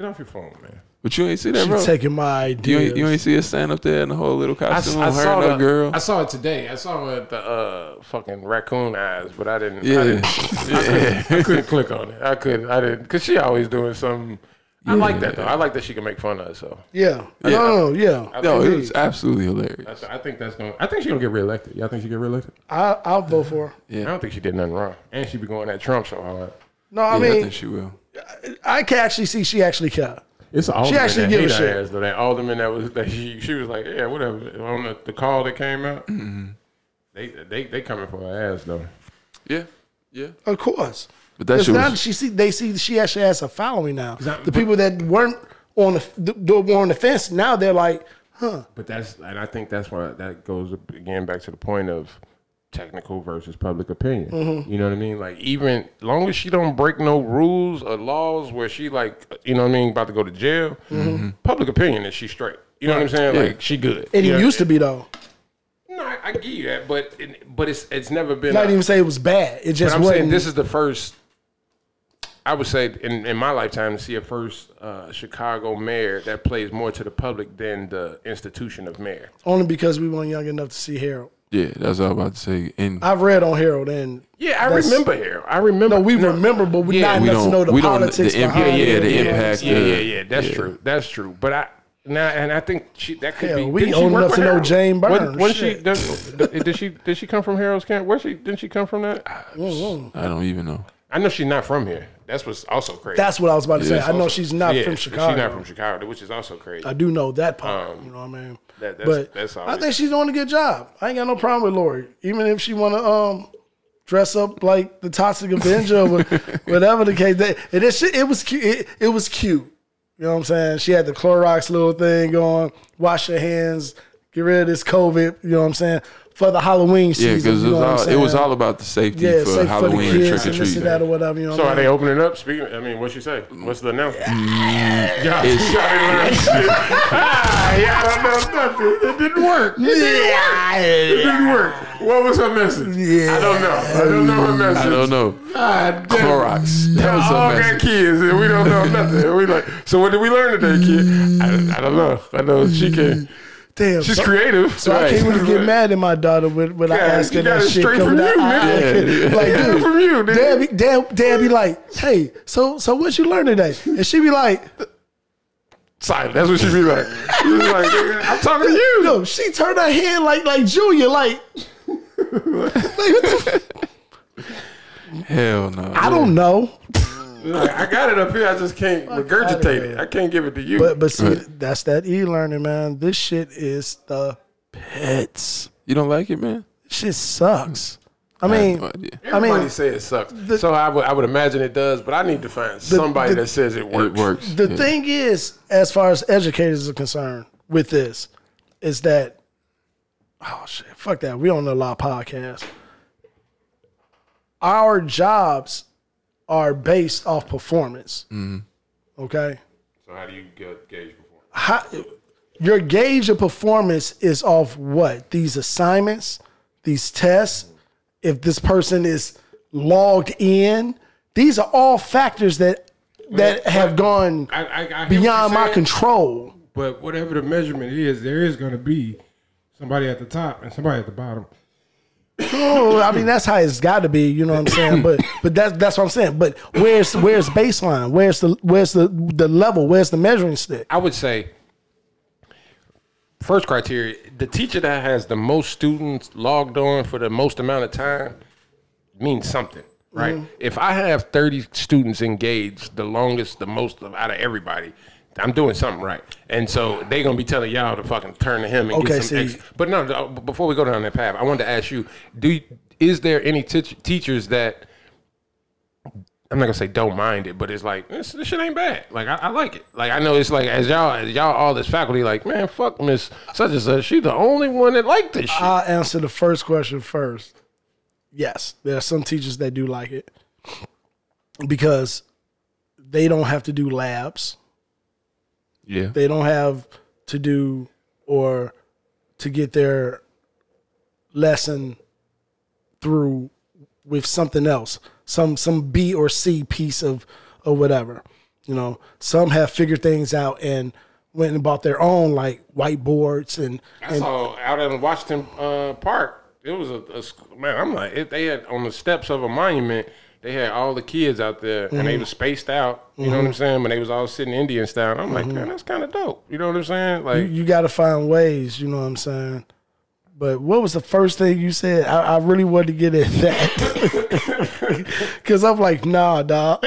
Speaker 3: off your phone, man.
Speaker 2: But you ain't see that,
Speaker 1: She
Speaker 2: bro.
Speaker 1: taking my
Speaker 2: You
Speaker 1: ideas.
Speaker 2: ain't, you ain't see her stand up there in the whole little
Speaker 3: I,
Speaker 2: costume.
Speaker 3: I
Speaker 2: her
Speaker 3: saw
Speaker 2: and
Speaker 3: the
Speaker 2: that girl.
Speaker 3: I saw it today. I saw it at the uh, fucking raccoon eyes, but I didn't. I,
Speaker 2: yeah,
Speaker 3: didn't
Speaker 2: yeah.
Speaker 3: I couldn't click on it. I couldn't. I didn't. Cause she always doing something. I like that though. I like that she can make fun of herself.
Speaker 1: yeah. No, no, no, yeah.
Speaker 2: No, it was absolutely hilarious.
Speaker 3: I, I think that's gonna. I think she gonna get reelected. Y'all think she get reelected?
Speaker 1: I I'll vote for. her.
Speaker 3: I don't think she did nothing wrong, and she be going at Trump so hard.
Speaker 1: No, I
Speaker 2: Yeah, I
Speaker 1: mean,
Speaker 2: think she will.
Speaker 1: I can actually see she actually care.
Speaker 3: It's an alderman
Speaker 1: actually
Speaker 3: that
Speaker 1: give a
Speaker 3: hate her
Speaker 1: shit.
Speaker 3: ass though. That alderman that was that she she was like, yeah, whatever. On the, the call that came out, they they they coming for her ass though.
Speaker 2: Yeah, yeah.
Speaker 1: Of course.
Speaker 2: But that
Speaker 1: It's
Speaker 2: shit
Speaker 1: not,
Speaker 2: was.
Speaker 1: she see they see she actually has a following now.
Speaker 3: Exactly.
Speaker 1: The people that weren't on the, the, the were on the fence now they're like, huh?
Speaker 3: But that's and I think that's why that goes again back to the point of technical versus public opinion. You know what I mean? Like even long as she don't break no rules or laws where she like you know what I mean about to go to jail, public opinion is she straight. You know what I'm saying? Like she good.
Speaker 1: And
Speaker 3: You
Speaker 1: it
Speaker 3: know-
Speaker 1: used to be though.
Speaker 3: No, I, I give you that, but it, but it's it's never been.
Speaker 1: Not
Speaker 3: a-
Speaker 1: even say it was bad. It just
Speaker 3: But I'm
Speaker 1: wasn't.
Speaker 3: saying this is the first I would say in, in my lifetime to see a first uh, Chicago mayor that plays more to the public than the institution of mayor.
Speaker 1: Only because we weren't young enough to see Harold.
Speaker 2: Yeah, that's what I was about to say. And
Speaker 1: I've read on Harold, and
Speaker 3: Yeah, I
Speaker 1: That's-
Speaker 3: remember here. I remember.
Speaker 1: we
Speaker 3: no.
Speaker 1: remember, but we're
Speaker 3: Yeah,
Speaker 1: not
Speaker 2: we
Speaker 1: enough to know
Speaker 2: don't.
Speaker 1: the
Speaker 2: We don't.
Speaker 1: politics
Speaker 2: The impact.
Speaker 1: behind
Speaker 2: Yeah, yeah.
Speaker 1: it.
Speaker 2: The impact.
Speaker 3: Yeah,
Speaker 2: of-
Speaker 3: yeah, yeah. That's
Speaker 2: yeah.
Speaker 3: true. That's true. But I now and I think she that could
Speaker 1: Hell,
Speaker 3: be.
Speaker 1: we
Speaker 3: didn't she
Speaker 1: old
Speaker 3: work
Speaker 1: enough
Speaker 3: with
Speaker 1: to know
Speaker 3: Harold?
Speaker 1: Jane Burns,
Speaker 3: Wasn't- wasn't she?
Speaker 1: shit.
Speaker 3: Did, did she? Did she come from Harold's camp? Where she? Didn't she come from that?
Speaker 2: I don't even know.
Speaker 3: I know she's not from here. That's what's also crazy.
Speaker 1: That's what I was about to say.
Speaker 2: Yeah.
Speaker 1: I know she's not
Speaker 3: Yeah,
Speaker 1: from Chicago.
Speaker 3: She's not from Chicago, which is also crazy.
Speaker 1: I do know that part.
Speaker 3: Um,
Speaker 1: you know what I mean?
Speaker 3: that- that's-
Speaker 1: but
Speaker 3: that's
Speaker 1: I
Speaker 3: obvious.
Speaker 1: think she's doing a good job. I ain't got no problem with Lori, even if she want to um dress up like the Toxic Avenger or whatever the case. That and it, shit- it was cute. It, it was cute. You know what I'm saying? She had the Clorox little thing going. Wash your hands. Get rid of this COVID. You know what I'm saying? For the Halloween
Speaker 2: Yeah,
Speaker 1: season.
Speaker 2: because
Speaker 1: you
Speaker 2: it,
Speaker 1: know what I'm
Speaker 2: was all- it
Speaker 1: saying?
Speaker 2: was all about the safety
Speaker 1: yeah,
Speaker 2: for
Speaker 1: safe
Speaker 2: Halloween
Speaker 1: for the kids
Speaker 2: trick
Speaker 1: and
Speaker 2: or
Speaker 1: this
Speaker 2: treat.
Speaker 1: and that or whatever. You know what
Speaker 3: so
Speaker 1: I
Speaker 3: are they
Speaker 1: mean?
Speaker 3: opening up? Speaking, I mean, what you say? What's the announcement? Yeah,
Speaker 2: It's-
Speaker 3: y'all didn't learn shit. Ah, y'all don't know nothing. It didn't work. It didn't work. What was her message? I don't know. I don't know her message.
Speaker 2: I don't know.
Speaker 3: God damn.
Speaker 2: Clorox. That
Speaker 3: Y'all
Speaker 2: was
Speaker 3: all
Speaker 2: a
Speaker 3: got
Speaker 2: message.
Speaker 3: kids and we don't know nothing. And we like, so what did we learn today, kid? I, don't- I don't know. I know she can.
Speaker 1: Damn.
Speaker 3: She's creative. So
Speaker 1: I can't really get mad at my daughter when, when I
Speaker 3: Yeah,
Speaker 1: ask her
Speaker 3: you
Speaker 1: that
Speaker 3: got it
Speaker 1: shit
Speaker 3: straight
Speaker 1: coming
Speaker 3: from
Speaker 1: out.
Speaker 3: you,
Speaker 1: I- I
Speaker 2: nigga.
Speaker 1: can't- like,
Speaker 3: Yeah,
Speaker 1: dude,
Speaker 3: from you, nigga.
Speaker 1: Dad, be, dad, dad be like, hey, so so what you learned today? And she be like,
Speaker 3: Silent. That's what she be like. She be like, nigga, I'm talking to you.
Speaker 1: no, she turned her head like like Junior, like, like what the f-
Speaker 2: Hell no.
Speaker 1: I don't know.
Speaker 3: Like, I got it up here. I just can't regurgitate it. I can't give it to you.
Speaker 1: But but see,
Speaker 2: Right.
Speaker 1: that's that e learning, man. This shit is the pits.
Speaker 2: You don't like it, man?
Speaker 1: Shit sucks. I
Speaker 2: I have
Speaker 1: mean,
Speaker 2: no idea.
Speaker 1: I
Speaker 3: Everybody
Speaker 1: mean,
Speaker 3: say it sucks. so I would I would imagine it does, but I need to find somebody
Speaker 1: the-
Speaker 3: that says it works.
Speaker 2: It works.
Speaker 1: The
Speaker 2: yeah.
Speaker 1: thing is, as far as educators are concerned with this, is that oh shit, fuck that. We don't know a lot of podcasts. Our jobs are based off performance. Okay.
Speaker 3: So how do you get gauge before?
Speaker 1: How, your gauge of performance is off what? These assignments, these tests, if this person is logged in. These are all factors that that have gone
Speaker 3: I, I, I hear what
Speaker 1: beyond
Speaker 3: you're
Speaker 1: my
Speaker 3: saying,
Speaker 1: control.
Speaker 3: But whatever the measurement is, there is going to be somebody at the top and somebody at the bottom.
Speaker 1: Oh, I mean that's how it's got to be. You know what I'm saying? But but that's that's what I'm saying. But where's where's baseline? Where's the where's the the level? Where's the measuring stick?
Speaker 3: I would say first criteria: the teacher that has the most students logged on for the most amount of time means something, right? If I have thirty students engaged, the longest, the most of, out of everybody. I'm doing something right, and so they gonna be telling y'all to fucking turn to him and
Speaker 1: Okay,
Speaker 3: get some.
Speaker 1: see-
Speaker 3: Ex- but no, no, before we go down that path, I wanted to ask you: Do you, is there any teach teachers that I'm not gonna say don't mind it, but it's like this, this shit ain't bad. Like I, I like it. Like I know it's like as y'all as y'all all this faculty like man fuck Miss such and such. She the only one that liked this shit.
Speaker 1: I'll answer the first question first. Yes, there are some teachers that do like it because they don't have to do labs.
Speaker 2: Yeah.
Speaker 1: They don't have to do or to get their lesson through with something else, some some B or C piece of or whatever. You know, some have figured things out and went and bought their own like whiteboards and
Speaker 3: I saw out in Washington uh, Park. It was a, a sc- man. I'm like if they had on the steps of a monument. They had all the kids out there, and
Speaker 1: Mm-hmm.
Speaker 3: they was spaced out. You know what I'm saying? But they was all sitting Indian style. I'm like, man, that's kind of dope. You know what I'm saying? Like,
Speaker 1: Mm-hmm. you got to find ways. You know what I'm saying? But what was the first thing you said? I, I really wanted to get at that because I'm like, nah, dog.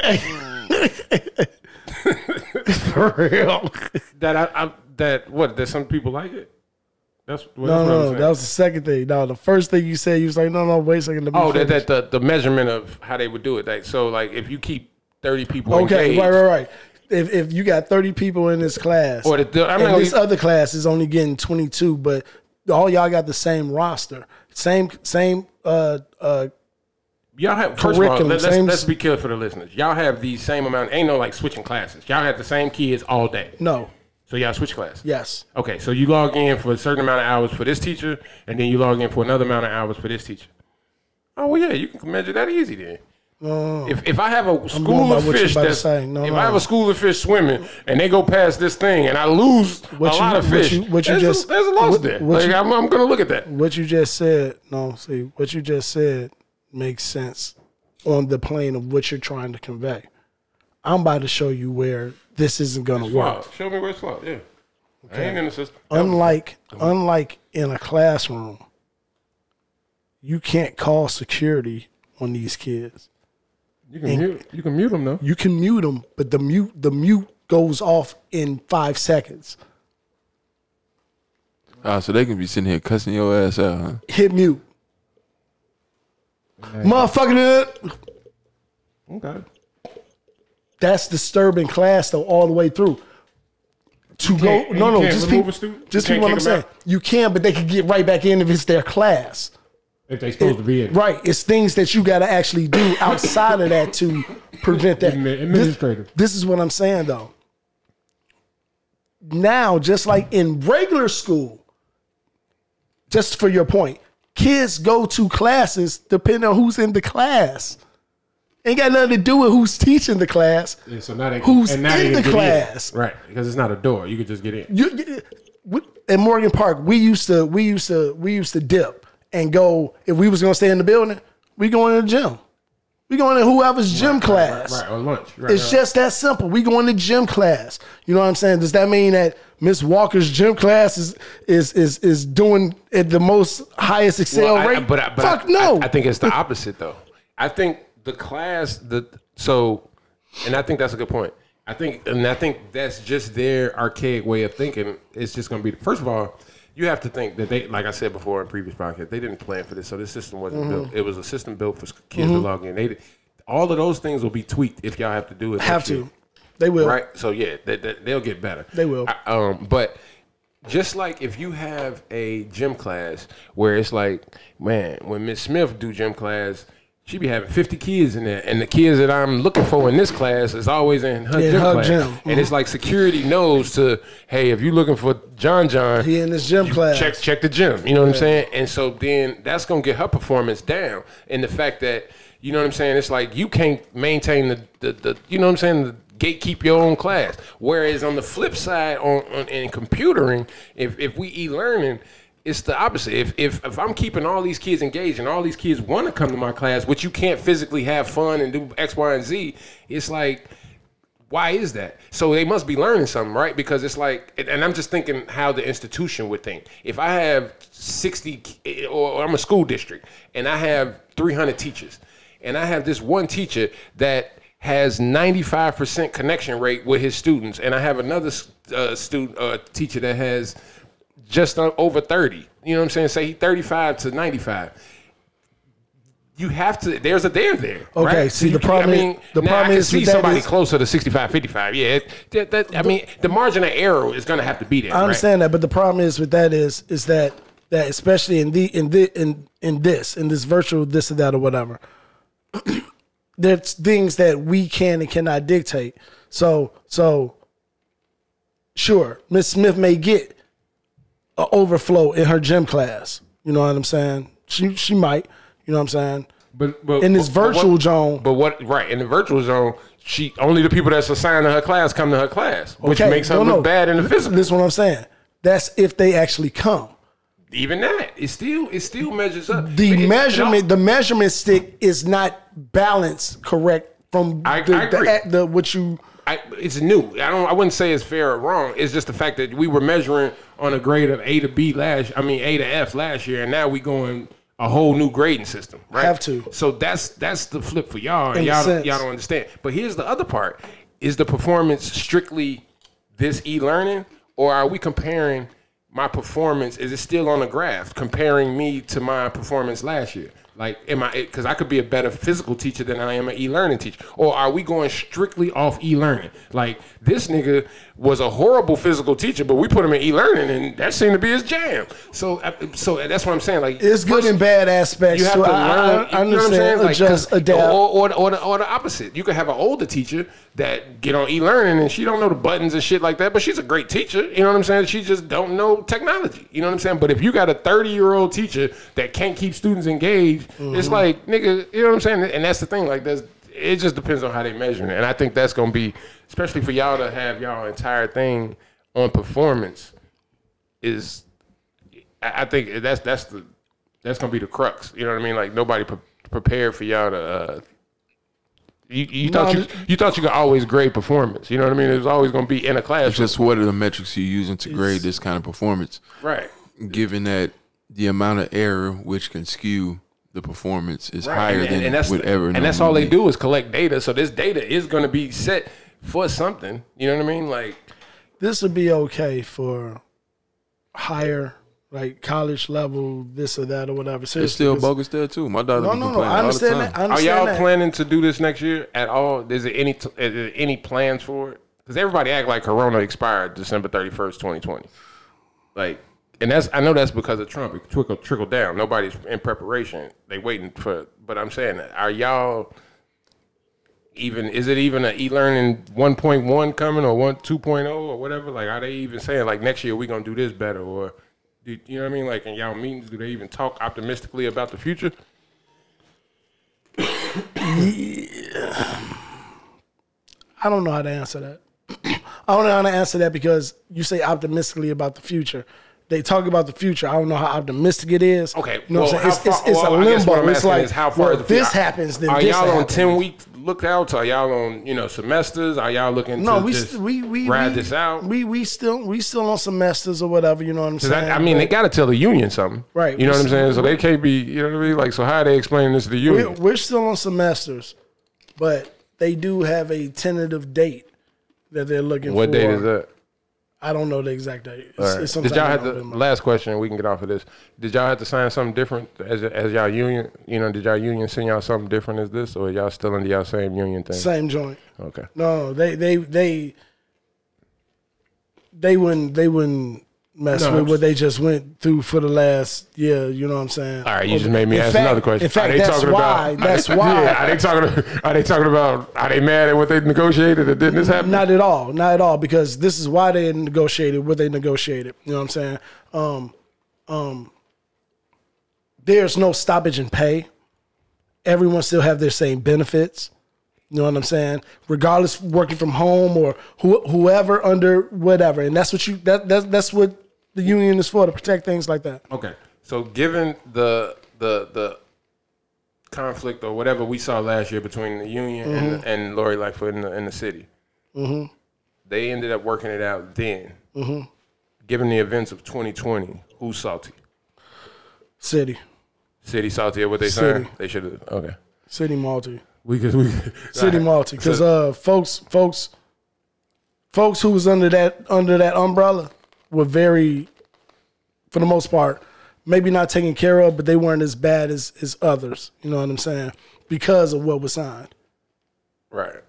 Speaker 1: For real?
Speaker 3: that I, I that what that some people like it. That's what,
Speaker 1: No,
Speaker 3: that's what I'm
Speaker 1: no,
Speaker 3: saying.
Speaker 1: that was the second thing. No, the first thing you said, you was like, no, no, wait a second. Let me
Speaker 3: Oh, that,
Speaker 1: finish.
Speaker 3: that the, the measurement of how they would do it. Like so, like if you keep thirty people
Speaker 1: okay,
Speaker 3: engaged,
Speaker 1: right, right, right. If if you got 30 people in this class,
Speaker 3: Or the- the- I'm
Speaker 1: and
Speaker 3: not gonna
Speaker 1: this
Speaker 3: use-
Speaker 1: other class is only getting 22, but all y'all got the same roster, same same uh uh
Speaker 3: y'all have first of all,
Speaker 1: Curriculum,
Speaker 3: let, us
Speaker 1: same-
Speaker 3: let's be clear for the listeners. Y'all have the same amount. Ain't no like switching classes. Y'all have the same kids all day.
Speaker 1: no,
Speaker 3: So y'all switch class.
Speaker 1: yes.
Speaker 3: Okay, so you log in for a certain amount of hours for this teacher, and then you log in for another amount of hours for this teacher. Oh well, yeah, you can measure that easy then. If, if I have a school
Speaker 1: by
Speaker 3: of
Speaker 1: what you
Speaker 3: fish
Speaker 1: about to
Speaker 3: that's,
Speaker 1: say. No,
Speaker 3: if
Speaker 1: no.
Speaker 3: I have a school of fish swimming and they go past this thing and I lose
Speaker 1: What
Speaker 3: a
Speaker 1: you-
Speaker 3: lot of
Speaker 1: what
Speaker 3: fish,
Speaker 1: you- what you
Speaker 3: there's,
Speaker 1: just-
Speaker 3: a, there's a loss
Speaker 1: what-
Speaker 3: there.
Speaker 1: what
Speaker 3: like
Speaker 1: you-
Speaker 3: I'm, I'm gonna look at that.
Speaker 1: What you just said, no, see, what you just said makes sense on the plane of what you're trying to convey. I'm about to show you where this isn't gonna work.
Speaker 3: Wow, Show me where it's lost. Yeah, I ain't in the system.
Speaker 1: unlike unlike in a classroom, you can't call security on these kids.
Speaker 3: You can mute. You can mute them though.
Speaker 1: You can mute them, but the mute the mute goes off in five seconds.
Speaker 2: Ah, so they can be sitting here cussing your ass out, huh?
Speaker 1: Hit mute. Motherfucker,
Speaker 3: Okay.
Speaker 1: that's disturbing class though all the way through. To go,
Speaker 3: can't-
Speaker 1: no,
Speaker 3: you
Speaker 1: no,
Speaker 3: can't
Speaker 1: just
Speaker 3: remove
Speaker 1: people,
Speaker 3: a student?
Speaker 1: just
Speaker 3: You
Speaker 1: people. What
Speaker 3: can't
Speaker 1: I'm
Speaker 3: kick 'em
Speaker 1: saying,
Speaker 3: out?
Speaker 1: you can, but they can get right back in if it's their class.
Speaker 3: If they supposed to be in.
Speaker 1: Right. It's things that you got to actually do outside of that to prevent that.
Speaker 3: Admi- administrative.
Speaker 1: This, this is what I'm saying though. Now, just like in regular school, just for your point, kids go to classes depending on who's in the class. Ain't got nothing to do with who's teaching the class.
Speaker 3: Yeah, so now they
Speaker 1: Who's
Speaker 3: and now they
Speaker 1: in
Speaker 3: can
Speaker 1: the
Speaker 3: get
Speaker 1: class?
Speaker 3: Right, because it's not a door. You could just get in.
Speaker 1: you, you- we- in Morgan Park, we used to we used to we used to dip and go. If we was gonna stay in the building, we going to the gym. We going to whoever's gym class.
Speaker 3: Right or lunch. Right,
Speaker 1: It's
Speaker 3: right.
Speaker 1: just that simple. We going to gym class. You know what I'm saying? Does that mean that Miss Walker's gym class is is is is doing at the most highest excel
Speaker 3: Well, I-
Speaker 1: rate?
Speaker 3: I- but I, but
Speaker 1: Fuck
Speaker 3: I,
Speaker 1: no.
Speaker 3: I, I think it's the opposite though. I think the class the so, and I think that's a good point. I think and I think that's just their archaic way of thinking. It's just going to be first of all, you have to think that they like I said before in previous podcast, they didn't plan for this, so this system wasn't
Speaker 1: Mm-hmm.
Speaker 3: built. It was a system built for kids to log in. They did- all of those things will be tweaked if y'all have to do it.
Speaker 1: have
Speaker 3: next year.
Speaker 1: to. They will.
Speaker 3: Right. So yeah, they, they, they'll get better.
Speaker 1: They will.
Speaker 3: I- um, but just like if you have a gym class where it's like, man, when Miss Smith do gym class, she be having fifty kids in there, and the kids that I'm looking for in this class is always in her
Speaker 1: In
Speaker 3: gym
Speaker 1: her
Speaker 3: class,
Speaker 1: gym.
Speaker 3: and it's like security knows to, hey, if you're looking for John John,
Speaker 1: He in this gym class.
Speaker 3: check check the gym. You know what I'm saying? And so then that's gonna get her performance down. And the fact that you know what I'm saying, it's like you can't maintain the the, the you know what I'm saying. The, Gatekeep your own class. Whereas on the flip side, on, on in computering, if, if we e-learning, it's the opposite. If, if if I'm keeping all these kids engaged and all these kids want to come to my class, which you can't physically have fun and do X, Y, and Z, it's like why is that? So they must be learning something, right? Because it's like, and- and I'm just thinking how the institution would think. If I have 60, ki- or or I'm a school district, and I have 300 teachers, and I have this one teacher that has 95% connection rate with his students, and I have another s- uh, student uh, teacher that has just o- over 30. You know what I'm saying? Say he 35 to 95. You have to. There's a there there.
Speaker 1: Okay,
Speaker 3: right?
Speaker 1: see,
Speaker 3: you
Speaker 1: the
Speaker 3: can-
Speaker 1: problem
Speaker 3: I
Speaker 1: is-
Speaker 3: mean,
Speaker 1: the
Speaker 3: now
Speaker 1: problem
Speaker 3: I can
Speaker 1: is
Speaker 3: see
Speaker 1: with that
Speaker 3: somebody
Speaker 1: is-
Speaker 3: closer to 65 55 yeah it, that, that, i mean the margin of error is going to have to be there
Speaker 1: I understand that, but the problem is with that is is that that especially in the in the in in this in this virtual this or that or whatever, there's things that we can and cannot dictate. So so, sure, Miss Smith may get an overflow in her gym class. You know what I'm saying? She she might. You know what I'm saying?
Speaker 3: but, but
Speaker 1: In this
Speaker 3: but what-
Speaker 1: virtual zone-
Speaker 3: but what right in the virtual zone she only the people that's assigned to her class come to her class which
Speaker 1: Okay,
Speaker 3: makes her
Speaker 1: no,
Speaker 3: look
Speaker 1: no.
Speaker 3: bad in the physical
Speaker 1: This is what I'm saying. That's if they actually come.
Speaker 3: even that it still it still measures up
Speaker 1: the
Speaker 3: It- it all-
Speaker 1: measurement the measurement stick is not balanced correct from
Speaker 3: I-
Speaker 1: the,
Speaker 3: I agree.
Speaker 1: The, the what you
Speaker 3: I, it's new. I don't. I wouldn't say it's fair or wrong. It's just the fact that we were measuring on a grade of A to B last. I mean A to F last year, and now we going a whole new grading system. Right.
Speaker 1: Have to.
Speaker 3: So that's that's the flip for y'all,
Speaker 1: In
Speaker 3: and
Speaker 1: a
Speaker 3: y'all don't,
Speaker 1: sense.
Speaker 3: y'all don't understand. But here's the other part: is the performance strictly this e-learning, or are we comparing my performance? Is it still on a graph comparing me to my performance last year? Like, am I? Because I could be a better physical teacher than I am an e-learning teacher, or are we going strictly off e-learning? Like, this nigga was a horrible physical teacher, but we put him in e-learning, and that seemed to be his jam. So, I- so uh, that's what I'm saying. Like,
Speaker 1: it's good
Speaker 3: first-
Speaker 1: and bad aspects
Speaker 3: you have
Speaker 1: so
Speaker 3: to
Speaker 1: I- I-
Speaker 3: learn.
Speaker 1: I,
Speaker 3: you know what I'm
Speaker 1: understand
Speaker 3: saying? Like,
Speaker 1: adjust
Speaker 3: 'cause-
Speaker 1: adapt
Speaker 3: Or, or, or, the, or the opposite. You could have an older teacher that get on e-learning and she don't know the buttons and shit like that, but she's a great teacher. You know what I'm saying? She just don't know technology. You know what I'm saying? But if you got a 30 year old teacher that can't keep students engaged
Speaker 1: Mm-hmm.
Speaker 3: It's like nigga, you know what I'm saying? And that's the thing. Like, that's it just depends on how they measure it. And I think that's gonna be, especially for y'all to have y'all entire thing on performance, is I I think that's that's the that's gonna be the crux. You know what I mean? Like nobody pre- prepared for y'all to. Uh, you you thought you you thought you could always grade performance. You know what I mean? It was always gonna be in a class.
Speaker 2: Just what are the metrics you're using to grade this kind of performance?
Speaker 3: right.
Speaker 2: Given that the amount of error which can skew the performance is
Speaker 3: Right,
Speaker 2: higher than
Speaker 3: that's,
Speaker 2: would ever.
Speaker 3: And that's all
Speaker 2: normally
Speaker 3: they do is collect data. So this data is going to be set for something. You know what I mean? Like,
Speaker 1: this would be okay for higher, like college level, this or that or whatever.
Speaker 2: It's
Speaker 1: Seriously,
Speaker 2: still
Speaker 1: because-
Speaker 2: bogus there too. My daughter
Speaker 1: No,
Speaker 2: be
Speaker 1: no, no.
Speaker 2: complaining
Speaker 1: I understand
Speaker 2: all the
Speaker 1: that.
Speaker 2: time.
Speaker 1: I
Speaker 3: are
Speaker 1: understand
Speaker 3: y'all
Speaker 1: that.
Speaker 3: planning to do this next year at all? Is there any t- is there any plans for it? Because everybody act like Corona expired December thirty first, twenty twenty. Like, and that's I know that's because of Trump. It trickle trickle down. Nobody's in preparation. They waiting for. But I'm saying, are y'all? even is it even an e-learning 1.1 coming or 1 2.0 or whatever like are they even saying like next year we're going to do this better or do, you know what i mean like in y'all meetings do they even talk optimistically about the future
Speaker 1: I don't know how to answer that. I don't know how to answer that because you say optimistically about the future. They talk about the future. I don't know how optimistic it is.
Speaker 3: okay
Speaker 1: you know
Speaker 3: well,
Speaker 1: what I'm saying?
Speaker 3: how
Speaker 1: It's,
Speaker 3: far-
Speaker 1: it's, it's
Speaker 3: well,
Speaker 1: a
Speaker 3: I
Speaker 1: limbo.
Speaker 3: guess what I'm
Speaker 1: it's
Speaker 3: asking
Speaker 1: like
Speaker 3: is how far
Speaker 1: well,
Speaker 3: is the fu-
Speaker 1: this happens, then
Speaker 3: are
Speaker 1: this
Speaker 3: y'all on
Speaker 1: happens.
Speaker 3: 10 week lookouts are y'all on you know semesters are y'all looking
Speaker 1: No,
Speaker 3: to
Speaker 1: we,
Speaker 3: just
Speaker 1: st- we we
Speaker 3: ride
Speaker 1: we,
Speaker 3: this out
Speaker 1: We we still we still on semesters or whatever. You know what I'm
Speaker 3: 'Cause
Speaker 1: saying?
Speaker 3: I, I mean, they
Speaker 1: But
Speaker 3: got to tell the union something,
Speaker 1: Right.
Speaker 3: You know what I'm saying? So they can't be, you know what I mean? Like, so how are they explaining this to the
Speaker 1: we're,
Speaker 3: union?
Speaker 1: we're still on semesters, but they do have a tentative date that they're looking for.
Speaker 3: What date is that?
Speaker 1: I don't know the exact date. It's,
Speaker 3: All right.
Speaker 1: it's
Speaker 3: Did y'all
Speaker 1: sometime
Speaker 3: have
Speaker 1: in
Speaker 3: to?
Speaker 1: November.
Speaker 3: Last question. We can get off of this. Did y'all have to sign something different as as y'all union? You know, did y'all union send y'all something different as this, or y'all still under y'all same union thing?
Speaker 1: same joint?
Speaker 3: Okay.
Speaker 1: No, they they they they wouldn't they wouldn't mess
Speaker 3: No,
Speaker 1: with
Speaker 3: I'm
Speaker 1: what they just went through for the last year. You know what I'm saying?
Speaker 3: All right, you just made me ask another question.
Speaker 1: Oh, In fact,
Speaker 3: are they
Speaker 1: that's
Speaker 3: talking
Speaker 1: why.
Speaker 3: about?
Speaker 1: that's
Speaker 3: are they,
Speaker 1: why.
Speaker 3: Yeah, are they talking? Are they talking about? Are they mad at what they negotiated? That didn't this happen?
Speaker 1: Not at all. Not at all. Because this is why they negotiated what they negotiated. You know what I'm saying? Um, um, there's no stoppage in pay. Everyone still have their same benefits. You know what I'm saying? Regardless, working from home or who, whoever under whatever, and that's what you that that's that's what the union is for to protect things like that.
Speaker 3: Okay. So given the the the conflict or whatever we saw last year between the union and,
Speaker 1: Mm-hmm.
Speaker 3: and Lori Lightfoot in the, in the city, they ended up working it out then.
Speaker 1: Mm-hmm.
Speaker 3: Given the events of 2020, who's salty?
Speaker 1: City,
Speaker 3: City salty at what they
Speaker 1: City.
Speaker 3: signed? They should have. Okay.
Speaker 1: city Malty,
Speaker 3: We could. We
Speaker 1: city Malty, because uh, folks, folks, folks who was under that under that umbrella were very, for the most part, maybe not taken care of, but they weren't as bad as as others. You know what I'm saying? Because of what was signed.
Speaker 3: Right.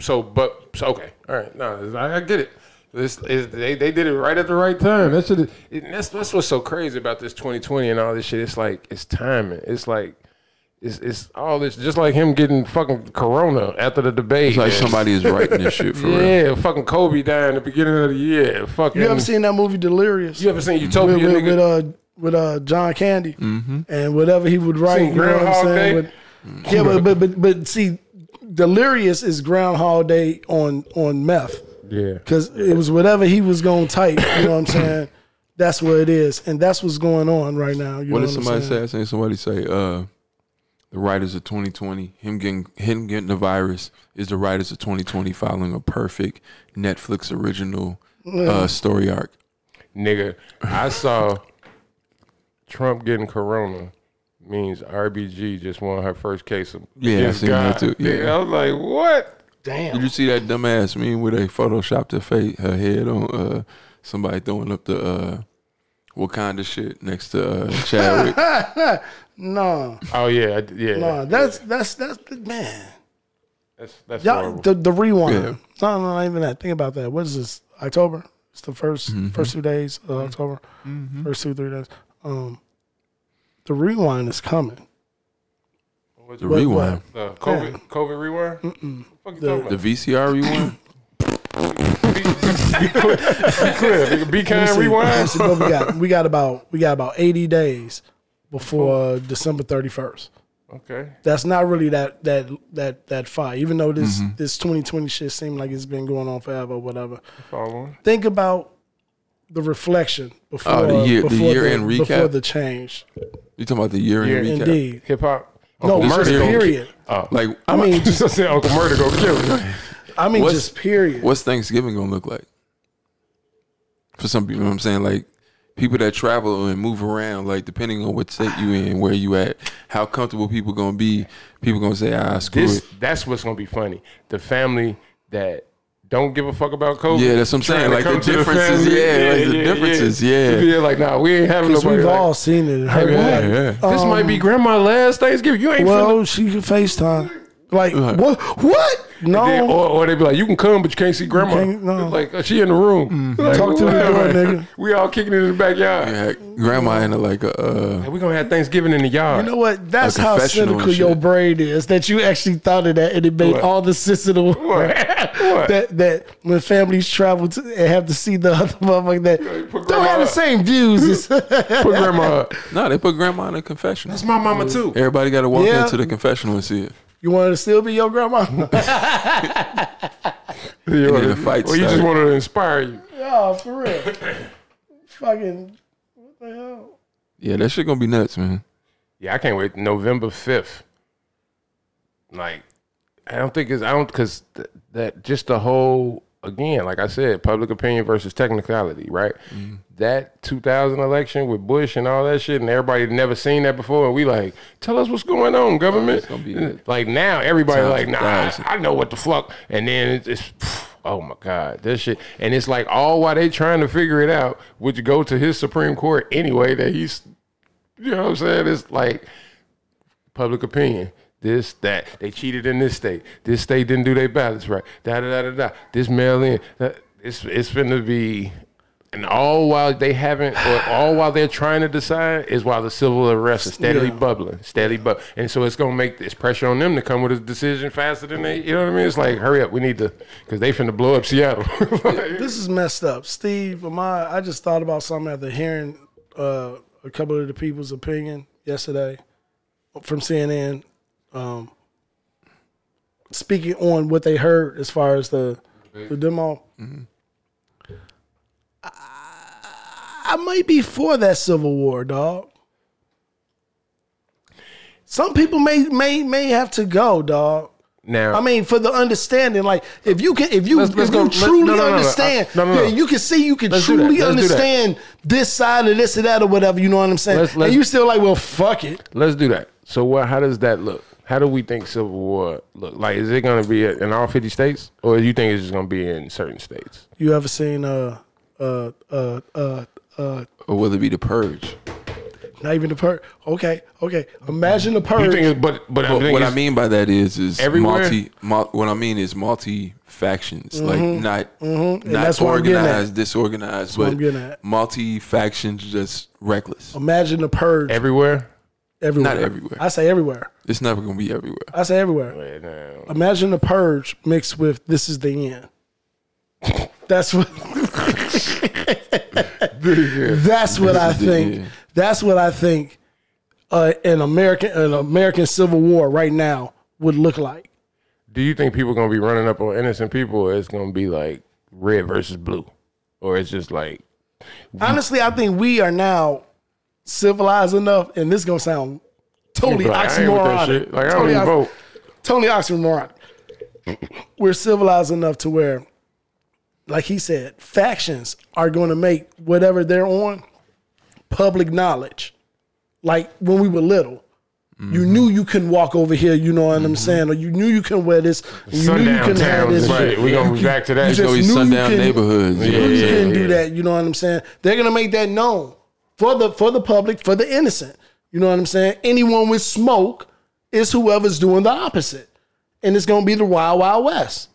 Speaker 3: So, but so, okay, all right. No, I, I get it. This is they, they did it right at the right time. That should that's that's what's so crazy about this 2020 and all this shit. It's like it's timing. It's like it's it's all this just like him getting fucking corona after the debate.
Speaker 2: It's like
Speaker 3: and-
Speaker 2: somebody is writing this shit for real.
Speaker 3: Yeah, fucking Kobe dying at the beginning of the year. Fucking
Speaker 1: You ever seen that movie Delirious?
Speaker 3: you ever seen Utopia?
Speaker 1: with, with,
Speaker 3: nigga? Mm-hmm.
Speaker 1: with uh with uh John Candy and whatever he would write. You know what I'm
Speaker 3: Groundhog
Speaker 1: saying?
Speaker 3: Day?
Speaker 1: With- yeah, but, but but but see, Delirious is Groundhog Day on on meth
Speaker 3: yeah.
Speaker 1: because it was whatever he was gonna type. You know what I'm saying? That's what it is, and that's what's going on right now. You
Speaker 2: What
Speaker 1: know
Speaker 2: did
Speaker 1: what
Speaker 2: somebody
Speaker 1: I'm
Speaker 2: say?
Speaker 1: saying?
Speaker 2: I seen somebody say, uh, the writers of 2020, him getting him getting the virus is the writers of 2020 following a perfect Netflix original uh, story arc.
Speaker 3: Nigga, I saw Trump getting corona means RBG just won her first case of
Speaker 2: Yeah, I
Speaker 3: against
Speaker 2: seen that too, yeah.
Speaker 3: Nigga, I was like, what?
Speaker 1: Damn.
Speaker 2: Did you see that dumbass meme where they photoshopped her face, her head on uh, somebody throwing up the uh, Wakanda shit next to uh, Chadwick?
Speaker 1: No,
Speaker 3: Oh yeah, I d- yeah.
Speaker 1: no, that's that's that's man.
Speaker 3: That's that's
Speaker 1: Y'all,
Speaker 3: horrible.
Speaker 1: the, the rewind.
Speaker 2: Yeah.
Speaker 1: No, no, not even that. Think about that. What is this? October. It's the 1st
Speaker 2: Mm-hmm.
Speaker 1: first two days of October. First two three days. Um, the rewind is coming.
Speaker 2: the rewind,
Speaker 3: The COVID COVID rewind. What the fuck
Speaker 2: the
Speaker 3: you
Speaker 2: VCR rewind.
Speaker 3: talking about? Be, be kind
Speaker 1: Let me see.
Speaker 3: rewind.
Speaker 1: Let me see what we got. We got about we got about eighty days before uh, December thirty first.
Speaker 3: Okay.
Speaker 1: That's not really that that that that far. Even though this
Speaker 2: Mm-hmm.
Speaker 1: this twenty twenty shit seemed like it's been going on forever, or whatever.
Speaker 3: Following.
Speaker 1: Think about the reflection before
Speaker 2: Oh, the year- the
Speaker 1: before
Speaker 2: year-end recap?
Speaker 1: before the change.
Speaker 2: You talking about the year in
Speaker 3: Yeah.
Speaker 2: recap?
Speaker 1: Indeed,
Speaker 3: Hip hop.
Speaker 1: no,
Speaker 2: Uncle
Speaker 1: just
Speaker 2: Murder gonna
Speaker 1: period.
Speaker 2: Like,
Speaker 1: I mean,
Speaker 3: Just said Uncle Murder go kill me.
Speaker 1: I mean,
Speaker 2: What's-
Speaker 1: just period.
Speaker 2: what's Thanksgiving gonna look like? For some people, you know what I'm saying like people that travel and move around, like depending on what state you in, where you at, how comfortable people gonna be. People gonna say, ah, screw
Speaker 3: This
Speaker 2: it.
Speaker 3: that's what's gonna be funny. The family that don't give a fuck about COVID.
Speaker 2: Yeah, that's what I'm saying.
Speaker 3: trying to
Speaker 2: Like, the
Speaker 3: come to
Speaker 2: differences,
Speaker 3: family.
Speaker 2: yeah, like, the differences, yeah.
Speaker 3: Yeah, like nah, we ain't having
Speaker 1: Because
Speaker 3: nobody.
Speaker 1: we've
Speaker 3: like,
Speaker 1: all seen it. and heard it.
Speaker 2: Yeah,
Speaker 1: Like,
Speaker 2: yeah.
Speaker 3: this might be grandma last Thanksgiving. You ain't well,
Speaker 1: Well, she could FaceTime. Like
Speaker 2: Right.
Speaker 1: what? What? No.
Speaker 3: Then, or, or they be like, you can come, but you can't see grandma.
Speaker 1: can't- no. Mm-hmm.
Speaker 3: Like uh, she in the room. Like,
Speaker 1: Talk to the
Speaker 3: whatever.
Speaker 1: door, nigga.
Speaker 3: We all kicking it in the backyard.
Speaker 2: Yeah, grandma in a, like a uh,
Speaker 3: Hey, we gonna have Thanksgiving in the yard.
Speaker 1: You know what? That's how
Speaker 2: confessional and
Speaker 1: cynical your
Speaker 2: shit.
Speaker 1: brain is that you actually thought of that and it made
Speaker 3: What?
Speaker 1: all the sense in the world.
Speaker 3: What?
Speaker 1: That that when families travel to and have to see the other motherfucker that
Speaker 3: put
Speaker 1: don't have
Speaker 3: grandma
Speaker 1: the
Speaker 3: up.
Speaker 1: same views. As,
Speaker 3: Put grandma. up.
Speaker 2: no, they put grandma in a confessional.
Speaker 3: That's my mama too.
Speaker 2: Everybody got to walk
Speaker 1: Yeah.
Speaker 2: into the confessional and see it.
Speaker 1: you want her to still be your grandma?
Speaker 3: You
Speaker 2: then the fight
Speaker 3: Well, you just
Speaker 2: started.
Speaker 3: wanted to inspire you.
Speaker 1: oh, for real. Fucking what the hell?
Speaker 2: Yeah, that shit gonna be nuts, man.
Speaker 3: Yeah, I can't wait. November fifth. Like, I don't think it's I don't because th- that just the whole again, like I said, public opinion versus technicality, right?
Speaker 2: Mm-hmm.
Speaker 3: That 2000 election with Bush and all that shit, and everybody had never seen that before, and we like, tell us what's going on, government.
Speaker 2: gonna be-
Speaker 3: like now, everybody like, nah, I,
Speaker 2: 1000.
Speaker 3: I know what the fuck, and then it's. it's Oh my God, this shit, and it's like all while they trying to figure it out, which go to his Supreme Court anyway. That he's you know what I'm saying? It's like public opinion. This, that. They cheated in this state. This state didn't do their ballots right. Da da da da da. This mail in. That- It's it's finna be and all while they haven't or all while they're trying to decide is while the civil unrest is steadily
Speaker 1: Yeah.
Speaker 3: bubbling. Steadily bub and so it's gonna make this pressure on them to come with a decision faster than they you know what I mean? It's like hurry up, we need to cause they finna blow up Seattle.
Speaker 1: This is messed up. Steve, am I, I just thought about something after hearing uh, a couple of the people's opinion yesterday from CNN. Um, speaking on what they heard as far as the, the demo. I, I might be for that civil war, dog. Some people may may may have to go, dog.
Speaker 3: now
Speaker 1: I mean, for the understanding, like if you can, if you,
Speaker 3: Let's- let's
Speaker 1: if
Speaker 3: go-
Speaker 1: you
Speaker 3: let-
Speaker 1: truly
Speaker 3: no, no, no, no.
Speaker 1: understand,
Speaker 3: I- no, no, no.
Speaker 1: yeah, you can see, you can
Speaker 3: Let's do that.
Speaker 1: truly
Speaker 3: Let's do that.
Speaker 1: understand this side of this or that or whatever. You know what I'm saying?
Speaker 3: Let's- let's-
Speaker 1: and you still like, well, fuck it.
Speaker 3: Let's do that. So what? How does that look? How do we think civil war look? Like, is it going to be in all fifty states, or you think it's just going to be in certain states?
Speaker 1: You ever seen uh uh uh uh uh
Speaker 2: Or will it be the purge?
Speaker 1: not even the purge? Okay, okay. Imagine the purge.
Speaker 3: You think, it's, but but I
Speaker 2: But
Speaker 3: think
Speaker 2: what I
Speaker 3: it's-
Speaker 2: mean by that is is
Speaker 3: Everywhere?
Speaker 2: multi. Mul- what I mean is multi factions, like not
Speaker 1: Mm-hmm. And
Speaker 2: not
Speaker 1: that's what I'm getting at.
Speaker 2: organized, disorganized,
Speaker 1: what I'm getting
Speaker 2: but
Speaker 1: at.
Speaker 2: multi factions just reckless.
Speaker 1: Imagine the purge
Speaker 3: everywhere.
Speaker 1: everywhere.
Speaker 2: not everywhere.
Speaker 1: I say everywhere.
Speaker 2: It's never gonna be everywhere.
Speaker 1: I say everywhere.
Speaker 3: But, uh,
Speaker 1: Imagine the purge mixed with this is the end. That's what. That's what I think.
Speaker 2: Yeah.
Speaker 1: That's what I think. Uh, an American, an American Civil War right now would look like.
Speaker 3: Do you think people going to be running up on innocent people, or it's going to be like red versus blue, or it's just like Mm-hmm.
Speaker 1: Honestly, I think we are now civilized enough, and this is gonna sound totally
Speaker 3: like, I ain't with that
Speaker 1: oxymoronic.
Speaker 3: shit. Like I don't
Speaker 1: Totally
Speaker 3: even
Speaker 1: ox-
Speaker 3: vote.
Speaker 1: Tony Oxymoron. We're civilized enough to where, like he said, factions are going to make whatever they're on public knowledge. Like when we were little, you
Speaker 3: Mm-hmm.
Speaker 1: knew you couldn't walk over here. You know what I'm saying? Or you knew you couldn't wear this. and You knew you
Speaker 3: Sundown
Speaker 1: couldn't have
Speaker 3: towns,
Speaker 1: this.
Speaker 3: right? We gonna be back to that.
Speaker 1: You
Speaker 2: So
Speaker 1: just
Speaker 2: these
Speaker 1: knew you
Speaker 2: sundown
Speaker 1: couldn't-
Speaker 2: neighborhoods. you know what I'm
Speaker 1: You
Speaker 2: saying?
Speaker 1: couldn't
Speaker 3: yeah.
Speaker 1: do that. You know what I'm saying? They're gonna make that known for the for the public, for the innocent. You know what I'm saying? Anyone with smoke is whoever's doing the opposite, and it's gonna be the wild wild west.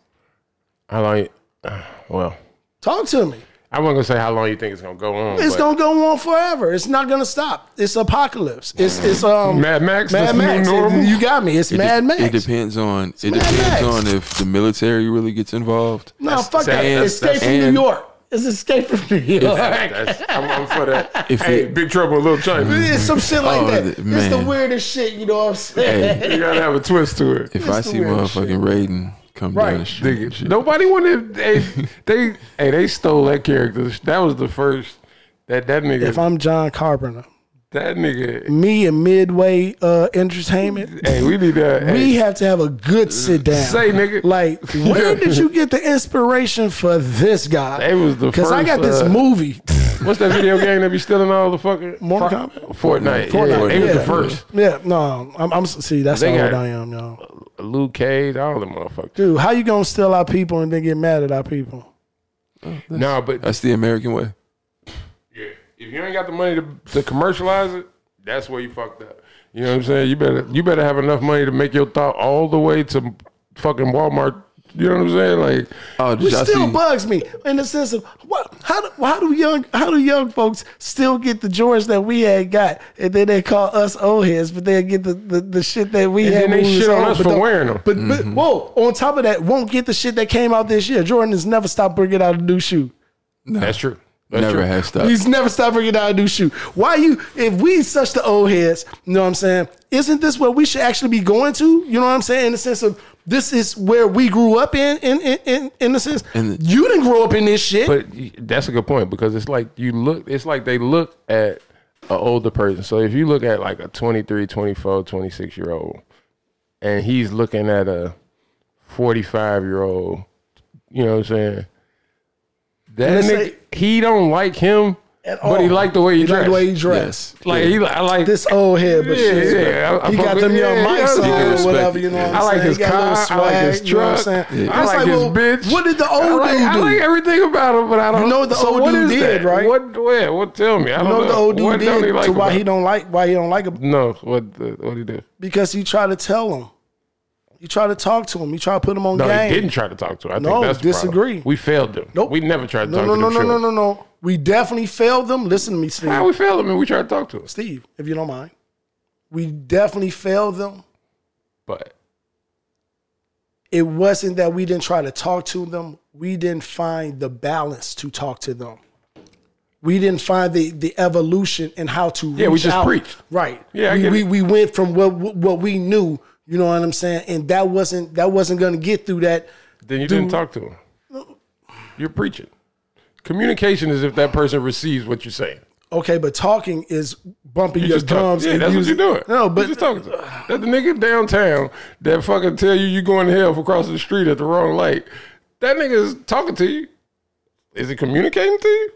Speaker 3: How long? you- Well,
Speaker 1: Talk to me.
Speaker 3: I wasn't gonna say how long you think it's gonna go on.
Speaker 1: It's
Speaker 3: but-
Speaker 1: gonna go on forever. It's not gonna stop. It's apocalypse. It's it's um
Speaker 3: Mad Max,
Speaker 1: Mad
Speaker 3: the new
Speaker 1: Max.
Speaker 3: normal?
Speaker 1: you got me. It's
Speaker 2: It de-
Speaker 1: Mad Max.
Speaker 2: It depends on. it
Speaker 1: Mad Max.
Speaker 2: depends on if the military really gets involved.
Speaker 1: no, fuck that.
Speaker 2: and-
Speaker 1: It's Escape from
Speaker 2: and-
Speaker 1: New York. It's Escape from New York.
Speaker 3: That's, I'm, I'm for that.
Speaker 2: If
Speaker 3: hey,
Speaker 2: it-
Speaker 3: Big Trouble in Little China.
Speaker 1: It's some shit like
Speaker 2: Oh,
Speaker 1: that. It's
Speaker 2: th-
Speaker 1: the
Speaker 2: man.
Speaker 1: weirdest shit, you know what I'm saying?
Speaker 3: You gotta have a twist to it.
Speaker 2: If
Speaker 1: the
Speaker 2: I see
Speaker 1: weirdest
Speaker 2: motherfucking Raiden come down the
Speaker 3: Right,
Speaker 2: street,
Speaker 3: dig
Speaker 2: and
Speaker 3: it.
Speaker 2: shit,
Speaker 3: Nobody wanted. They, they, hey, they stole that character. That was the first. That that nigga.
Speaker 1: If I'm John Carpenter,
Speaker 3: that nigga.
Speaker 1: me and Midway uh, Entertainment,
Speaker 3: Hey, we need that.
Speaker 1: we
Speaker 3: hey,
Speaker 1: have to have a good sit down.
Speaker 3: say, nigga.
Speaker 1: Like, where did you get the inspiration for this guy?
Speaker 3: They was the
Speaker 1: Because I got
Speaker 3: first,
Speaker 1: this
Speaker 3: uh,
Speaker 1: movie.
Speaker 3: What's that video game that be stealing all the fucking
Speaker 1: Mortal
Speaker 3: fuck-
Speaker 1: Kombat?
Speaker 3: Fortnite. Yeah,
Speaker 1: Fortnite,
Speaker 3: they was
Speaker 1: yeah.
Speaker 3: the first.
Speaker 1: Yeah, no, I'm, I'm see that's how
Speaker 3: They
Speaker 1: old
Speaker 3: got-
Speaker 1: I am, y'all.
Speaker 3: Luke Cage, all the motherfuckers.
Speaker 1: Dude, how you gonna steal our people and then get mad at our people?
Speaker 3: Nah, but
Speaker 2: that's the American way.
Speaker 3: Yeah. If you ain't got the money to, to commercialize it, that's where you fucked up. You know what I'm saying? You better you better have enough money to make your thought all the way to fucking Walmart. You know what I'm saying? Like
Speaker 2: Oh, did
Speaker 1: Which
Speaker 2: y'all
Speaker 1: still
Speaker 2: see?
Speaker 1: bugs me in the sense of what? How do how do young how do young folks still get the George that we had got, and then they call us old heads, but they get the, the, the shit that we
Speaker 3: And
Speaker 1: had.
Speaker 3: then they
Speaker 1: when we was
Speaker 3: shit on
Speaker 1: old,
Speaker 3: us
Speaker 1: but
Speaker 3: for
Speaker 1: don't-
Speaker 3: wearing 'em. Mm-hmm.
Speaker 1: But, but whoa, on top of that, won't get the shit that came out this year. Jordan has never stopped bringing out a new shoe.
Speaker 3: that's true. That's
Speaker 2: Never
Speaker 3: true.
Speaker 2: has stopped.
Speaker 1: He's never stopped bringing out a new shoe. Why you? If we such the old heads, you know what I'm saying? Isn't this where we should actually be going to? You know what I'm saying? In the sense of this is where we grew up in. In in in, in the sense,
Speaker 2: And-
Speaker 1: you didn't grow up in this shit.
Speaker 3: But y- that's a good point because it's like you look it's like they look at an older person. So if you look at like a 23, 24, 26 year old and he's looking at a 45 year old, you know what I'm saying? That
Speaker 1: Let's
Speaker 3: nigga,
Speaker 1: say-
Speaker 3: he don't like him,
Speaker 1: At
Speaker 3: but he
Speaker 1: all.
Speaker 3: like the way he,
Speaker 1: He like
Speaker 3: dressed.
Speaker 1: the way he dressed.
Speaker 3: Like he, I like
Speaker 1: This old head, but
Speaker 3: Yeah,
Speaker 1: shit.
Speaker 3: yeah, I- I
Speaker 1: he
Speaker 3: fuck
Speaker 1: got
Speaker 3: with-
Speaker 1: them
Speaker 3: yeah,
Speaker 1: young
Speaker 3: yeah,
Speaker 1: mics
Speaker 3: yeah,
Speaker 1: on
Speaker 2: yeah.
Speaker 1: or whatever. You know what I'm
Speaker 3: I like
Speaker 1: saying?
Speaker 3: his
Speaker 1: He got a little
Speaker 3: car. I like his
Speaker 1: swag, you know what I'm
Speaker 3: truck.
Speaker 1: saying?
Speaker 3: I
Speaker 1: It's
Speaker 3: like, his
Speaker 1: well,
Speaker 3: bitch.
Speaker 1: What did the old
Speaker 3: I like,
Speaker 1: dude
Speaker 3: I
Speaker 1: do?
Speaker 3: like everything about him, but I don't
Speaker 1: You know what the
Speaker 3: so
Speaker 1: old
Speaker 3: what
Speaker 1: dude
Speaker 3: is
Speaker 1: did,
Speaker 3: that?
Speaker 1: right?
Speaker 3: What? What? What? Tell me. I
Speaker 1: You
Speaker 3: don't
Speaker 1: know what the old dude
Speaker 3: What don't he
Speaker 1: did
Speaker 3: like
Speaker 1: to why
Speaker 3: about
Speaker 1: he
Speaker 3: him?
Speaker 1: don't like why he don't like him
Speaker 3: No, what the, what he do?
Speaker 1: because he tried to tell him. You try to talk to him. You try to put him on
Speaker 3: No,
Speaker 1: game.
Speaker 3: he didn't try to talk to. Her. I
Speaker 1: No,
Speaker 3: think that's the problem.
Speaker 1: disagree.
Speaker 3: We failed them.
Speaker 1: Nope.
Speaker 3: we never tried to
Speaker 1: No,
Speaker 3: talk
Speaker 1: no,
Speaker 3: to
Speaker 1: no,
Speaker 3: them.
Speaker 1: no, no, no, no. We definitely failed them. Listen to me, Steve.
Speaker 3: How we failed them and we tried to talk to us.
Speaker 1: Steve, if you don't mind. We definitely failed them.
Speaker 3: But
Speaker 1: It wasn't that we didn't try to talk to them. We didn't find the balance to talk to them. We didn't find the, the evolution in how to reach
Speaker 3: Yeah, we just
Speaker 1: out.
Speaker 3: preached.
Speaker 1: Right.
Speaker 3: Yeah, I
Speaker 1: we,
Speaker 3: get
Speaker 1: we,
Speaker 3: it.
Speaker 1: we went from what what we knew, you know what I'm saying? And that wasn't that wasn't gonna get through that.
Speaker 3: then you didn't talk to him. You're preaching. Communication is if that person receives what you're saying.
Speaker 1: Okay, but talking is bumping
Speaker 3: You
Speaker 1: your
Speaker 3: just talk.
Speaker 1: drums.
Speaker 3: Yeah,
Speaker 1: and
Speaker 3: that's what
Speaker 1: using-
Speaker 3: you're doing.
Speaker 1: No, but
Speaker 3: you just talking to them. That the nigga downtown that fucking tell you you going to hell for crossing the street at the wrong light. That nigga is talking to you. Is it communicating to you?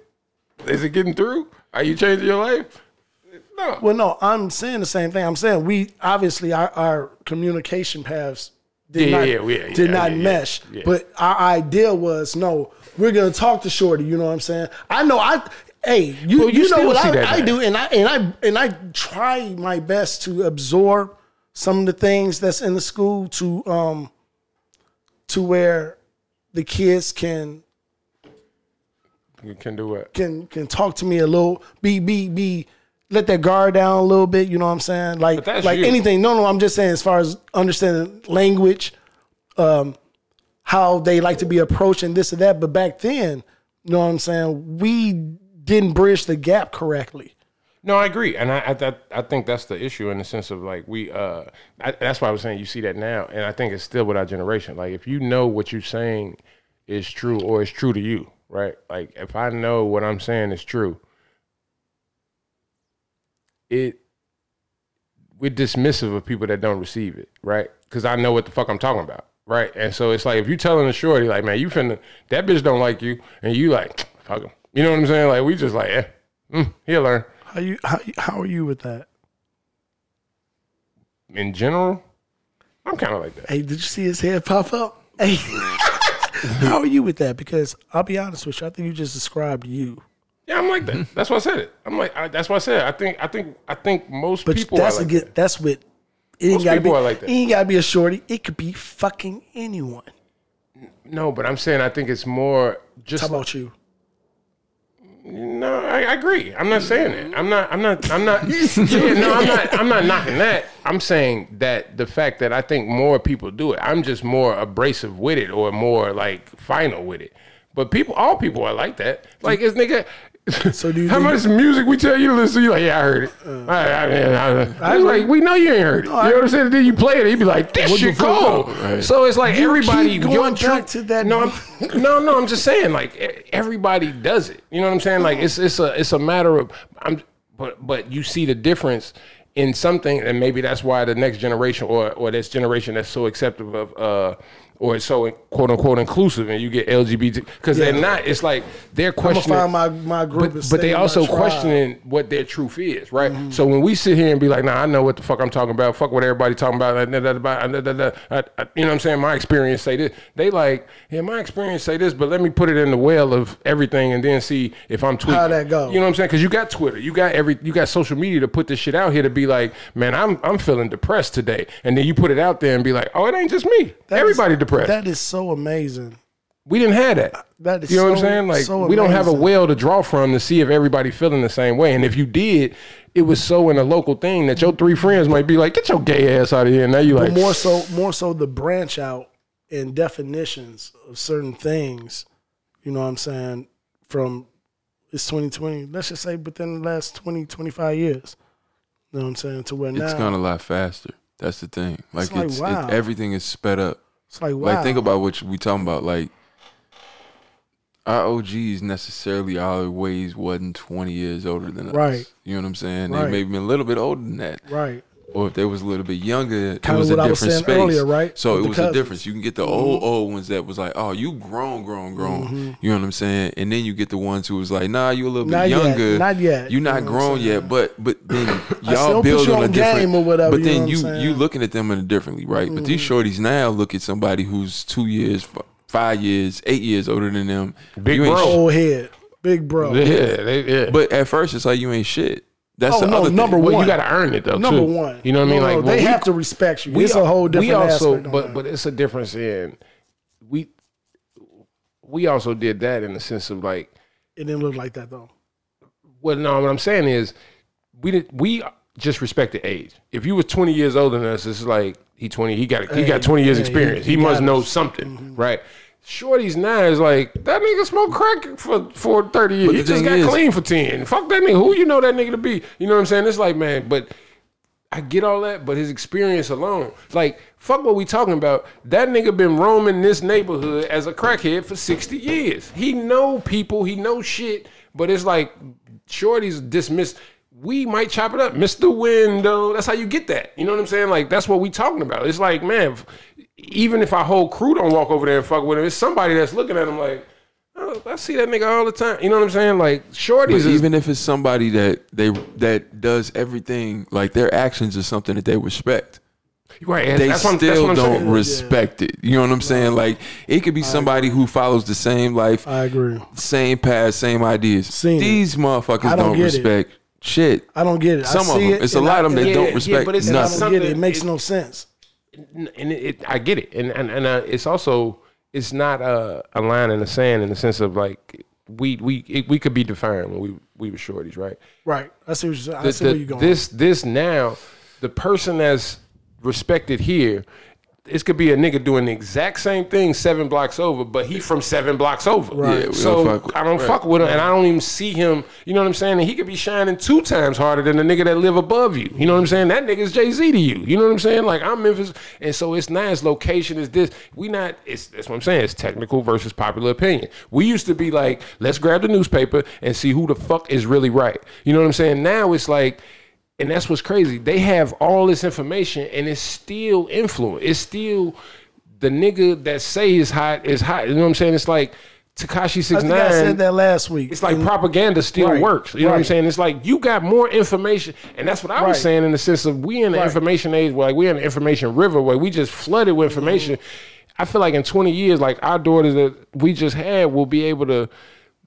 Speaker 3: Is it getting through? Are you changing your life? No.
Speaker 1: Well, no, I'm saying the same thing. I'm saying we obviously our, our communication paths did
Speaker 3: Yeah,
Speaker 1: not
Speaker 3: yeah, yeah, yeah,
Speaker 1: did
Speaker 3: yeah,
Speaker 1: not
Speaker 3: yeah,
Speaker 1: mesh.
Speaker 3: yeah.
Speaker 1: But our idea was no, we're gonna talk to Shorty. You know what I'm saying? I know I. Hey, you
Speaker 3: Well, you
Speaker 1: you, know
Speaker 3: still
Speaker 1: what
Speaker 3: see
Speaker 1: I,
Speaker 3: that
Speaker 1: I
Speaker 3: now.
Speaker 1: do, and I and I and I try my best to absorb some of the things that's in the school to um to where the kids can
Speaker 3: You can do what?
Speaker 1: can can talk to me a little, be be be let that guard down a little bit. You know what I'm saying? Like
Speaker 3: that's
Speaker 1: like
Speaker 3: you.
Speaker 1: anything. No, no, I'm just saying as far as understanding language, um, how they like to be approached and this and that. But back then, you know what I'm saying? We didn't bridge the gap correctly.
Speaker 3: No, I agree, and I I, that, I think that's the issue in the sense of like we uh I, that's why I was saying you see that now, and I think it's still with our generation. Like if you know what you're saying is true or is true to you, right? Like if I know what I'm saying is true, it we're dismissive of people that don't receive it, right? Because I know what the fuck I'm talking about, right? And so it's like if you telling a shorty like, man, you finna that bitch don't like you, and you like fuck him, you know what I'm saying? Like we just like eh, mm, he'll learn.
Speaker 1: How you how you- how are you with that?
Speaker 3: in general, I'm kind of like that.
Speaker 1: Hey, did you see his head pop up? Hey. How are you with that? Because I'll be honest with you, I think you just described you.
Speaker 3: Yeah, I'm like
Speaker 1: Mm-hmm.
Speaker 3: that. That's why I said it. I'm like I, that's why I said it. I think I think I think most
Speaker 1: But
Speaker 3: people
Speaker 1: that's
Speaker 3: are like
Speaker 1: again,
Speaker 3: that.
Speaker 1: that's with it ain't
Speaker 3: Most
Speaker 1: gotta be
Speaker 3: people are like that.
Speaker 1: it ain't gotta be a shorty. It could be fucking anyone.
Speaker 3: No, but I'm saying I think it's more just
Speaker 1: How about you?
Speaker 3: no. I, I agree. I'm not saying that. I'm not. I'm not. I'm not. yeah, no, I'm not. I'm not knocking that. I'm saying that the fact that I think more people do it. I'm just more abrasive with it or more like final with it But people, all people are like that. Like it's nigga.
Speaker 1: So do you
Speaker 3: how
Speaker 1: think- Uh.
Speaker 3: much music we tell you to listen? to, You like, yeah, I heard it. I, I, I, I, It's like we know you ain't heard it. you know what I'm saying? Then you play it, he'd be like, this
Speaker 1: What the
Speaker 3: shit
Speaker 1: fuck?
Speaker 3: cold.
Speaker 2: Right.
Speaker 3: So it's like
Speaker 1: You
Speaker 3: everybody
Speaker 1: keep going
Speaker 3: your trip-
Speaker 1: back to that-
Speaker 3: No, I'm, no, no. I'm just saying, like e- everybody does it. You know what I'm saying? Like it's it's a it's a matter of I'm, but but you see the difference in something, and maybe that's why the next generation or or this generation that's so acceptive of uh or it's so quote unquote inclusive, and you get LGBT because
Speaker 1: Yeah.
Speaker 3: they're not. It's like they're
Speaker 1: I'm gonna
Speaker 3: questioning.
Speaker 1: find my my group.
Speaker 3: But,
Speaker 1: and
Speaker 3: but
Speaker 1: stay
Speaker 3: they
Speaker 1: in Mm-hmm. my
Speaker 3: also
Speaker 1: tribe.
Speaker 3: questioning what their truth is, right? So when we sit here and be like, "Nah, I know what the fuck I'm talking about. Fuck what everybody talking about." uh, da, da, da, ba, da, da, da, uh, uh, You know what I'm saying? My experience say this. They like, yeah, my experience say this, but let me put it in the well of everything and then see if I'm tweaking.
Speaker 1: that go?
Speaker 3: You know what I'm saying? Because you got Twitter, you got every, you got social media to put this shit out here to be like, man, I'm I'm feeling depressed today, and then you put it out there and be like, oh, it ain't just me.
Speaker 1: That is-
Speaker 3: everybody depressed.
Speaker 1: That is so amazing.
Speaker 3: we didn't have that
Speaker 1: That is
Speaker 3: you know what I'm
Speaker 1: so-
Speaker 3: saying? Like
Speaker 1: so
Speaker 3: we don't have a
Speaker 1: amazing.
Speaker 3: well to draw from to see if everybody feeling the same way. And if you did, it was so in a local thing that your three friends might be like, "Get your gay ass out of here!" And now you
Speaker 1: But
Speaker 3: like,
Speaker 1: more so, more so the branch out and definitions of certain things. You know what I'm saying? From it's 2020. Let's just say within the last 20, 25 years. You know what I'm saying? To where now
Speaker 2: It's gone a lot faster. That's the thing. Like
Speaker 1: like,
Speaker 2: it's,
Speaker 1: wow.
Speaker 2: it, everything is sped up.
Speaker 1: it's like wow.
Speaker 2: Like think about what we talking about. Like our OGs necessarily always wasn't twenty years older than us.
Speaker 1: Right.
Speaker 2: You know what I'm saying?
Speaker 1: Right.
Speaker 2: They may have been a little bit older than that.
Speaker 1: right.
Speaker 2: Or if they was a little bit younger, it
Speaker 1: Kinda
Speaker 2: was a
Speaker 1: what I was
Speaker 2: different
Speaker 1: saying
Speaker 2: space.
Speaker 1: earlier, right?
Speaker 2: So
Speaker 1: With
Speaker 2: it
Speaker 1: the
Speaker 2: was
Speaker 1: cousins. Mm-hmm.
Speaker 2: a difference. You can get the old old ones that was like, oh, you grown, grown, grown. You know what I'm saying? And then you get the ones who was like, nah, you a little bit
Speaker 1: Not yet.
Speaker 2: younger.
Speaker 1: Not yet.
Speaker 2: You're
Speaker 1: You know
Speaker 2: not
Speaker 1: what I'm
Speaker 2: grown
Speaker 1: saying?
Speaker 2: yet. But but then
Speaker 1: still
Speaker 2: y'all
Speaker 1: put
Speaker 2: build
Speaker 1: you
Speaker 2: on a
Speaker 1: on
Speaker 2: different.
Speaker 1: game or whatever,
Speaker 2: but
Speaker 1: you know
Speaker 2: then
Speaker 1: what I'm
Speaker 2: you
Speaker 1: saying? Mm-hmm.
Speaker 2: you looking at them in a differently, right? But these shorties now look at somebody who's two years, f- five years, eight years older than them.
Speaker 3: Big
Speaker 2: You ain't
Speaker 3: bro.
Speaker 2: sh-
Speaker 1: Old head, big bro.
Speaker 3: yeah, they, yeah. But
Speaker 2: But at first, it's like you ain't shit. That's
Speaker 1: Oh,
Speaker 2: the
Speaker 1: no,
Speaker 2: other thing.
Speaker 1: number
Speaker 3: well,
Speaker 1: one.
Speaker 3: you got to earn it though.
Speaker 1: Number
Speaker 3: too.
Speaker 1: one.
Speaker 3: you know what I mean?
Speaker 1: No,
Speaker 3: like
Speaker 1: no,
Speaker 3: when
Speaker 1: they
Speaker 3: we-
Speaker 1: have to respect you. It's a whole different
Speaker 3: We also,
Speaker 1: aspect on
Speaker 3: but
Speaker 1: that.
Speaker 3: but it's a difference in we. We also did that in the sense of like
Speaker 1: it didn't look like that though.
Speaker 3: Well, no, what I'm saying is we did we just respected age. If you was 20 years older than us, it's like he 20, he got he
Speaker 1: Hey,
Speaker 3: got 20 years
Speaker 1: hey,
Speaker 3: experience. He,
Speaker 1: he
Speaker 3: must
Speaker 1: got
Speaker 3: know something, right? Shorty's now is like that nigga smoked crack for, for 30 years.
Speaker 2: the
Speaker 3: He just
Speaker 2: thing
Speaker 3: got
Speaker 2: is-
Speaker 3: clean for 10. Fuck that nigga. Who you know that nigga to be? You know what I'm saying? It's like, man, but I get all that, but his experience alone, like, fuck what we talking about. That nigga been roaming this neighborhood as a crackhead for 60 years. He know people, he know shit, but it's like shorties dismissed. We might chop it up. Mr. Window. That's how you get that. You know what I'm saying? Like, that's what we talking about. It's like, man, f- even if our whole crew don't walk over there and fuck with him, it's somebody that's looking at him like, oh, I see that nigga all the time. You know what I'm saying? Like, shorties
Speaker 2: But
Speaker 3: is
Speaker 2: even if it's somebody that they that does everything, like their actions is something that they respect.
Speaker 3: right.
Speaker 2: They
Speaker 3: that's what I'm- that's
Speaker 2: still
Speaker 3: what I'm
Speaker 2: don't
Speaker 3: saying.
Speaker 2: respect it. You know what I'm saying? Like it could be somebody who follows the same life,
Speaker 1: I agree.
Speaker 2: same path, same ideas.
Speaker 1: Seen it.
Speaker 2: These motherfuckers
Speaker 1: I
Speaker 2: don't,
Speaker 1: don't get it.
Speaker 2: respect shit.
Speaker 1: I don't get it.
Speaker 2: Some
Speaker 1: I
Speaker 2: of
Speaker 1: see
Speaker 2: them.
Speaker 1: it,
Speaker 2: It's a
Speaker 1: and I-
Speaker 2: lot of them that
Speaker 1: and-
Speaker 3: yeah,
Speaker 2: don't
Speaker 3: yeah,
Speaker 2: respect
Speaker 3: but it's
Speaker 1: and I
Speaker 2: nothing.
Speaker 1: don't get it. It
Speaker 3: Something-
Speaker 1: makes
Speaker 3: it-
Speaker 1: no sense.
Speaker 3: N- and it, it, I get it, and and and uh, it's also it's not uh, a a line in the sand in the sense of like we we it, we could be defined when we we were shorties, right?
Speaker 1: Right. I see what you're saying. I
Speaker 3: The-
Speaker 1: see
Speaker 3: the-
Speaker 1: where you're going.
Speaker 3: This this now the person that's respected here. This could be a nigga doing the exact same thing seven blocks over, but he from seven blocks over.
Speaker 1: Right.
Speaker 2: Yeah, we
Speaker 3: so
Speaker 2: don't fuck with-
Speaker 3: I don't
Speaker 2: right.
Speaker 3: fuck with him, and I don't even see him. You know what I'm saying? And he could be shining two times harder than the nigga that live above you. You know what I'm saying? That nigga's Jay Z to you. You know what I'm saying? Like I'm Memphis, and so it's not It's location is this. We not. It's that's what I'm saying. It's technical versus popular opinion. We used to be like, let's grab the newspaper and see who the fuck is really right. You know what I'm saying? Now it's like. And that's what's crazy. They have all this information, and it's still influence. It's still the nigga that say is hot is hot. You know what I'm saying? It's like Takashi
Speaker 1: I
Speaker 3: six
Speaker 1: think I said
Speaker 3: nine.
Speaker 1: that last week.
Speaker 3: It's like
Speaker 1: And
Speaker 3: propaganda still
Speaker 1: Right,
Speaker 3: works. You know what I'm
Speaker 1: right.
Speaker 3: saying? It's like you got more information, and that's what I
Speaker 1: Right.
Speaker 3: was saying in the sense of we in the
Speaker 1: Right.
Speaker 3: information age, where like we in the information river, where we just flooded with information. I feel like in 20 years, like our daughters that we just had will be able to.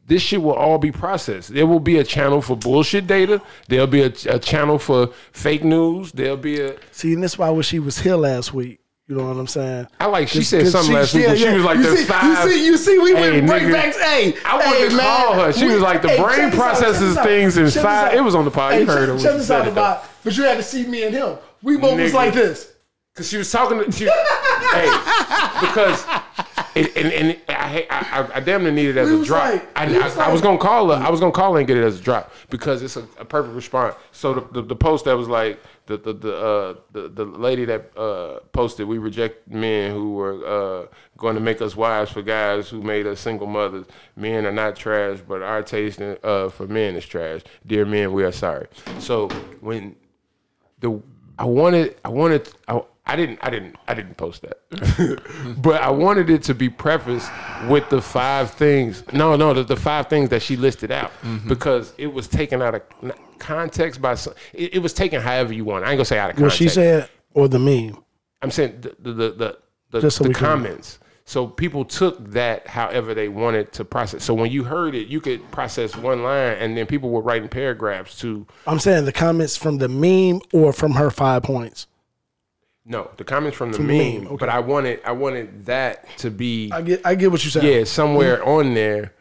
Speaker 3: This shit will all be processed. There will be a channel for bullshit data. There'll be a, a channel for fake news. There'll be a
Speaker 1: see, and that's why I wish she was here last week. You know what I'm saying?
Speaker 3: I like she
Speaker 1: Cause-
Speaker 3: said
Speaker 1: cause
Speaker 3: something last week.
Speaker 1: yeah,
Speaker 3: when She
Speaker 1: yeah.
Speaker 3: was like
Speaker 1: you
Speaker 3: the
Speaker 1: see,
Speaker 3: five.
Speaker 1: You see, you see, we
Speaker 3: Hey,
Speaker 1: went
Speaker 3: nigga.
Speaker 1: right back. Hey,
Speaker 3: I wanted
Speaker 1: hey,
Speaker 3: to
Speaker 1: man.
Speaker 3: call her. She
Speaker 1: We-
Speaker 3: was like, the brain
Speaker 1: check this out,
Speaker 3: processes
Speaker 1: check this out,
Speaker 3: things in
Speaker 1: check this
Speaker 3: five-
Speaker 1: out.
Speaker 3: it was on the pod.
Speaker 1: Hey,
Speaker 3: You heard
Speaker 1: check-
Speaker 3: her when
Speaker 1: Check
Speaker 3: she
Speaker 1: this
Speaker 3: said
Speaker 1: out
Speaker 3: it, though.
Speaker 1: about. But you had to see me and him. We both was
Speaker 3: Nigga.
Speaker 1: like this.
Speaker 3: Cause she was talking to she, hey, because and, and, and I, hate- I, I, I damn near need it as
Speaker 1: We
Speaker 3: a
Speaker 1: was
Speaker 3: drop.
Speaker 1: like-
Speaker 3: I,
Speaker 1: we
Speaker 3: I,
Speaker 1: was
Speaker 3: I was
Speaker 1: like-
Speaker 3: gonna call her. I was gonna call her and get it as a drop because it's a, a perfect response. So the, the, the post that was like the the the, uh, the the lady that uh, posted, we reject men who were uh, going to make us wives for guys who made us single mothers. Men are not trash, but our taste in- uh, for men is trash. Dear men, we are sorry. So when the I wanted I wanted I, I didn't I didn't I didn't post that, but I wanted it to be prefaced with the five things. No, no, the, the five things that she listed out because it was taken out of n- context by some, it, it was taken however you want. I ain't gonna say out of
Speaker 1: What
Speaker 3: context.
Speaker 1: she said or the meme.
Speaker 3: I'm saying the the the, the, the,
Speaker 1: Just so
Speaker 3: the
Speaker 1: we can-
Speaker 3: comments. So people took that however they wanted to process. So when you heard it, you could process one line, and then people were writing paragraphs to
Speaker 1: I'm saying the comments from the meme or from her five points.
Speaker 3: No, the comments from the
Speaker 1: meme,
Speaker 3: meme, but I wanted I wanted that to be
Speaker 1: I get I get what you said. Mm-hmm.
Speaker 3: yeah somewhere on there.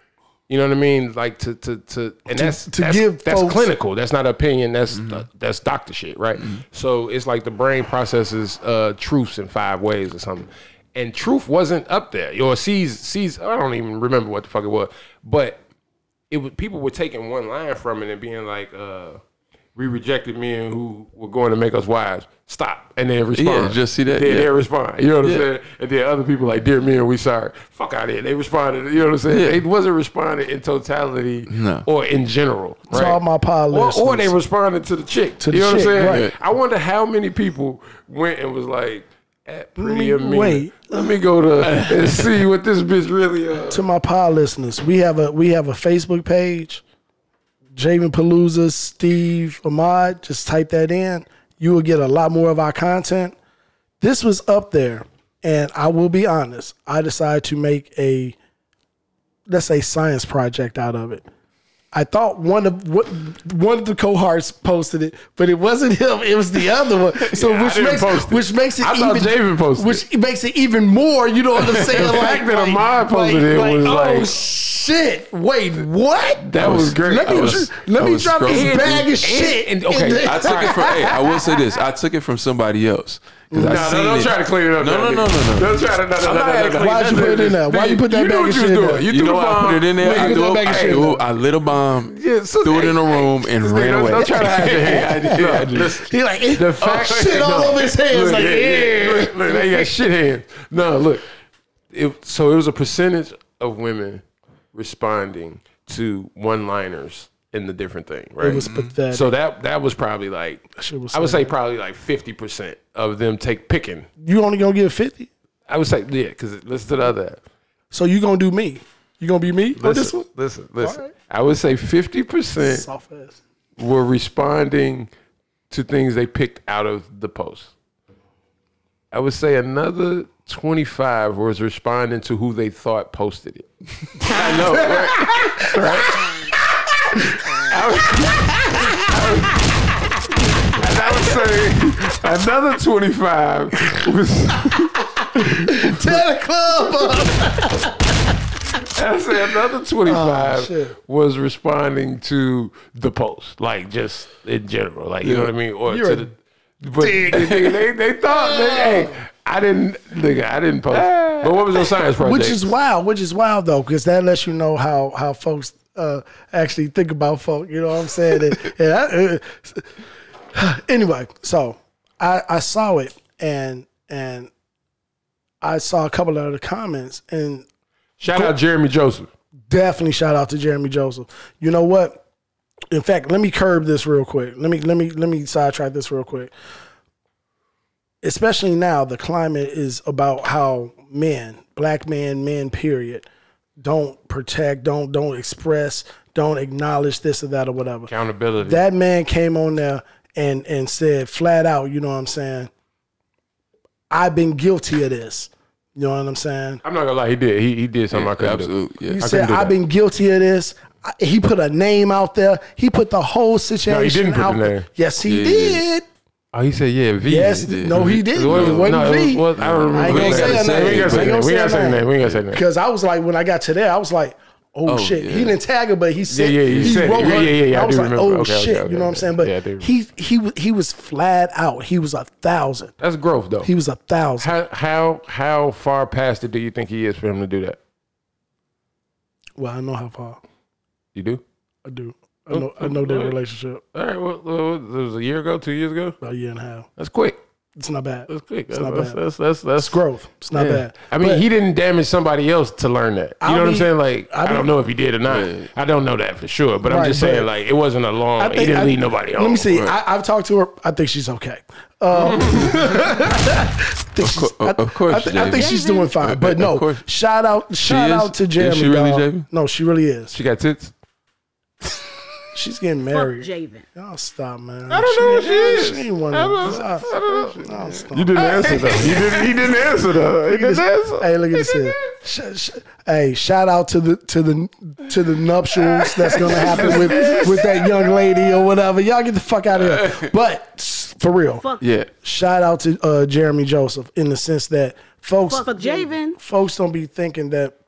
Speaker 3: You know what I mean? Like to to to and that's
Speaker 1: to
Speaker 3: that's,
Speaker 1: give
Speaker 3: that's
Speaker 1: folks-
Speaker 3: clinical. That's not opinion. That's
Speaker 2: Mm-hmm.
Speaker 3: uh, that's doctor shit, right? So it's like the brain processes uh, truths in five ways or something. And truth wasn't up there. Or sees sees I don't even remember what the fuck it was, but it was people were taking one line from it and being like, uh, "We rejected men who were going to make us wives." Stop, and then respond.
Speaker 2: Yeah, just see that, yeah.
Speaker 3: Then they respond. You know what I'm
Speaker 2: Yeah.
Speaker 3: saying? And then other people like, "Dear men, we sorry." Fuck out of here. They responded. You know what I'm saying?
Speaker 2: Yeah.
Speaker 3: They wasn't responding in totality
Speaker 2: No.
Speaker 3: or in general.
Speaker 1: To
Speaker 3: right?
Speaker 1: all my pod
Speaker 3: Or, or
Speaker 1: listeners.
Speaker 3: they responded to the chick.
Speaker 1: To the
Speaker 3: you know
Speaker 1: chick,
Speaker 3: what I'm saying?
Speaker 1: right.
Speaker 3: I wonder how many people went and was like. At pretty
Speaker 1: Let me-
Speaker 3: Amina.
Speaker 1: wait.
Speaker 3: Let me go to and see what this bitch really. Uh,
Speaker 1: To my pod listeners, we have a we have a Facebook page. Javen Palooza, Steve Ahmad. Just type that in. You will get a lot more of our content. This was up there, and I will be honest. I decided to make a let's say science project out of it. I thought one of what one of the cohorts posted it, but it wasn't him. It was the other one. So
Speaker 3: Yeah, I
Speaker 1: which
Speaker 3: didn't
Speaker 1: makes
Speaker 3: post it.
Speaker 1: which makes it
Speaker 3: I thought
Speaker 1: even
Speaker 3: Javen posted
Speaker 1: which makes it even more. You know what I'm saying?
Speaker 3: The fact that Ahmad posted it was
Speaker 1: oh
Speaker 3: like-
Speaker 1: shit! Wait, what?
Speaker 3: That was great.
Speaker 1: Let
Speaker 3: I
Speaker 1: me
Speaker 3: was-
Speaker 1: dr- let
Speaker 2: I
Speaker 1: me
Speaker 2: was
Speaker 1: drop this
Speaker 2: scrolling
Speaker 1: bag
Speaker 2: through-
Speaker 1: of shit.
Speaker 3: and- okay,
Speaker 1: in the-
Speaker 2: I took it from. hey, I will say this. I took it from somebody else. 'cause I
Speaker 3: No,
Speaker 2: seen
Speaker 3: no, don't
Speaker 2: it.
Speaker 3: try to clean it up.
Speaker 2: No, no,
Speaker 3: though,
Speaker 2: no,
Speaker 3: nigga.
Speaker 2: no, no.
Speaker 3: Don't try to. No, no,
Speaker 2: I'm
Speaker 3: no,
Speaker 2: not
Speaker 3: no,
Speaker 2: gonna
Speaker 3: no,
Speaker 2: clean
Speaker 1: Why'd you
Speaker 2: nothing
Speaker 1: put it
Speaker 2: up.
Speaker 1: in there? Why you put that
Speaker 3: You know
Speaker 1: bag of
Speaker 3: what you
Speaker 1: shit
Speaker 3: was
Speaker 1: in
Speaker 3: doing.
Speaker 1: there?
Speaker 3: You
Speaker 2: You
Speaker 3: threw
Speaker 2: know
Speaker 3: the
Speaker 2: why I put
Speaker 3: bomb.
Speaker 2: it in
Speaker 3: Nigga,
Speaker 2: there? I
Speaker 3: put
Speaker 2: threw,
Speaker 1: that
Speaker 2: a,
Speaker 1: bag of
Speaker 2: I
Speaker 1: shit in
Speaker 2: threw-
Speaker 1: there.
Speaker 2: I lit a bomb,
Speaker 3: Yeah, so-
Speaker 2: threw it in a
Speaker 3: hey,
Speaker 2: room, and
Speaker 3: this nigga
Speaker 2: ran
Speaker 3: don't-
Speaker 2: away.
Speaker 3: Don't try to hide your hand. I did. Listen.
Speaker 1: He like eh,
Speaker 3: The fact
Speaker 1: shit all
Speaker 3: no.
Speaker 1: over his hands.
Speaker 3: Look,
Speaker 1: Like
Speaker 3: yeah, yeah,
Speaker 1: yeah.
Speaker 3: Look, look, they got shit hands. No, look. It, so it was a percentage of women responding to one-liners in the different thing, right?
Speaker 1: It was pathetic.
Speaker 3: so that that was probably like
Speaker 1: shit was
Speaker 3: I would
Speaker 1: so
Speaker 3: say probably like fifty percent of them take picking.
Speaker 1: you only gonna get fifty,
Speaker 3: I would say yeah, because listen to the other. half.
Speaker 1: so you gonna do me? You gonna be me on Oh, this
Speaker 3: Listen,
Speaker 1: one?
Speaker 3: listen, listen.
Speaker 1: right.
Speaker 3: I would say fifty percent
Speaker 1: Soft ass.
Speaker 3: were responding to things they picked out of the post. I would say another 25 was responding to who they thought posted it. I know, right? Right? I would, I would- and I would say another 25 was.
Speaker 1: Tear the club up.
Speaker 3: I say another 25
Speaker 1: shit.
Speaker 3: was responding to the post, like just in general, like you know what I mean, or
Speaker 1: You're a
Speaker 3: to the. But they, they, they thought, they, hey, I didn't, nigga, I didn't post. But what was your science project?
Speaker 1: Which is wild. Which is wild though, because that lets you know how how folks uh, actually think about folk. You know what I'm saying? And- and I- uh, anyway, so I I saw it and and I saw a couple of the comments and
Speaker 3: shout out Jeremy Joseph.
Speaker 1: definitely shout out to Jeremy Joseph. You know what? In fact, let me curb this real quick. Let me let me let me sidetrack this real quick. Especially now, the climate is about how men, black men, men, period, don't protect, don't don't express, don't acknowledge this or that or whatever.
Speaker 3: Accountability.
Speaker 1: That man came on there and and said flat out, you know what I'm saying? I've been guilty of this. You know what I'm saying?
Speaker 3: I'm not gonna lie, he did. He, he did something I couldn't
Speaker 2: Absolutely,
Speaker 1: He
Speaker 2: yeah.
Speaker 1: said,
Speaker 3: do
Speaker 1: I've
Speaker 3: that.
Speaker 1: been guilty of this. I- He put a name out there. He put the whole situation
Speaker 3: put the
Speaker 1: out there.
Speaker 3: name.
Speaker 1: Yes, he
Speaker 2: Yeah, he
Speaker 1: did.
Speaker 3: do. Oh, he said, yeah, V.
Speaker 1: Yes,
Speaker 2: did.
Speaker 1: no, he didn't. it wasn't
Speaker 3: no,
Speaker 1: V.
Speaker 3: it was, I don't remember.
Speaker 1: I ain't
Speaker 3: We
Speaker 1: gonna
Speaker 3: ain't
Speaker 1: say her
Speaker 3: gotta say-
Speaker 1: name.
Speaker 3: We
Speaker 1: I
Speaker 3: ain't
Speaker 1: ain't
Speaker 3: gotta say
Speaker 1: gonna
Speaker 3: her name. We
Speaker 1: say her
Speaker 3: ain't gotta say her name. We ain't gotta say her name.
Speaker 1: Because I was like, when I got to there, I was like, oh,
Speaker 2: Oh,
Speaker 1: shit,
Speaker 2: yeah.
Speaker 1: he didn't tag her, but he said,
Speaker 3: yeah, he said it.
Speaker 1: wrote
Speaker 3: Yeah,
Speaker 1: her.
Speaker 3: yeah, yeah, yeah,
Speaker 1: I
Speaker 3: I
Speaker 1: was
Speaker 3: do
Speaker 1: like,
Speaker 3: remember.
Speaker 1: oh
Speaker 3: Okay, okay,
Speaker 1: shit,
Speaker 3: okay,
Speaker 1: you know what I'm saying? But
Speaker 3: yeah, I do remember.
Speaker 1: he he was he was flat out. He was a thousand.
Speaker 3: That's growth, though.
Speaker 1: He was a thousand.
Speaker 3: how how how far past it do you think he is for him to do that?
Speaker 1: Well, I know how far
Speaker 3: You do?
Speaker 1: I do. I know I know their relationship
Speaker 3: Oh, All right. Well, well, it was a year ago, two years ago.
Speaker 1: about a year and a half.
Speaker 3: That's quick.
Speaker 1: It's not bad.
Speaker 3: That's quick.
Speaker 1: It's
Speaker 3: That's
Speaker 1: not
Speaker 3: that's,
Speaker 1: bad.
Speaker 3: that's that's that's
Speaker 1: It's growth. It's not
Speaker 3: Yeah.
Speaker 1: bad.
Speaker 3: I mean,
Speaker 1: But-
Speaker 3: he didn't damage somebody else to learn that. You
Speaker 1: I
Speaker 3: know what I'm
Speaker 1: mean-
Speaker 3: saying? Like, I,
Speaker 1: I mean-
Speaker 3: don't know if he did or not.
Speaker 2: Yeah.
Speaker 3: I don't know that for sure. But I'm
Speaker 1: Right,
Speaker 3: just saying,
Speaker 1: but-
Speaker 3: like, it wasn't a long.
Speaker 2: Oh,
Speaker 1: I
Speaker 3: he
Speaker 1: think-
Speaker 3: didn't
Speaker 1: I-
Speaker 3: leave nobody.
Speaker 1: Let me
Speaker 3: on.
Speaker 1: see.
Speaker 2: Right.
Speaker 1: I, I've talked to her. I think she's okay. Um, think she's-
Speaker 2: cour-
Speaker 1: I-
Speaker 2: of course,
Speaker 1: I, thi- I
Speaker 2: Jamie.
Speaker 1: think she's doing fine. But
Speaker 2: Of
Speaker 1: no,
Speaker 2: course.
Speaker 1: shout out, shout
Speaker 2: is?
Speaker 1: out to
Speaker 2: Is
Speaker 1: Jeremy.
Speaker 2: she really
Speaker 1: dawg.
Speaker 2: Jamie?
Speaker 1: No, she really is.
Speaker 2: She got tits.
Speaker 1: She's getting
Speaker 5: Fuck
Speaker 1: married.
Speaker 5: Javen.
Speaker 1: Y'all stop, man. I don't know she, she is. She ain't one of them. Y'all stop.
Speaker 3: You didn't answer though. You didn't. He didn't answer though. He didn't answer.
Speaker 1: Hey, look at this here. Sh- sh- hey, shout out to the to the to the nuptials that's gonna happen with with that young lady or whatever. Y'all get the fuck out of here. But s- for real,
Speaker 5: Fuck,
Speaker 2: Yeah.
Speaker 1: shout out to uh, Jeremy Joseph in the sense that folks
Speaker 5: fuck Javen.
Speaker 1: folks don't be thinking that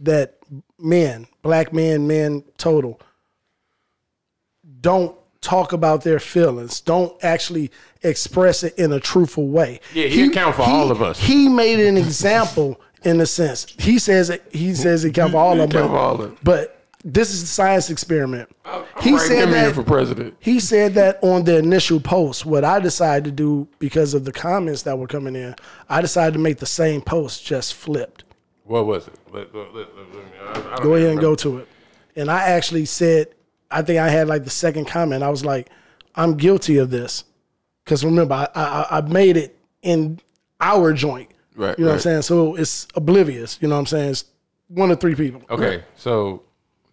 Speaker 1: that men, black men, men total, don't talk about their feelings, don't actually express it in a truthful way.
Speaker 3: Yeah, he account for all of us.
Speaker 1: He made an example in a sense. He says it, he says he count for all of
Speaker 2: He count
Speaker 1: them.
Speaker 2: for
Speaker 1: but-
Speaker 2: all of them.
Speaker 1: But this is a science experiment. he
Speaker 2: Right,
Speaker 1: said
Speaker 2: him here
Speaker 1: that
Speaker 2: for president.
Speaker 1: he said that on the initial post. What I decided to do because of the comments that were coming in, I decided to make the same post just flipped.
Speaker 3: What was it? Let- let- let- let me- I- I don't
Speaker 1: Go ahead and
Speaker 3: remember.
Speaker 1: go to it. And I actually said, I think I had like the second comment. I was like, I'm guilty of this. Because remember, I, I I made it in our joint.
Speaker 2: Right,
Speaker 1: You know what I'm
Speaker 2: right.
Speaker 1: saying? So it's oblivious. You know what I'm saying? It's one of three people.
Speaker 3: Okay, so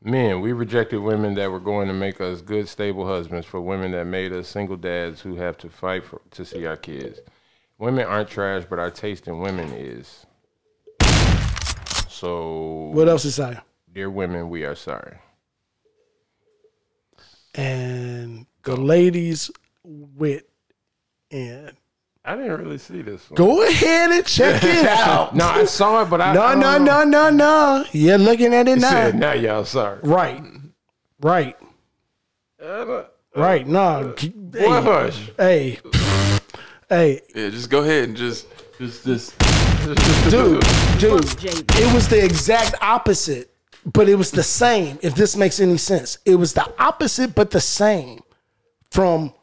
Speaker 3: men, we rejected women that were going to make us good, stable husbands for women that made us single dads who have to fight for, to see our kids. Women aren't trash, but our taste in women is. So,
Speaker 1: What else is I?
Speaker 3: dear women, we are sorry.
Speaker 1: And the ladies went in.
Speaker 3: I didn't really see this one.
Speaker 1: Go ahead and check it out.
Speaker 3: No, I saw it, but I
Speaker 1: No,
Speaker 3: I don't
Speaker 1: no,
Speaker 3: know.
Speaker 1: no, no, no. You're looking at it
Speaker 3: It
Speaker 1: now.
Speaker 3: Um, said, now y'all sorry.
Speaker 1: Right. Right. Right. Nah. G-
Speaker 3: Boy,
Speaker 1: Hey.
Speaker 3: hush.
Speaker 1: Hey. Hey,
Speaker 2: Yeah, just go ahead and just, just, just.
Speaker 1: dude, dude.
Speaker 5: Javen.
Speaker 1: It was the exact opposite, but it was the same, if this makes any sense. It was the opposite, but the same from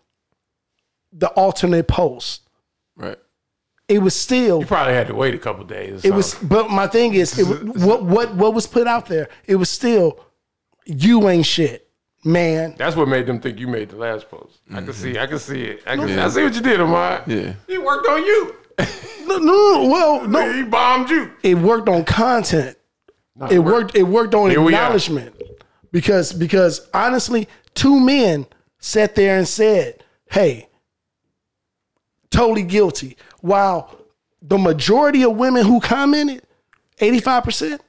Speaker 1: the alternate post.
Speaker 2: Right.
Speaker 1: It was still
Speaker 3: You probably had to wait a couple days. or
Speaker 1: It was,
Speaker 3: something.
Speaker 1: but my thing is, it, wa- what what what was put out there? It was still, you ain't shit, man.
Speaker 3: That's what made them think you made the last post. I can see. I can see it. I can. I see what you did, Amar.
Speaker 2: Yeah.
Speaker 3: He worked on you.
Speaker 1: No, no, no, well, no,
Speaker 3: He bombed you.
Speaker 1: it worked on content. It worked. It worked on
Speaker 3: Here we are.
Speaker 1: acknowledgement because because honestly, two men sat there and said, "Hey, totally guilty." While the majority of women who commented, eighty five percent,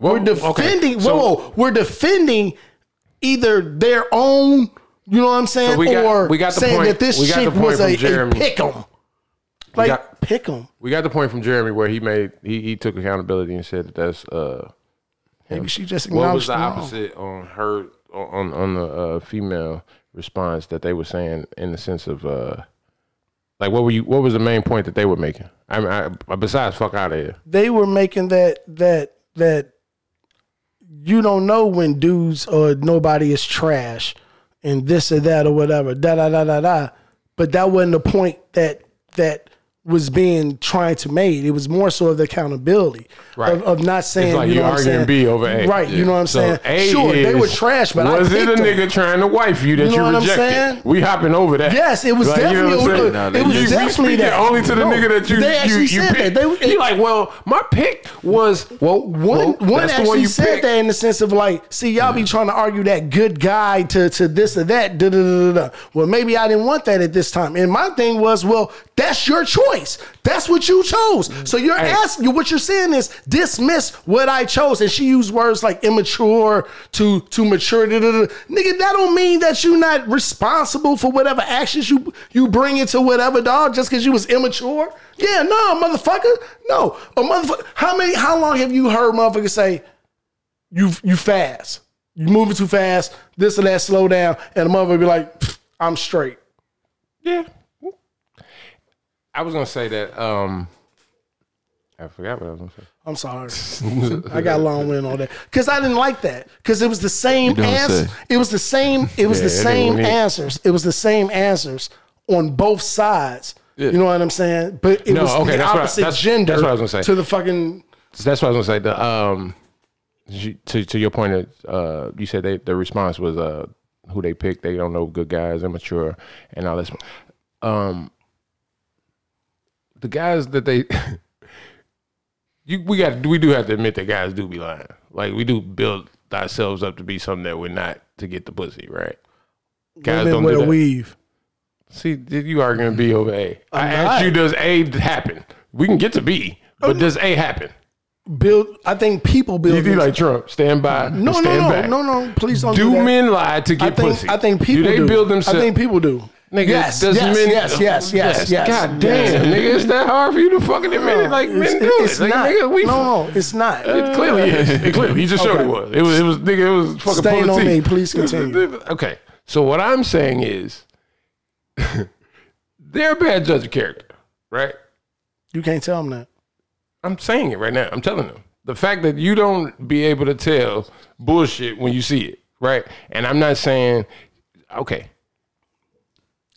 Speaker 3: We're
Speaker 1: we're defending. whoa, whoa, we're defending either their own. You know what I'm saying?
Speaker 3: we got-
Speaker 1: or
Speaker 3: we got the
Speaker 1: saying
Speaker 3: point-
Speaker 1: that this
Speaker 3: we got the
Speaker 1: chick
Speaker 3: point
Speaker 1: was
Speaker 3: from
Speaker 1: a, a
Speaker 3: Jeremy.
Speaker 1: pick 'em. Like
Speaker 3: got-
Speaker 1: pick 'em.
Speaker 3: We got the point from Jeremy where he made he, he took accountability and said that that's uh
Speaker 1: Maybe she just
Speaker 3: what was
Speaker 1: acknowledged
Speaker 3: the
Speaker 1: the wrong.
Speaker 3: opposite on her on on the uh, female response that they were saying in the sense of uh like what were you what was the main point that they were making? I mean, I, besides fuck out of here.
Speaker 1: they were making that that that you don't know when dudes or nobody is trash and this or that or whatever da da da da da but that wasn't the point that that was being tried to made it was more so of the accountability
Speaker 3: Right.
Speaker 1: of, of not saying
Speaker 3: like
Speaker 1: you know
Speaker 3: you're
Speaker 1: what I'm
Speaker 3: arguing
Speaker 1: saying
Speaker 3: B over A.
Speaker 1: right you know what I'm saying
Speaker 3: A
Speaker 1: sure they
Speaker 3: is,
Speaker 1: were trash but
Speaker 3: was
Speaker 1: I
Speaker 3: it a
Speaker 1: picked them.
Speaker 3: nigga trying to wife you that
Speaker 1: You
Speaker 3: you,
Speaker 1: know what I'm
Speaker 3: rejected?
Speaker 1: saying?
Speaker 3: We hopping over that.
Speaker 1: Yes, it was
Speaker 3: Like, you know
Speaker 1: definitely.
Speaker 3: what I'm saying?
Speaker 2: Nah,
Speaker 1: it was
Speaker 2: you- we
Speaker 1: definitely
Speaker 3: speaking
Speaker 1: that.
Speaker 3: only to the
Speaker 1: No,
Speaker 3: nigga that you
Speaker 1: they
Speaker 3: you,
Speaker 1: actually
Speaker 3: you
Speaker 1: said
Speaker 3: picked.
Speaker 1: that. They,
Speaker 3: you like, well, my pick was well
Speaker 1: One,
Speaker 3: well,
Speaker 1: one
Speaker 3: that's the
Speaker 1: actually
Speaker 3: one you
Speaker 1: said
Speaker 3: picked.
Speaker 1: that in the sense of like, see, y'all be trying to argue that good guy to, to this or that. Da, da, da, da, da. Well, maybe I didn't want that at this time. And my thing was, well, that's your choice. That's what you chose. So you're
Speaker 3: Hey.
Speaker 1: asking, what you're saying is dismiss what I chose. And she used words like immature to to mature. Da, da, da. Nigga, that don't mean that you're not responsible for whatever actions you you bring into whatever dog just because you was immature. Yeah, no, motherfucker. No, a motherfucker. How many? How long have you heard motherfuckers say? you you fast. You moving too fast. This and that slow down, and the mother be like, "Pfft, I'm straight.
Speaker 3: Yeah. I was gonna say that. Um, I forgot what I was gonna
Speaker 1: I'm sorry.
Speaker 3: say.
Speaker 1: I got long winded on that because I didn't like that because it was the same
Speaker 2: You don't
Speaker 1: answer.
Speaker 2: say.
Speaker 1: It was the same. It was
Speaker 3: Yeah,
Speaker 1: the
Speaker 3: it ain't
Speaker 1: same
Speaker 3: me.
Speaker 1: answers. It was the same answers on both sides.
Speaker 2: Yeah.
Speaker 1: You know what I'm saying? But it
Speaker 3: No,
Speaker 1: was
Speaker 3: okay,
Speaker 1: the
Speaker 3: that's what I-
Speaker 1: opposite
Speaker 3: that's-
Speaker 1: gender
Speaker 3: that's what I was gonna say.
Speaker 1: to the fucking
Speaker 3: So that's what I was gonna say. The um, you- to to your point, of, uh, you said they the response was uh, who they picked. They don't know good guys, immature, and all this. Um, the guys that they, you we got we do have to admit that guys do be lying. Like we do build ourselves up to be something that we're not to get the pussy, right? Guys
Speaker 1: women
Speaker 3: don't
Speaker 1: with
Speaker 3: do
Speaker 1: a
Speaker 3: that.
Speaker 1: weave.
Speaker 3: See, did you arguing B over A? I
Speaker 1: I'm
Speaker 3: asked
Speaker 1: not.
Speaker 3: you, does A happen? We can get to B, but does A happen?
Speaker 1: Build. I think people build.
Speaker 3: You do like Trump. Stand by. and
Speaker 1: no, no,
Speaker 3: stand
Speaker 1: no,
Speaker 3: back.
Speaker 1: no, no. Please don't do
Speaker 3: Do
Speaker 1: that.
Speaker 3: men lie to
Speaker 1: I think
Speaker 3: get pussy?
Speaker 1: I think people
Speaker 3: do. They build themselves.
Speaker 1: I think people do.
Speaker 3: nigga,
Speaker 1: yes,
Speaker 3: does
Speaker 1: yes,
Speaker 3: men-
Speaker 1: yes, yes, yes, yes.
Speaker 3: God
Speaker 1: yes.
Speaker 3: damn, nigga, it's that hard for you to fucking admit it. Like
Speaker 1: it's,
Speaker 3: men do
Speaker 1: it's
Speaker 3: it. Like,
Speaker 1: not.
Speaker 3: nigga, we Uh,
Speaker 1: no, no, it's not.
Speaker 3: It clearly is. It clearly. He just showed it was. It was. It was. Nigga, it was fucking.
Speaker 1: Staying
Speaker 3: pulling
Speaker 1: on
Speaker 3: teeth.
Speaker 1: me, please continue.
Speaker 3: Okay, so what I'm saying is, they're a bad judge of character, right?
Speaker 1: You can't tell them that.
Speaker 3: I'm saying it right now. I'm telling them the fact that you don't be able to tell bullshit when you see it, right? And I'm not saying, okay,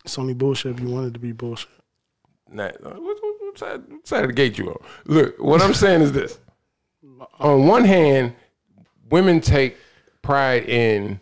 Speaker 1: It's only bullshit if you want it to be bullshit.
Speaker 3: not, what, what, what side, what side of the gate you on? Look, what I'm saying is this: on one hand, women take pride in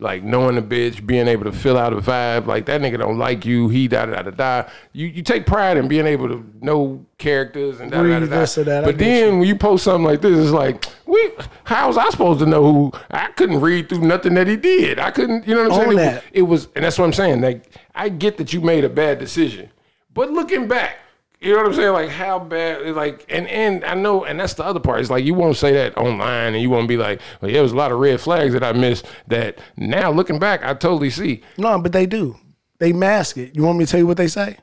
Speaker 3: like knowing the bitch, being able to fill out a vibe. Like that nigga don't like you. He da da da da. da. You you take pride in being able to know characters and da da da.
Speaker 1: Read this or
Speaker 3: da.
Speaker 1: that, I
Speaker 3: But
Speaker 1: get
Speaker 3: then when you post something like this, it's like, we how was I supposed to know who? I couldn't read through nothing that he did. I couldn't. You know what I'm
Speaker 1: Own
Speaker 3: saying? It
Speaker 1: that.
Speaker 3: was- it was, and that's what I'm saying. Like I get that you made a bad decision, but looking back. You know what I'm saying? Like how bad? Like and and I know, and that's the other part. It's like you won't say that online, and you won't be like, "Well, yeah, there was a lot of red flags that I missed." That now looking back, I totally see.
Speaker 1: No, but they do. They mask it. You want me to tell you what they say?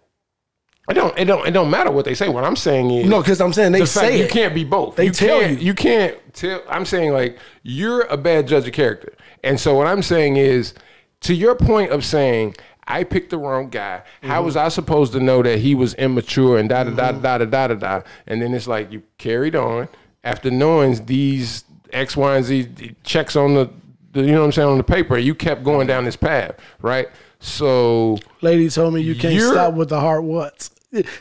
Speaker 3: I don't. It don't. It don't matter what they say. What I'm saying is,
Speaker 1: No, because I'm saying they
Speaker 3: the fact
Speaker 1: say
Speaker 3: you
Speaker 1: it.
Speaker 3: can't be both.
Speaker 1: They
Speaker 3: you
Speaker 1: tell
Speaker 3: can't,
Speaker 1: you.
Speaker 3: You can't tell. I'm saying like you're a bad judge of character, and so what I'm saying is, to your point of saying I picked the wrong guy.
Speaker 1: Mm-hmm.
Speaker 3: How was I supposed to know that he was immature and da da da da da da da da? And then it's like you carried on after knowing these X, Y, and Z checks on the, the you know what I'm saying on the paper. You kept
Speaker 1: Mm-hmm.
Speaker 3: going down this path, right? So
Speaker 1: Lady told me you can't
Speaker 3: You're-
Speaker 1: stop with the heart what's.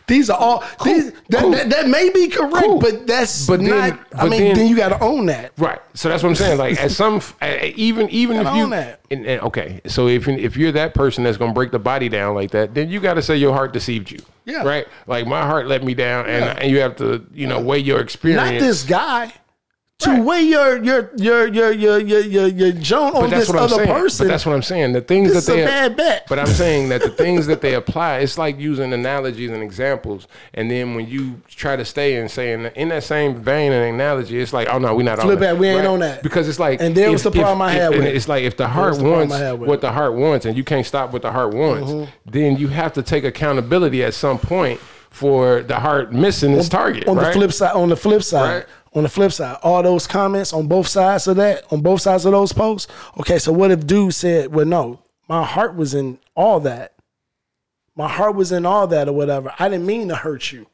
Speaker 1: These are all these, that,
Speaker 3: cool.
Speaker 1: that, that may be correct,
Speaker 3: Cool.
Speaker 1: but that's
Speaker 3: But then-
Speaker 1: not. I
Speaker 3: but
Speaker 1: mean,
Speaker 3: then-
Speaker 1: then, you got to own that.
Speaker 3: Right. So that's what I'm saying. Like at some, at- at even even if
Speaker 1: Got
Speaker 3: you,
Speaker 1: on that.
Speaker 3: And, and- okay, so if if you're that person that's gonna break the body down like that, then you got to say your heart deceived you.
Speaker 1: Yeah.
Speaker 3: Right. Like my heart let me down, and, and you have to you know weigh your experience.
Speaker 1: Not this guy. To
Speaker 3: Right.
Speaker 1: weigh your your your your your your your, your Joan
Speaker 3: But
Speaker 1: on
Speaker 3: that's
Speaker 1: this
Speaker 3: what I'm
Speaker 1: other
Speaker 3: saying.
Speaker 1: person.
Speaker 3: But that's what I'm saying. The things
Speaker 1: This
Speaker 3: that they
Speaker 1: is a bad bet.
Speaker 3: But I'm saying that the things that they apply, it's like using analogies and examples. And then when you try to stay and saying in that same vein and analogy, it's like, oh no, we're not on
Speaker 1: Flip
Speaker 3: that.
Speaker 1: back, we ain't on that.
Speaker 3: Because it's like,
Speaker 1: And there was the problem I had
Speaker 3: and
Speaker 1: with it.
Speaker 3: It's like if the heart
Speaker 1: was the problem
Speaker 3: wants
Speaker 1: I had with
Speaker 3: what
Speaker 1: it. Mm-hmm.
Speaker 3: the heart wants, and you can't stop what the heart wants, then you have to take accountability at some point for the heart missing its target.
Speaker 1: on the
Speaker 3: right?
Speaker 1: flip side on the flip side
Speaker 3: Right.
Speaker 1: on the flip side all those comments on both sides of that on both sides of those posts okay so what if dude said well no my heart was in all that my heart was in all that or whatever i didn't mean to hurt you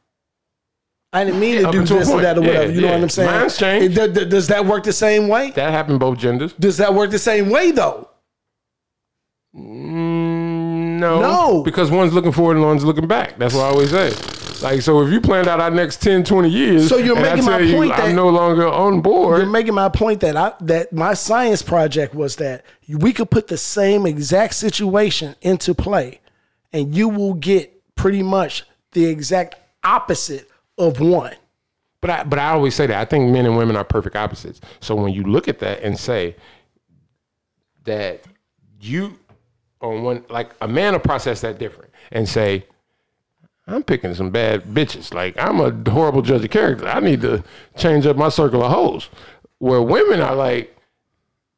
Speaker 1: i didn't mean
Speaker 3: up
Speaker 1: to do
Speaker 3: until a
Speaker 1: this or
Speaker 3: point.
Speaker 1: that or
Speaker 3: Yeah,
Speaker 1: whatever you know
Speaker 3: yeah.
Speaker 1: what i'm saying
Speaker 3: Mine's changed.
Speaker 1: It- th- th- does that work the same way
Speaker 3: that happened both genders.
Speaker 1: does that work the same way though
Speaker 3: Mm, no.
Speaker 1: No.
Speaker 3: Because one's looking forward and one's looking back. That's what I always say. Like, so if you planned out our next 10, 20 years,
Speaker 1: So you're
Speaker 3: and
Speaker 1: making
Speaker 3: I
Speaker 1: my
Speaker 3: tell you
Speaker 1: point that-
Speaker 3: I'm no longer on
Speaker 1: You're
Speaker 3: board.
Speaker 1: making my point that I that my science project was that we could put the same exact situation into play, and you will get pretty much the exact opposite of one.
Speaker 3: But I, but I always say that. I think men and women are perfect opposites. So when you look at that and say that you, on one, like a man will process that different and say, I'm picking some bad bitches. Like I'm a horrible judge of character. I need to change up my circle of hoes. Where women are like,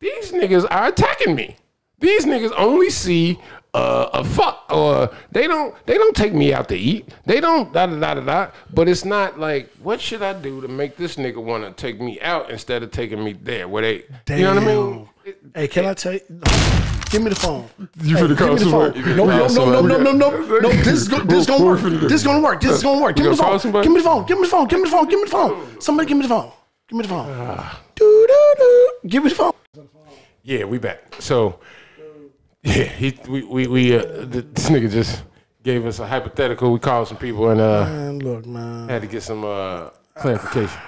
Speaker 3: these niggas are attacking me. These niggas only see a, a fuck or they don't they don't take me out to eat. They don't da da da da da. But it's not like what should I do to make this nigga want to take me out instead of taking me there where they you know what I mean.
Speaker 1: Hey, can I tell you? Give me the phone.
Speaker 2: You
Speaker 1: hey,
Speaker 2: finna
Speaker 1: give
Speaker 2: call
Speaker 1: me the phone.
Speaker 2: somebody. You finna
Speaker 1: No, no,
Speaker 2: call
Speaker 1: no, no,
Speaker 2: somebody.
Speaker 1: no, no, no, no. This is go, this gonna work. This is gonna work. This is gonna work. Give me
Speaker 3: You
Speaker 1: the
Speaker 3: gonna
Speaker 1: phone.
Speaker 3: call somebody?
Speaker 1: Give me the phone. Give me the phone. Give me the phone. Give me the phone. Somebody give me the phone. Give me the phone.
Speaker 2: Ah.
Speaker 1: Do do do. Give me the phone.
Speaker 3: Yeah, we back. So, yeah, he we we, we uh, th- this nigga just gave us a hypothetical. We called some people and uh
Speaker 1: Man, look, man.
Speaker 3: had to get some uh clarification.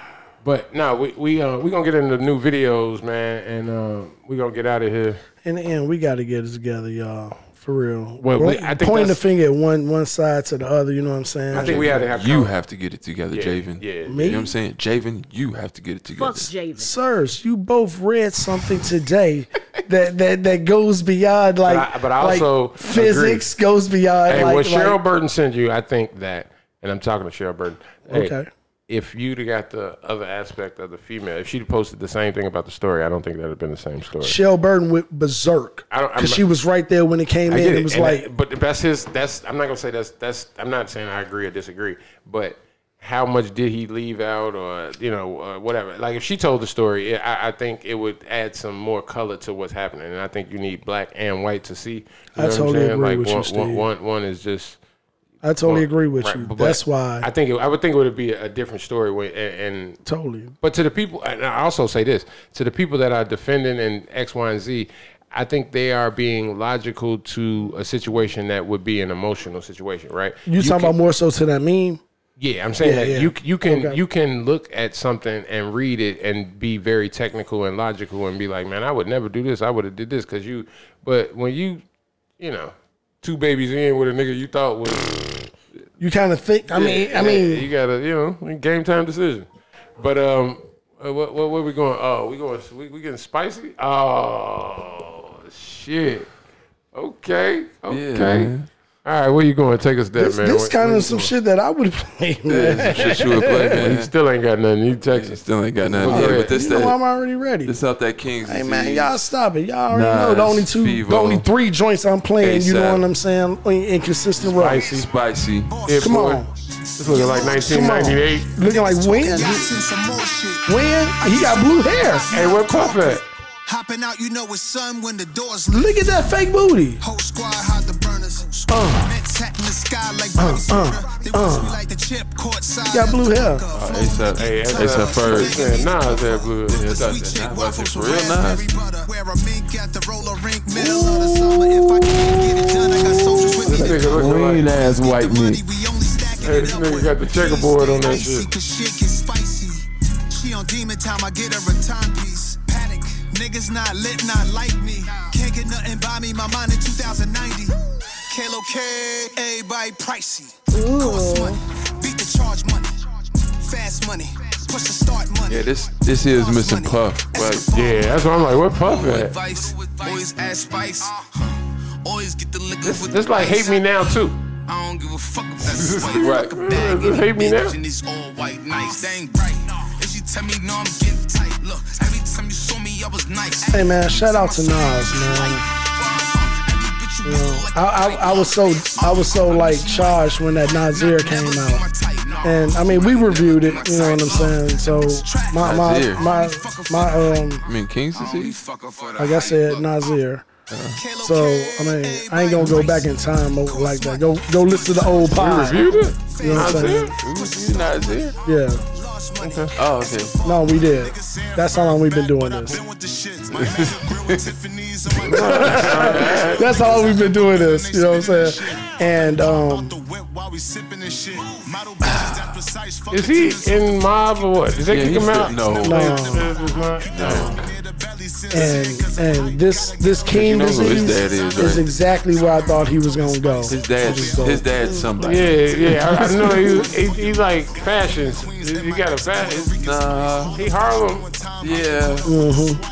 Speaker 3: But no, we we uh, we gonna get into new videos, man, and uh, we gonna get out of here.
Speaker 1: In the end, we got to get it together, y'all. For real.
Speaker 3: Well, we-
Speaker 1: Point-
Speaker 3: I think
Speaker 1: pointing the
Speaker 3: that's-
Speaker 1: finger at one one side to the other. You know what I'm saying?
Speaker 3: I think we had to have
Speaker 2: You
Speaker 3: con-
Speaker 2: have to get it together, Javen.
Speaker 3: yeah.
Speaker 1: Me?
Speaker 2: You know what I'm saying? Javen, you have to get it together.
Speaker 9: Fuck Javen.
Speaker 1: Sirs, you both read something today that that that goes beyond like,
Speaker 3: I- but I also
Speaker 1: like physics
Speaker 3: agree.
Speaker 1: goes beyond
Speaker 3: Hey,
Speaker 1: like,
Speaker 3: what Cheryl
Speaker 1: like-
Speaker 3: Burton sent you, I think that, and I'm talking to Cheryl Burton. hey,
Speaker 1: Okay.
Speaker 3: If you'd have got the other aspect of the female, if she'd posted the same thing about the story, I don't think that'd have been the same story.
Speaker 1: Cheryl Burton went berserk
Speaker 3: I don't- I'm
Speaker 1: because
Speaker 3: not-
Speaker 1: she was right there when it came
Speaker 3: I
Speaker 1: in.
Speaker 3: get
Speaker 1: It,
Speaker 3: it.
Speaker 1: was
Speaker 3: And
Speaker 1: like
Speaker 3: that- but that's his. That's I'm not gonna say that's that's. I'm not saying I agree or disagree, but how much did he leave out or you know uh, whatever? Like if she told the story, it, I, I think it would add some more color to what's happening, and I think you need black and white to see. You know what I'm
Speaker 1: totally
Speaker 3: saying?
Speaker 1: agree
Speaker 3: like
Speaker 1: with you,
Speaker 3: one,
Speaker 1: Steve.
Speaker 3: one, one, one is just.
Speaker 1: I totally agree with
Speaker 3: Right,
Speaker 1: you.
Speaker 3: but-
Speaker 1: That's
Speaker 3: but
Speaker 1: why
Speaker 3: I think it, I would think it would be a different story. When, and, and
Speaker 1: totally.
Speaker 3: but to the people, and I also say this to the people that are defending in X, Y, and Z. I think they are being logical to a situation that would be an emotional situation, right?
Speaker 1: You, talking
Speaker 3: can-
Speaker 1: about more so to that meme?
Speaker 3: yeah, I'm saying
Speaker 1: Yeah,
Speaker 3: that
Speaker 1: yeah.
Speaker 3: you you can
Speaker 1: Okay.
Speaker 3: you can look at something and read it and be very technical and logical and be like, man, I would never do this. I would have did this because you. But when you, you know, two babies in with a nigga you thought was,
Speaker 1: You kind of think. I mean, I
Speaker 3: you
Speaker 1: mean,
Speaker 3: gotta you know game time decision. But um, uh, what what where we going? Oh, we going we, we getting spicy? Oh shit. Okay. Okay.
Speaker 2: man.
Speaker 3: All right, where you going? Take us there,
Speaker 1: this,
Speaker 3: man.
Speaker 1: this
Speaker 3: Where-
Speaker 1: kind
Speaker 3: where you
Speaker 1: of some
Speaker 3: going?
Speaker 1: shit that I would play. Man.
Speaker 2: Some shit you would play, man.
Speaker 3: You still ain't got nothing. You text
Speaker 2: You
Speaker 3: us.
Speaker 2: Still ain't got nothing.
Speaker 3: Yeah.
Speaker 2: Yeah, but this
Speaker 1: You know, I'm
Speaker 2: that
Speaker 1: already ready.
Speaker 2: this out that King's.
Speaker 1: Hey man,
Speaker 2: disease.
Speaker 1: y'all stop it. Y'all already
Speaker 2: Nas,
Speaker 1: know the only two,
Speaker 2: Fevo,
Speaker 1: the only three joints I'm playing. You know
Speaker 2: ASAP.
Speaker 1: what I'm saying? In- Inconsistent runs.
Speaker 3: Spicy.
Speaker 2: spicy.
Speaker 1: Come on,
Speaker 3: It's looking like 1998.
Speaker 1: looking like when?
Speaker 8: Y'all seen some more shit.
Speaker 1: When he got blue hair?
Speaker 3: Hey, where Puff at?
Speaker 8: Hopping out, you know it's sun when the doors look.
Speaker 1: Look at that fake booty.
Speaker 8: Whole squad hide the burners.
Speaker 1: Uh.
Speaker 8: Mets hat in the sky like
Speaker 1: Uh,
Speaker 8: Bobby Soda.
Speaker 1: uh,
Speaker 8: They
Speaker 1: uh.
Speaker 8: watch me like the chip court side.
Speaker 1: Got blue hair.
Speaker 2: ASAP.
Speaker 3: Hey, that's
Speaker 2: ASAP
Speaker 3: a-
Speaker 2: first.
Speaker 3: Yeah, nah, it's that
Speaker 2: Yeah,
Speaker 3: blue.
Speaker 2: that's-
Speaker 8: Sweet
Speaker 2: that's
Speaker 8: chick
Speaker 2: about it.
Speaker 8: waffles
Speaker 2: For
Speaker 8: with
Speaker 2: real,
Speaker 8: raspberry
Speaker 2: Nas.
Speaker 8: butter. Wear a mink at the roller rink middle of the summer. If I can't get it done, I got soldiers with me. to
Speaker 3: This nigga looking
Speaker 10: Clean
Speaker 3: like.
Speaker 10: ass white
Speaker 8: the
Speaker 10: meat.
Speaker 8: money, we only stacking
Speaker 3: Hey,
Speaker 8: it
Speaker 3: this
Speaker 8: up
Speaker 3: nigga
Speaker 8: with
Speaker 3: got the checkerboard on
Speaker 8: Icy,
Speaker 3: that shit.
Speaker 8: 'cause shit gets spicy. She on demon time, I get her a timepiece. Paddock, niggas not lit, not like me. Can't get nothing by me, my mind in 2090. Kalo K, everybody pricey. Cost money, beat the charge money. Fast money, push the start money.
Speaker 2: Yeah, this this is missing Puff. But
Speaker 3: Yeah, that's what I'm like. Where Puff at?
Speaker 8: Advice, always add spice. Always get the liquor
Speaker 3: Uh-huh. This, this like hate me now too.
Speaker 8: I don't give a fuck if that's white.
Speaker 2: Right.
Speaker 8: Fuck a bag and a
Speaker 3: Hate me
Speaker 8: bitch
Speaker 3: now.
Speaker 8: And it's all white nights. They ain't right. If she tell me no, I'm getting tight. Look, every time you saw me, I was nice.
Speaker 1: Hey man, shout out to Nas, man. You know, I, I I was so I was so like charged when that Nazir came out. And I mean, we reviewed it, you know what I'm saying? So my my
Speaker 2: Nasir.
Speaker 1: my my um,
Speaker 2: I mean, King's disease.
Speaker 1: like I said, Nazir. So I mean, I ain't gonna go back in time over like that. Go go listen to the old pod.
Speaker 3: Reviewed it.
Speaker 1: You know what I'm saying?
Speaker 2: You're not here.
Speaker 1: Yeah.
Speaker 2: Oh, okay.
Speaker 1: No, we did. That's how long we've been doing this. That's how long we've been doing this. You know what I'm saying? And um,
Speaker 3: Is he in mob or what? Did they
Speaker 2: Yeah,
Speaker 3: kick
Speaker 2: he's
Speaker 3: him out?
Speaker 2: still- no.
Speaker 3: no.
Speaker 1: and and this this
Speaker 2: You
Speaker 1: King
Speaker 2: know who his
Speaker 1: disease
Speaker 2: dad is,
Speaker 1: is
Speaker 2: right?
Speaker 1: exactly where I thought he was gonna go.
Speaker 2: His dad. His dad's somebody.
Speaker 3: Yeah, yeah. I, I know he's he, he like fashions. You got a fashion.
Speaker 2: Nah.
Speaker 3: He Harlem.
Speaker 2: Yeah. But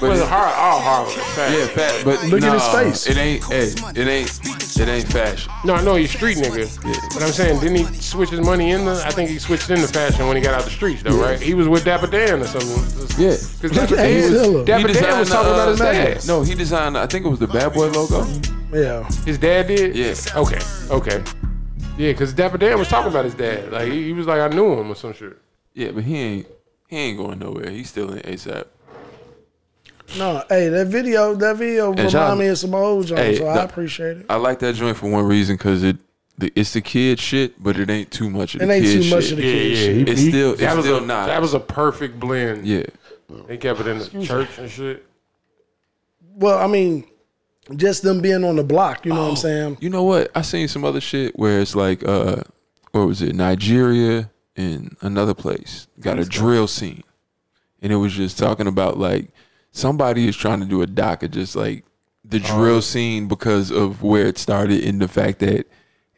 Speaker 3: Well,
Speaker 2: it-
Speaker 3: Har- all Harlem. is fashion.
Speaker 2: yeah, fat. But
Speaker 1: Look at his
Speaker 2: nah,
Speaker 1: face.
Speaker 2: It ain't. Hey, it ain't. It ain't fashion.
Speaker 3: No, I know he's street nigga. But I'm saying, didn't he switch his money in the? I think he switched into fashion when he got out the streets, though, right? He was with Dapper Dan or something.
Speaker 2: Yeah.
Speaker 3: Because Dapper
Speaker 1: at
Speaker 3: Dan was,
Speaker 1: Angela.
Speaker 3: Dapper Dan was
Speaker 2: the,
Speaker 3: talking about his
Speaker 2: uh,
Speaker 3: dad.
Speaker 2: No, he designed. I think it was the Bad Boy logo.
Speaker 1: Yeah.
Speaker 3: His dad did?
Speaker 2: Yeah.
Speaker 3: Okay. Okay. Yeah, because Dapper Dan was talking about his dad. Like, he, he was like, I knew him or some shit.
Speaker 2: Yeah, but he ain't he ain't going nowhere. He's still in ASAP.
Speaker 1: No, hey, that video, that video
Speaker 2: Hey,
Speaker 1: remind
Speaker 2: John.
Speaker 1: me of some old John,
Speaker 2: Hey,
Speaker 1: so I
Speaker 2: the-
Speaker 1: appreciate it.
Speaker 2: I like that joint for one reason because it the, it's the kid shit, but it ain't too much of the
Speaker 1: It ain't
Speaker 2: kid
Speaker 1: too much
Speaker 2: shit.
Speaker 1: of the kid shit.
Speaker 3: he-
Speaker 2: It's
Speaker 3: he-
Speaker 2: still-
Speaker 3: that
Speaker 2: it's
Speaker 3: was
Speaker 2: still
Speaker 3: a,
Speaker 2: not.
Speaker 3: That was a perfect blend.
Speaker 2: Yeah,
Speaker 3: They kept it in the church and shit.
Speaker 1: Well, I mean, just them being on the block, you know
Speaker 2: Oh.
Speaker 1: what I'm saying?
Speaker 2: you know what? I seen some other shit where it's like uh, what was it? Nigeria and another place got a drill scene, and it was just talking about like somebody is trying to do a doc of just like the
Speaker 1: Oh,
Speaker 2: drill scene because of where it started and the fact that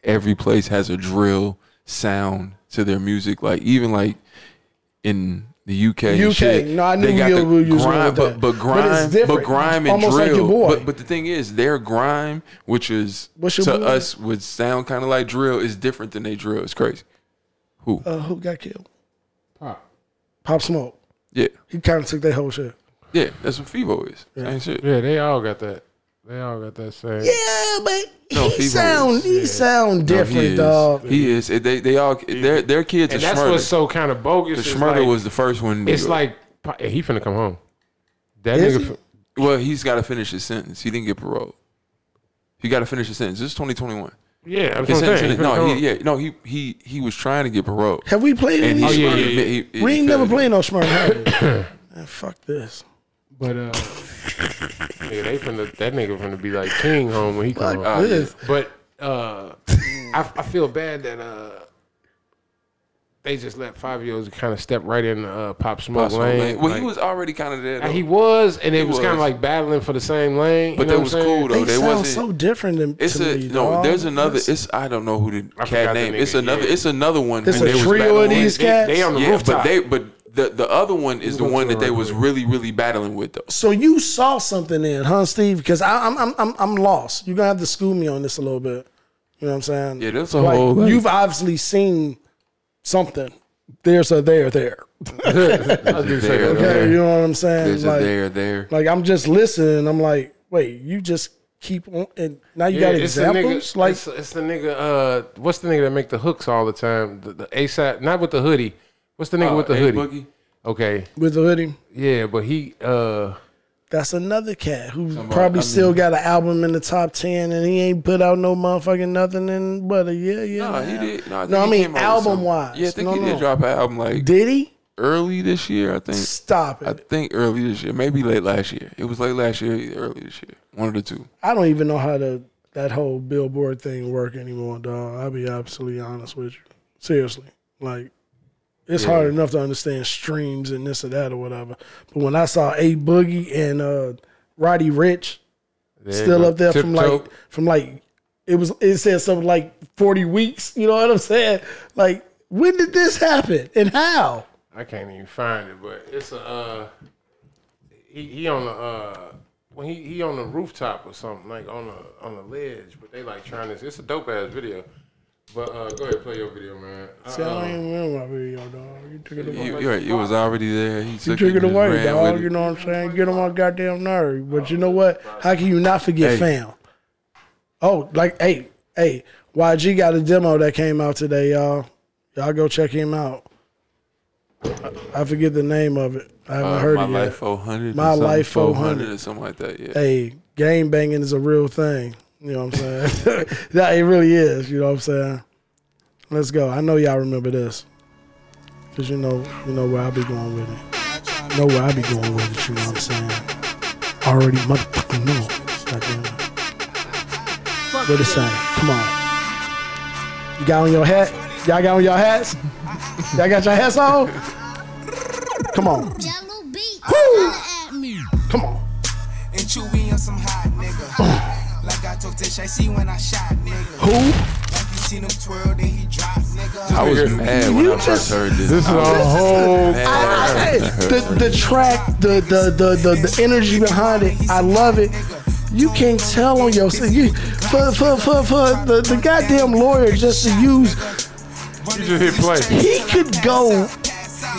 Speaker 2: every place has a drill sound to their music. Like even like in the UK, and
Speaker 1: UK.
Speaker 2: shit,
Speaker 1: No, I knew
Speaker 2: they got
Speaker 1: you
Speaker 2: the
Speaker 1: were- you was going
Speaker 2: grime,
Speaker 1: with
Speaker 2: but
Speaker 1: that.
Speaker 2: but
Speaker 1: But it's
Speaker 2: grime, but,
Speaker 1: different.
Speaker 2: grime and
Speaker 1: Almost like
Speaker 2: drill.
Speaker 1: your boy.
Speaker 2: But but the thing is, their grime, which is
Speaker 1: What's
Speaker 2: to
Speaker 1: your boy?
Speaker 2: us would sound kind of like drill, is different than they drill. It's crazy. Who?
Speaker 1: Uh, who got killed?
Speaker 3: Pop.
Speaker 1: Pop Smoke.
Speaker 2: yeah,
Speaker 1: He kind of took that whole shit.
Speaker 2: yeah. That's what Fevo is. Same shit.
Speaker 3: Yeah, they all got that. They all got that same.
Speaker 1: Yeah, but
Speaker 2: No,
Speaker 1: he
Speaker 2: he
Speaker 1: sound
Speaker 2: was.
Speaker 1: he sound
Speaker 2: No,
Speaker 1: different,
Speaker 2: he is.
Speaker 1: dog.
Speaker 2: He is. They they all their their kids
Speaker 3: And
Speaker 2: are
Speaker 3: that's
Speaker 2: Smurda.
Speaker 3: what's so kind of bogus.
Speaker 2: the
Speaker 3: is
Speaker 2: Smurda
Speaker 3: like-
Speaker 2: was the first one.
Speaker 3: It's like, pa- he finna come home. That
Speaker 1: Is
Speaker 3: nigga.
Speaker 1: he?
Speaker 3: fin-
Speaker 2: well, he's got to finish his sentence. He didn't get parole. He got to finish his sentence. This is 2021.
Speaker 3: Yeah, I'm
Speaker 2: His
Speaker 3: saying.
Speaker 2: sentence,
Speaker 3: he finna
Speaker 2: no,
Speaker 3: come
Speaker 2: he,
Speaker 3: home.
Speaker 2: yeah, no, he he he was trying to get parole.
Speaker 1: Have we played
Speaker 2: And
Speaker 1: any?
Speaker 2: he,
Speaker 3: Oh, yeah,
Speaker 2: he-
Speaker 3: yeah, yeah.
Speaker 2: he- he-
Speaker 1: we
Speaker 2: he
Speaker 1: ain't never
Speaker 2: failed.
Speaker 1: played no smart. Man, fuck this.
Speaker 3: But uh,
Speaker 1: uh,
Speaker 3: nigga, they finna, that nigga finna be like king home when he come home.
Speaker 2: Oh, yeah.
Speaker 1: This.
Speaker 3: But uh, I, I feel bad that uh, they just let five year olds kind of step right in uh, pop smoke
Speaker 2: Possible
Speaker 3: lane.
Speaker 2: lane. Well,
Speaker 3: Like,
Speaker 2: he was already kind of there.
Speaker 3: and
Speaker 2: Though.
Speaker 3: he was, and it was, kind of
Speaker 2: was.
Speaker 3: like battling for the same lane.
Speaker 2: but
Speaker 3: you know
Speaker 2: that
Speaker 3: what
Speaker 2: was
Speaker 3: I'm saying?
Speaker 2: cool though.
Speaker 1: They
Speaker 2: They
Speaker 1: sound
Speaker 2: wasn't.
Speaker 1: so different than
Speaker 2: it's
Speaker 1: to
Speaker 2: a
Speaker 1: me,
Speaker 2: no.
Speaker 1: dog.
Speaker 2: There's another.
Speaker 1: It's,
Speaker 2: It's I don't know who the
Speaker 3: I
Speaker 2: cat
Speaker 3: forgot the
Speaker 2: name. It's
Speaker 3: nigga,
Speaker 2: another.
Speaker 3: yeah.
Speaker 2: It's another one.
Speaker 1: it's
Speaker 2: who they
Speaker 1: a
Speaker 2: was
Speaker 1: trio of
Speaker 2: battling.
Speaker 1: these
Speaker 3: They-
Speaker 1: cats.
Speaker 3: they on the
Speaker 2: Yeah,
Speaker 3: rooftop.
Speaker 2: but they but the the other one is the
Speaker 3: We'll go
Speaker 2: one
Speaker 3: to
Speaker 2: that
Speaker 3: it
Speaker 2: they
Speaker 3: right
Speaker 2: was
Speaker 3: quick.
Speaker 2: really really battling with though.
Speaker 1: so you saw something in, huh, Steve? Because I'm I'm I'm I'm lost. You're gonna have to school me on this a little bit. You know what I'm saying?
Speaker 2: Yeah, that's a
Speaker 1: Like,
Speaker 2: whole. like-
Speaker 1: you've obviously seen something. There's a there there.
Speaker 3: I was just saying,
Speaker 2: There,
Speaker 3: okay.
Speaker 1: Okay, you know what I'm saying?
Speaker 2: there's
Speaker 1: like,
Speaker 2: a there there.
Speaker 1: like I'm just listening. and I'm like, wait, you just keep on, and now you
Speaker 3: Yeah,
Speaker 1: got
Speaker 3: it's the
Speaker 1: examples.
Speaker 3: nigga,
Speaker 1: Like,
Speaker 3: it's, it's the nigga. Uh, what's the nigga that make the hooks all the time? The, the ASAP, not with the hoodie. What's the nigga
Speaker 2: Uh,
Speaker 3: with the
Speaker 2: A
Speaker 3: hoodie?
Speaker 2: Boogie?
Speaker 3: Okay,
Speaker 1: with the hoodie,
Speaker 3: yeah, but he. uh
Speaker 1: that's another cat who
Speaker 2: on,
Speaker 1: probably
Speaker 2: I
Speaker 1: still got an album in the top ten, and he ain't put out no motherfucking nothing in but a year, yeah.
Speaker 2: No, he did. No, I, think
Speaker 1: No, I
Speaker 2: he
Speaker 1: mean
Speaker 2: came out with some-
Speaker 1: album-wise.
Speaker 2: Yeah, I think
Speaker 1: No,
Speaker 2: he
Speaker 1: no.
Speaker 2: did drop an album like
Speaker 1: Did he?
Speaker 2: early this year. I think.
Speaker 1: Stop
Speaker 2: I
Speaker 1: it!
Speaker 2: think early this year, maybe late last year. It was late last year, either early this year. One of the two.
Speaker 1: I don't even know how to that whole billboard thing work anymore, dog. I'll be absolutely honest with you. Seriously, like it's hard enough to understand streams and this or that or whatever. But when I saw A Boogie and uh, Roddy Rich still up there from
Speaker 3: Tiptoe.
Speaker 1: like from like it was it said something like 40 weeks you know what i'm saying like when did this happen and how
Speaker 3: I can't even find it, but it's a uh, he he on the uh when he he on the rooftop or something like on the on the ledge, but they like trying this. It's a dope ass video, but uh, go ahead play your video, man. I,
Speaker 1: see i
Speaker 3: um,
Speaker 1: don't even remember my video dog you took it away
Speaker 2: You, you're right. It was already there. He
Speaker 1: you
Speaker 2: took,
Speaker 1: took it
Speaker 2: and
Speaker 1: away
Speaker 2: ran with
Speaker 1: dog
Speaker 2: it.
Speaker 1: you know what i'm saying get on my goddamn nerve but you know what how can you not forget
Speaker 2: Hey.
Speaker 1: fam oh like hey hey yg got a demo that came out today y'all y'all go check him out i, I forget the name of it i haven't
Speaker 2: Uh,
Speaker 1: heard
Speaker 2: my
Speaker 1: it yet
Speaker 2: life 400.
Speaker 1: My
Speaker 2: or something,
Speaker 1: Life 400.
Speaker 2: or something like that. Yeah.
Speaker 1: hey, game banging is a real thing. You know what I'm saying? that it really is. You know what I'm saying? Let's go. I know y'all remember this, cause you know you know where I be going with it. Know where I be going with it. You know what I'm saying? Already motherfucking know. Goddamn. it. What it saying? Come on. You got on your hat? Y'all got on your hats? Y'all got your hats on? Come on.
Speaker 5: Yellow beat,
Speaker 1: Woo!
Speaker 5: holla at me.
Speaker 1: Come on.
Speaker 7: And chewy on some hot nigga. like I told Tish, I see when I shot nigga.
Speaker 1: Who?
Speaker 7: Like you seen him twirl, then he drop nigga.
Speaker 2: I was mad when I
Speaker 1: just-
Speaker 2: first heard this.
Speaker 3: This is
Speaker 2: I was
Speaker 3: a whole.
Speaker 1: I- I- the the track, the the, the the the energy behind it, I love it. You can't tell on yourself. You for for for, for the, the goddamn lawyer just to use.
Speaker 3: You just hit play.
Speaker 1: He could go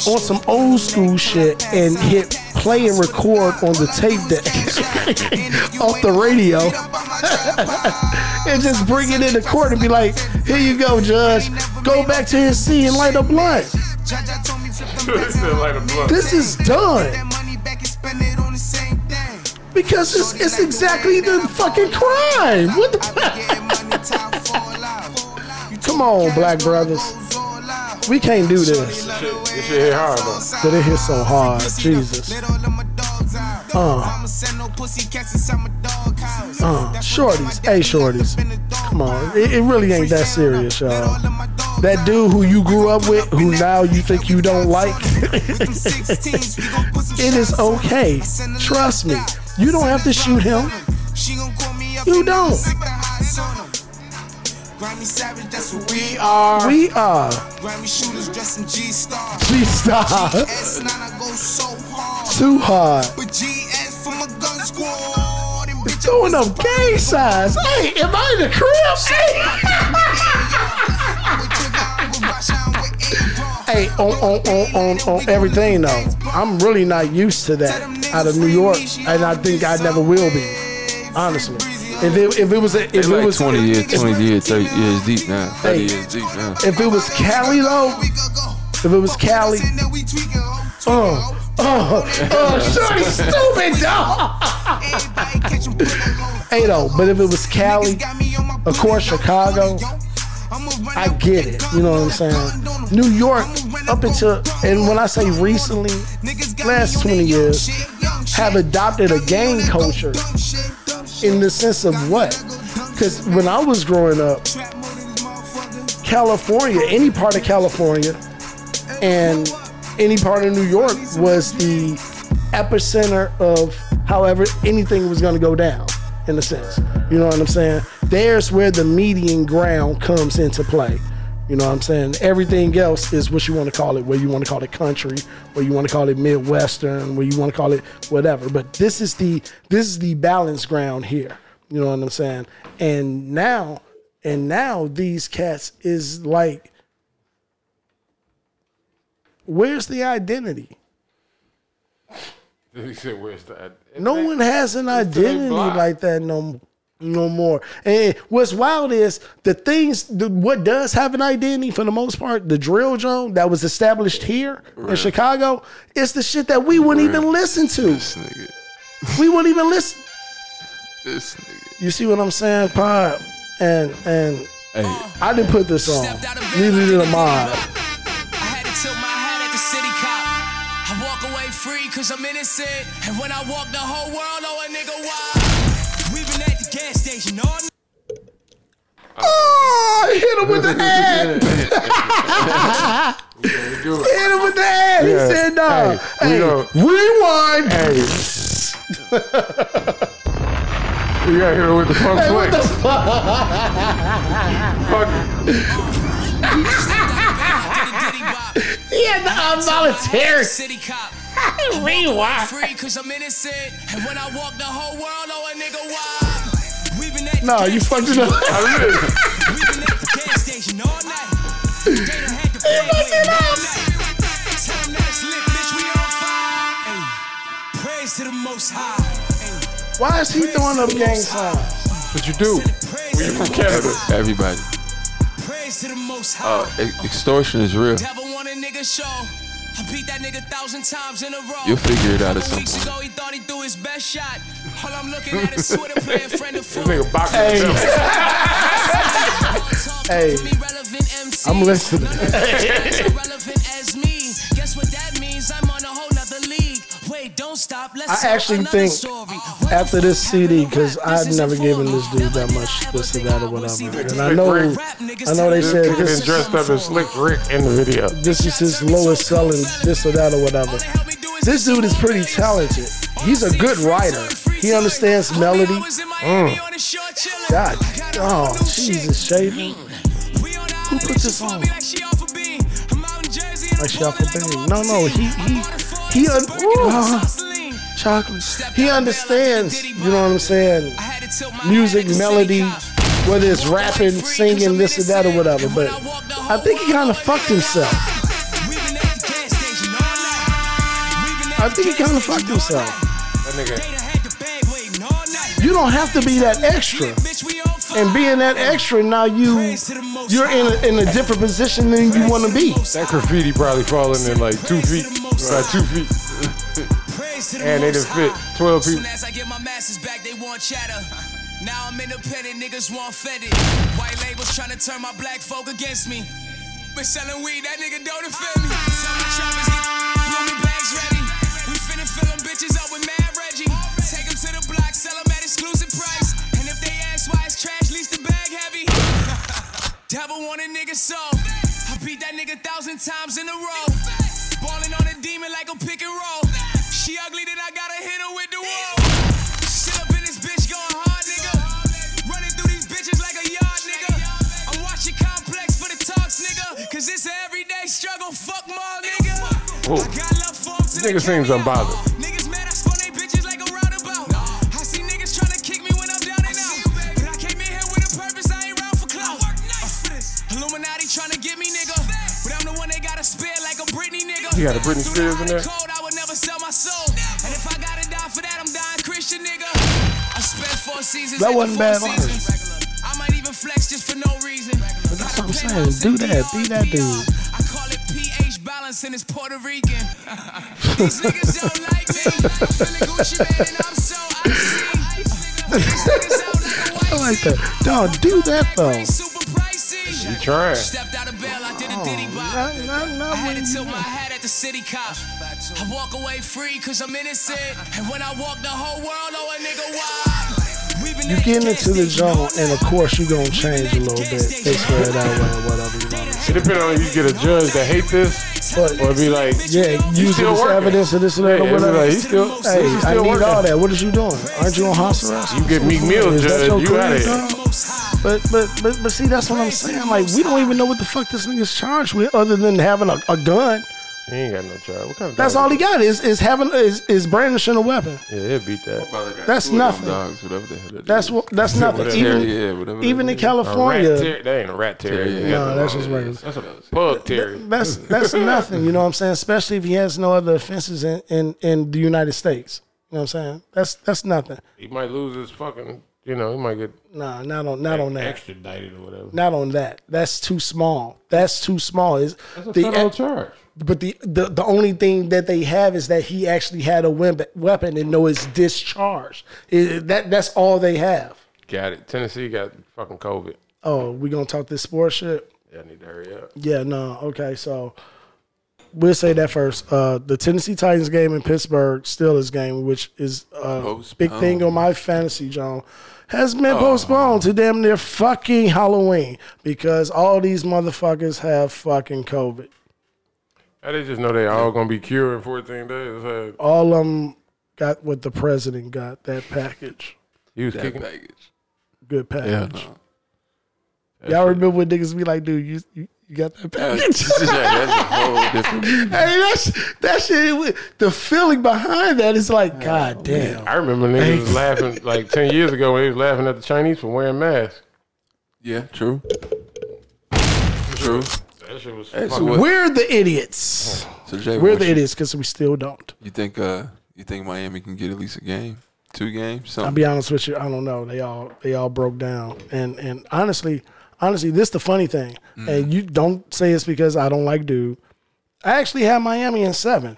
Speaker 1: on some old school shit and hit play and record on the tape deck off the radio and just bring it into court and be like, here you go, Judge. Go back to his seat and light a blunt.
Speaker 2: like a blunt.
Speaker 1: This is done because it's, it's exactly the fucking crime. What the? Come on, black brothers. We can't do this.
Speaker 2: This shit hit hard, though.
Speaker 1: But it hit so hard. Jesus. Uh, uh, shorties. Hey, shorties. Come on. It, it really ain't that serious, y'all. That dude who you grew up with, who now you think you don't like, it is okay. Trust me. You don't have to shoot him. You don't.
Speaker 8: We are
Speaker 1: We are.
Speaker 8: Grammy shooters dressing G Star.
Speaker 1: Please stop.
Speaker 8: S9, I go so hard.
Speaker 1: Too hard.
Speaker 8: With GS from a gun squad. And bitch,
Speaker 1: Doing up gang signs. Hey, am I in the crib? Hey. Hey, on, on, on, on, on everything though. I'm really not used to that out of New York, and I think I never will be. Honestly, if it, if it was a, if
Speaker 2: It's
Speaker 1: it
Speaker 2: like
Speaker 1: was
Speaker 2: 20 years,
Speaker 1: if,
Speaker 2: 20 years, 30 years deep now. 30
Speaker 1: Hey.
Speaker 2: years deep now.
Speaker 1: if it was Cali though, if it was Cali, oh, oh, oh, shorty, stupid dog. Hey though, but if it was Cali, of course Chicago, I get it. You know what I'm saying? New York, up until, and when I say recently, last 20 years, have adopted a gang culture in the sense of what? Because when I was growing up, California, any part of California, and any part of New York was the epicenter of however anything was going to go down, in a sense. You know what I'm saying? There's where the median ground comes into play. You know what I'm saying? Everything else is what you want to call it, where you want to call it country, where you want to call it Midwestern, where you want to call it whatever. But this is the this is the balance ground here. You know what I'm saying? And now and now these cats is like where's the identity?
Speaker 3: He said, "Where's that?"
Speaker 1: No one has an
Speaker 3: they
Speaker 1: identity
Speaker 3: block.
Speaker 1: like that no no more. And what's wild is the things the, what does have an identity for the most part, the drill zone that was established here in Chicago, it's the shit that we wouldn't even listen to.
Speaker 2: This nigga.
Speaker 1: We wouldn't even listen.
Speaker 2: This nigga.
Speaker 1: You see what I'm saying, Pod? And and
Speaker 2: Hey,
Speaker 1: I didn't put this on. Neither did Ahmad.
Speaker 8: I had to tilt my hat at the city cop. I walk away free cause I'm innocent. And when I walk the whole world, oh a nigga wild. We've been at the gas station all night.
Speaker 1: Oh, I hit him with the ad. hit him with the ad. He
Speaker 3: Yeah.
Speaker 1: said, "No, hey,
Speaker 3: Hey, we don't-
Speaker 1: rewind."
Speaker 3: Hey. You got hit with the funk
Speaker 1: Hey, what
Speaker 3: flick.
Speaker 1: the fuck?
Speaker 3: Fuck.
Speaker 1: He had the involuntary.
Speaker 8: City cop.
Speaker 1: Rewind.
Speaker 8: Free cause I'm innocent. And when I walk the whole world, oh a nigga wild. We've been at the
Speaker 1: No,
Speaker 8: gas
Speaker 1: you fucked it up.
Speaker 3: I mean,
Speaker 8: We've been at the gas station all night. They done had to play with it all night. Tell 'em that it's lit, bitch, we on fire. Ayy, Praise to the most high. Ayy,
Speaker 1: Why is he throwing up gang signs?
Speaker 3: what you do?
Speaker 8: Praise, to the,
Speaker 3: Canada.
Speaker 2: everybody.
Speaker 8: praise to the most high.
Speaker 2: Uh, e- extortion is real.
Speaker 8: Devil want a nigga show. I beat that nigga thousand times in a row.
Speaker 2: You'll figure it out at some
Speaker 8: Weeks
Speaker 2: point.
Speaker 8: ago, he thought he threw his best shot. All I'm looking at is Twitter playing friend of
Speaker 3: This
Speaker 8: foe.
Speaker 3: nigga boxing
Speaker 1: Hey.
Speaker 3: himself.
Speaker 1: Hey. I'm listening.
Speaker 8: I
Speaker 1: actually think after this CD, 'cause I've never given this dude that much this or that or whatever. And I know- I know they
Speaker 3: This
Speaker 1: said
Speaker 3: nigga
Speaker 1: this-
Speaker 3: been dressed up as Slick Rick in the video.
Speaker 1: This is his lowest selling, this or that or whatever. This dude is pretty talented. He's a good writer. He understands melody. God, oh Jesus, Shaven.
Speaker 8: Who
Speaker 1: put this on? Like she off a thing. No, no, he he he. Un- uh, chocolate. He understands. You know what I'm saying? music, melody, whether it's rapping, singing, this and that or whatever. But I think he kind of fucked himself.
Speaker 8: We've been at the gas station
Speaker 1: I think he kind of fucked himself.
Speaker 3: That nigga.
Speaker 1: You don't have to be that extra. And being that extra, now you you're in a, in a different position than you want to be.
Speaker 3: That graffiti probably falling in like two feet by two feet. And they done fit 12 people.
Speaker 8: Soon as I get my masters back, they want chatter. Now I'm independent, niggas want fetid. White labels tryna turn my black folk against me. Been selling weed, that nigga don't offend me. Tell my trappers, get bloomin' bags ready. We finna fill them bitches up with Mad Reggie. Take them to the block, sell them at exclusive price. And if they ask why it's trash, lease the bag heavy. Devil want a nigga so I beat that nigga thousand times in a row. Ballin' on a demon like a pick and roll. She ugly that I gotta hit her with the wall. Shit up in this bitch going hard, nigga. Running through these bitches like a yard, nigga. I'm watching complex for the talks, nigga. Cause it's an everyday struggle. Fuck mall, nigga.
Speaker 3: Whoa.
Speaker 8: I got love for 'em till they
Speaker 3: Nigga
Speaker 8: count
Speaker 3: seems
Speaker 8: me out.
Speaker 3: unbothered.
Speaker 8: Niggas mad, I spun they bitches like a roundabout. I see niggas tryna kick me when I'm down and out. But I came in here with a purpose, I ain't round for clout. Illuminati tryna get me, nigga. But I'm the one they gotta spare like a Britney, nigga.
Speaker 3: You got a Britney Spears in there?
Speaker 8: Through the hard code, I would never sell my soul. And if I gotta die for that, I'm dying Christian, nigga. I spent four seasons.
Speaker 1: That
Speaker 8: at the
Speaker 1: wasn't
Speaker 8: Four
Speaker 1: bad lyrics.
Speaker 8: Seasons. I might even flex just for no reason. But
Speaker 1: that's what I'm saying. Do that. Be that dude.
Speaker 8: I call it pH balance and it's Puerto Rican. These niggas don't like me. I'm feeling Gucci man and I'm so icy. These niggas out like a
Speaker 1: I
Speaker 8: white
Speaker 1: like that. Dog, do that though.
Speaker 8: super pricey.
Speaker 3: You trying.
Speaker 8: Stepped out of bail, I did a
Speaker 1: Oh,
Speaker 8: diddy bop.
Speaker 1: Not, not,
Speaker 8: I
Speaker 1: not
Speaker 8: had
Speaker 1: when
Speaker 8: to tilt
Speaker 1: you-
Speaker 8: my hat at the city cop. I walk away free cause I'm innocent. And when I walk the whole world, oh a nigga wild. We've been
Speaker 1: you
Speaker 8: at
Speaker 1: getting into the
Speaker 8: gas station
Speaker 1: zone,
Speaker 8: all
Speaker 1: and of
Speaker 8: night.
Speaker 1: course you gonna change a little bit this way, that way, or whatever. You wanna
Speaker 3: It depends on if you get a judge that hate this
Speaker 1: But-
Speaker 3: or be like, yeah,
Speaker 1: Yeah, use it
Speaker 3: still
Speaker 1: as
Speaker 3: working.
Speaker 1: evidence of this and
Speaker 3: yeah,
Speaker 1: that or
Speaker 3: it be
Speaker 1: whatever.
Speaker 3: like, he still,
Speaker 1: Hey,
Speaker 3: he
Speaker 1: I
Speaker 3: still
Speaker 1: need
Speaker 3: working.
Speaker 1: all that. What is you doing? Aren't you on house arrest?
Speaker 3: You get Meek Mill
Speaker 1: Is that your
Speaker 3: judge, you
Speaker 1: crib,
Speaker 3: out of here.
Speaker 1: dog? But but but but see, that's what I'm saying. Like we don't even know what the fuck this nigga's charged with, other than having a, a gun.
Speaker 3: He ain't got no job. What kind of
Speaker 1: That's
Speaker 3: dog
Speaker 1: all he
Speaker 3: is
Speaker 1: got is is having is is brandishing a weapon.
Speaker 3: it? Yeah, he'll beat that.
Speaker 2: Probably got
Speaker 1: That's
Speaker 2: two of them
Speaker 1: nothing.
Speaker 2: Dogs, whatever the hell it is.
Speaker 1: That's what. That's nothing.
Speaker 3: whatever.
Speaker 1: Even
Speaker 2: Terrier, yeah, whatever
Speaker 1: even
Speaker 2: that
Speaker 1: in
Speaker 2: is.
Speaker 3: A rat
Speaker 1: California,
Speaker 3: ter- that ain't a rat terrier.
Speaker 2: Yeah,
Speaker 3: You
Speaker 2: yeah.
Speaker 3: got
Speaker 1: no,
Speaker 3: the
Speaker 1: that's
Speaker 3: wrong-
Speaker 1: just regular.
Speaker 3: That's a bug terrier.
Speaker 1: That's that's nothing. You know what I'm saying? Especially if he has no other offenses in in, in the United States. You know what I'm saying? That's that's nothing.
Speaker 3: He might lose his fucking, you know, he might get
Speaker 1: Nah, not on not on that.
Speaker 3: extradited or whatever.
Speaker 1: Not on that. That's too small. That's too small. Is
Speaker 3: That's a
Speaker 1: the
Speaker 3: federal charge.
Speaker 1: But the, the the only thing that they have is that he actually had a wem- weapon and no, it's discharged. It- that that's all they have.
Speaker 3: Got it. Tennessee got fucking COVID.
Speaker 1: Oh, we gonna talk this sports shit?
Speaker 3: Yeah, I need to hurry up.
Speaker 1: Yeah, no, okay. So we'll say that first. Uh, the Tennessee Titans game in Pittsburgh Steelers game, which is a big thing on my fantasy, John, has been postponed to damn near fucking Halloween because all these motherfuckers have fucking COVID.
Speaker 3: I did just know they all gonna be cured in 14 days. That's how-
Speaker 1: All of them got what the president got that package.
Speaker 3: He was
Speaker 2: That
Speaker 3: kicking.
Speaker 2: baggage.
Speaker 1: good
Speaker 2: Yeah,
Speaker 1: package.
Speaker 2: no.
Speaker 1: Y'all remember when niggas be like, dude, you you, you got that
Speaker 2: Yeah,
Speaker 1: package?
Speaker 2: that's a whole different.
Speaker 1: hey, that's that shit. it wa- The feeling behind that is like, god damn.
Speaker 3: I remember niggas was laughing like 10 years ago when they was laughing at the Chinese for wearing masks.
Speaker 2: Yeah, true. True.
Speaker 3: That shit was
Speaker 2: Hey, so
Speaker 3: fucking.
Speaker 2: what-
Speaker 1: We're the idiots.
Speaker 2: So Jay,
Speaker 1: We're
Speaker 2: what
Speaker 1: the
Speaker 2: you,
Speaker 1: idiots because we still don't.
Speaker 2: you think? Uh, you think Miami can get at least a game, two games,
Speaker 1: I'll
Speaker 2: something?
Speaker 1: be honest with you. I don't know. They all they all broke down. And and honestly, honestly, this the funny thing.
Speaker 2: Mm.
Speaker 1: And you don't say it's because I don't like dude. I actually have Miami in seven.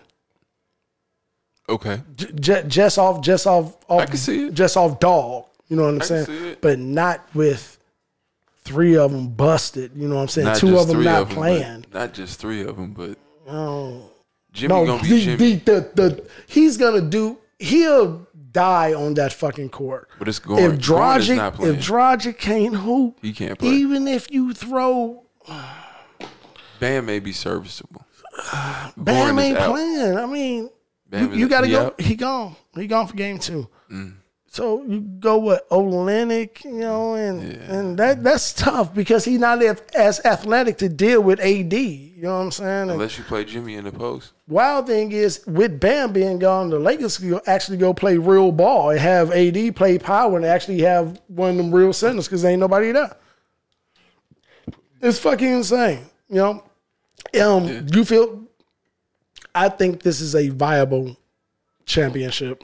Speaker 2: okay.
Speaker 1: J- j- just off, just off, off
Speaker 2: can see it.
Speaker 1: just off dog. You know what I'm
Speaker 2: can
Speaker 1: saying?
Speaker 2: see it.
Speaker 1: But not with three of them busted. You know what I'm saying? Two
Speaker 2: just
Speaker 1: of them
Speaker 2: three
Speaker 1: not
Speaker 2: of 'em, but-
Speaker 1: playing.
Speaker 2: Not just three of them, but
Speaker 1: No,
Speaker 2: Jimmy
Speaker 1: no.
Speaker 2: gonna be
Speaker 1: The,
Speaker 2: Jimmy.
Speaker 1: the, the, the, he's gonna do. He'll die on that fucking court.
Speaker 2: But it's Gordon.
Speaker 1: If
Speaker 2: Gordon is not
Speaker 1: Dragic,
Speaker 2: playing.
Speaker 1: if Dragic can't hoop,
Speaker 2: He can't play.
Speaker 1: Even if you throw,
Speaker 2: Bam may be serviceable.
Speaker 1: Bam
Speaker 2: Gordon is
Speaker 1: ain't
Speaker 2: out.
Speaker 1: playing. I mean,
Speaker 2: Bam
Speaker 1: you,
Speaker 2: is-
Speaker 1: you got to
Speaker 2: yep.
Speaker 1: go. He gone. He gone for game two. So you go with Olenek, you know, and and that that's tough because he's not af- as athletic to deal with AD. You know what I'm saying? And
Speaker 2: Unless you play Jimmy in the post.
Speaker 1: wild thing is with Bam being gone, the Lakers can actually go play real ball and have AD play power and actually have one of them real centers because ain't nobody there. It's fucking insane. You know, um, you feel. I think this is a viable championship.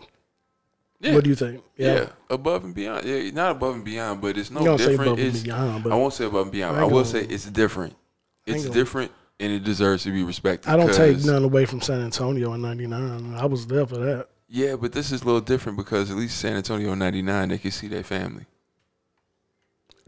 Speaker 2: Yeah.
Speaker 1: What do you think?
Speaker 2: Yeah. above and beyond. Yeah, not above and beyond, but it's no
Speaker 1: You don't say
Speaker 2: different.
Speaker 1: above and
Speaker 2: It's-
Speaker 1: beyond, but-
Speaker 2: I won't say above and beyond.
Speaker 1: I
Speaker 2: I,
Speaker 1: ain't
Speaker 2: will
Speaker 1: gonna-
Speaker 2: say it's different. It's
Speaker 1: gonna-
Speaker 2: different, and it deserves to be respected.
Speaker 1: I don't take
Speaker 2: 'cause-
Speaker 1: none away from San Antonio in '99. I was there for that.
Speaker 2: Yeah, but this is a little different because at least San Antonio '99, they can see their family.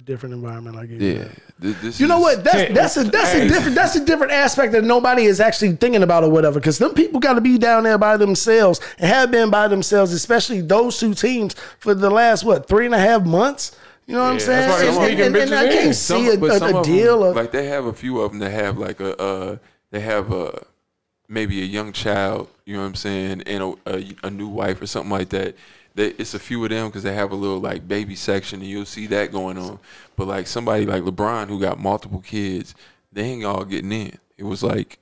Speaker 1: Different environment, I give you.
Speaker 2: Yeah,
Speaker 1: that.
Speaker 2: Th- this
Speaker 1: You know
Speaker 2: is-
Speaker 1: what? That's
Speaker 3: Hey,
Speaker 1: that's a that's
Speaker 3: hey.
Speaker 1: a different that's a different aspect that nobody is actually thinking about or whatever. Because them people got to be down there by themselves and have been by themselves, especially those two teams for the last what three and a half months. You know what I'm
Speaker 3: Yeah,
Speaker 1: saying?
Speaker 3: that's why they
Speaker 1: And-
Speaker 3: sneaking
Speaker 1: and, and I
Speaker 3: bitches in.
Speaker 1: can't
Speaker 2: Some-
Speaker 1: see a,
Speaker 2: but
Speaker 1: a-
Speaker 2: some
Speaker 1: a
Speaker 2: of 'em,
Speaker 1: deal. Of,
Speaker 2: like they have a few of them that have like a uh, they have a maybe a young child, you know what I'm saying, and a, a, a new wife or something like that. They, it's a few of them because they have a little like baby section, and you'll see that going on. But like somebody like LeBron who got multiple kids, they ain't all getting in. It was like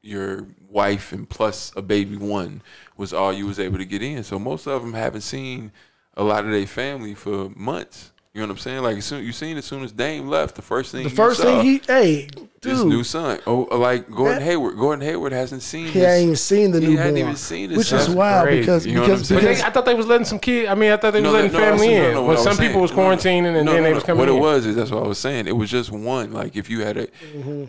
Speaker 2: your wife and plus a baby one was all you was able to get in. So most of them haven't seen a lot of their family for months. You know what I'm saying? Like as soon you seen as soon as Dame left, the first thing
Speaker 1: the
Speaker 2: you
Speaker 1: first
Speaker 2: saw,
Speaker 1: thing he, hey,
Speaker 2: uh, this new
Speaker 1: dude,
Speaker 2: son. Oh, like Gordon
Speaker 1: That-
Speaker 2: Hayward. Gordon Hayward hasn't seen.
Speaker 1: he
Speaker 2: his-
Speaker 1: ain't even seen the
Speaker 2: he
Speaker 1: newborn,
Speaker 2: hadn't even seen his
Speaker 1: which is
Speaker 2: son.
Speaker 1: wild
Speaker 3: Crazy.
Speaker 1: because
Speaker 2: You know what I'm
Speaker 1: because,
Speaker 2: saying?
Speaker 3: But they,
Speaker 1: because
Speaker 3: I thought they was letting some kid. I mean, I thought they was
Speaker 2: No,
Speaker 3: letting
Speaker 2: no, that's-
Speaker 3: family
Speaker 2: no,
Speaker 3: in.
Speaker 2: no, what
Speaker 3: but
Speaker 2: I
Speaker 3: some
Speaker 2: was saying.
Speaker 3: people was
Speaker 2: No, no.
Speaker 3: quarantining and
Speaker 2: No,
Speaker 3: then
Speaker 2: no,
Speaker 3: they
Speaker 2: no.
Speaker 3: was coming
Speaker 2: What
Speaker 3: in.
Speaker 2: it was is that's what I was saying. It was just one. Like if you had a,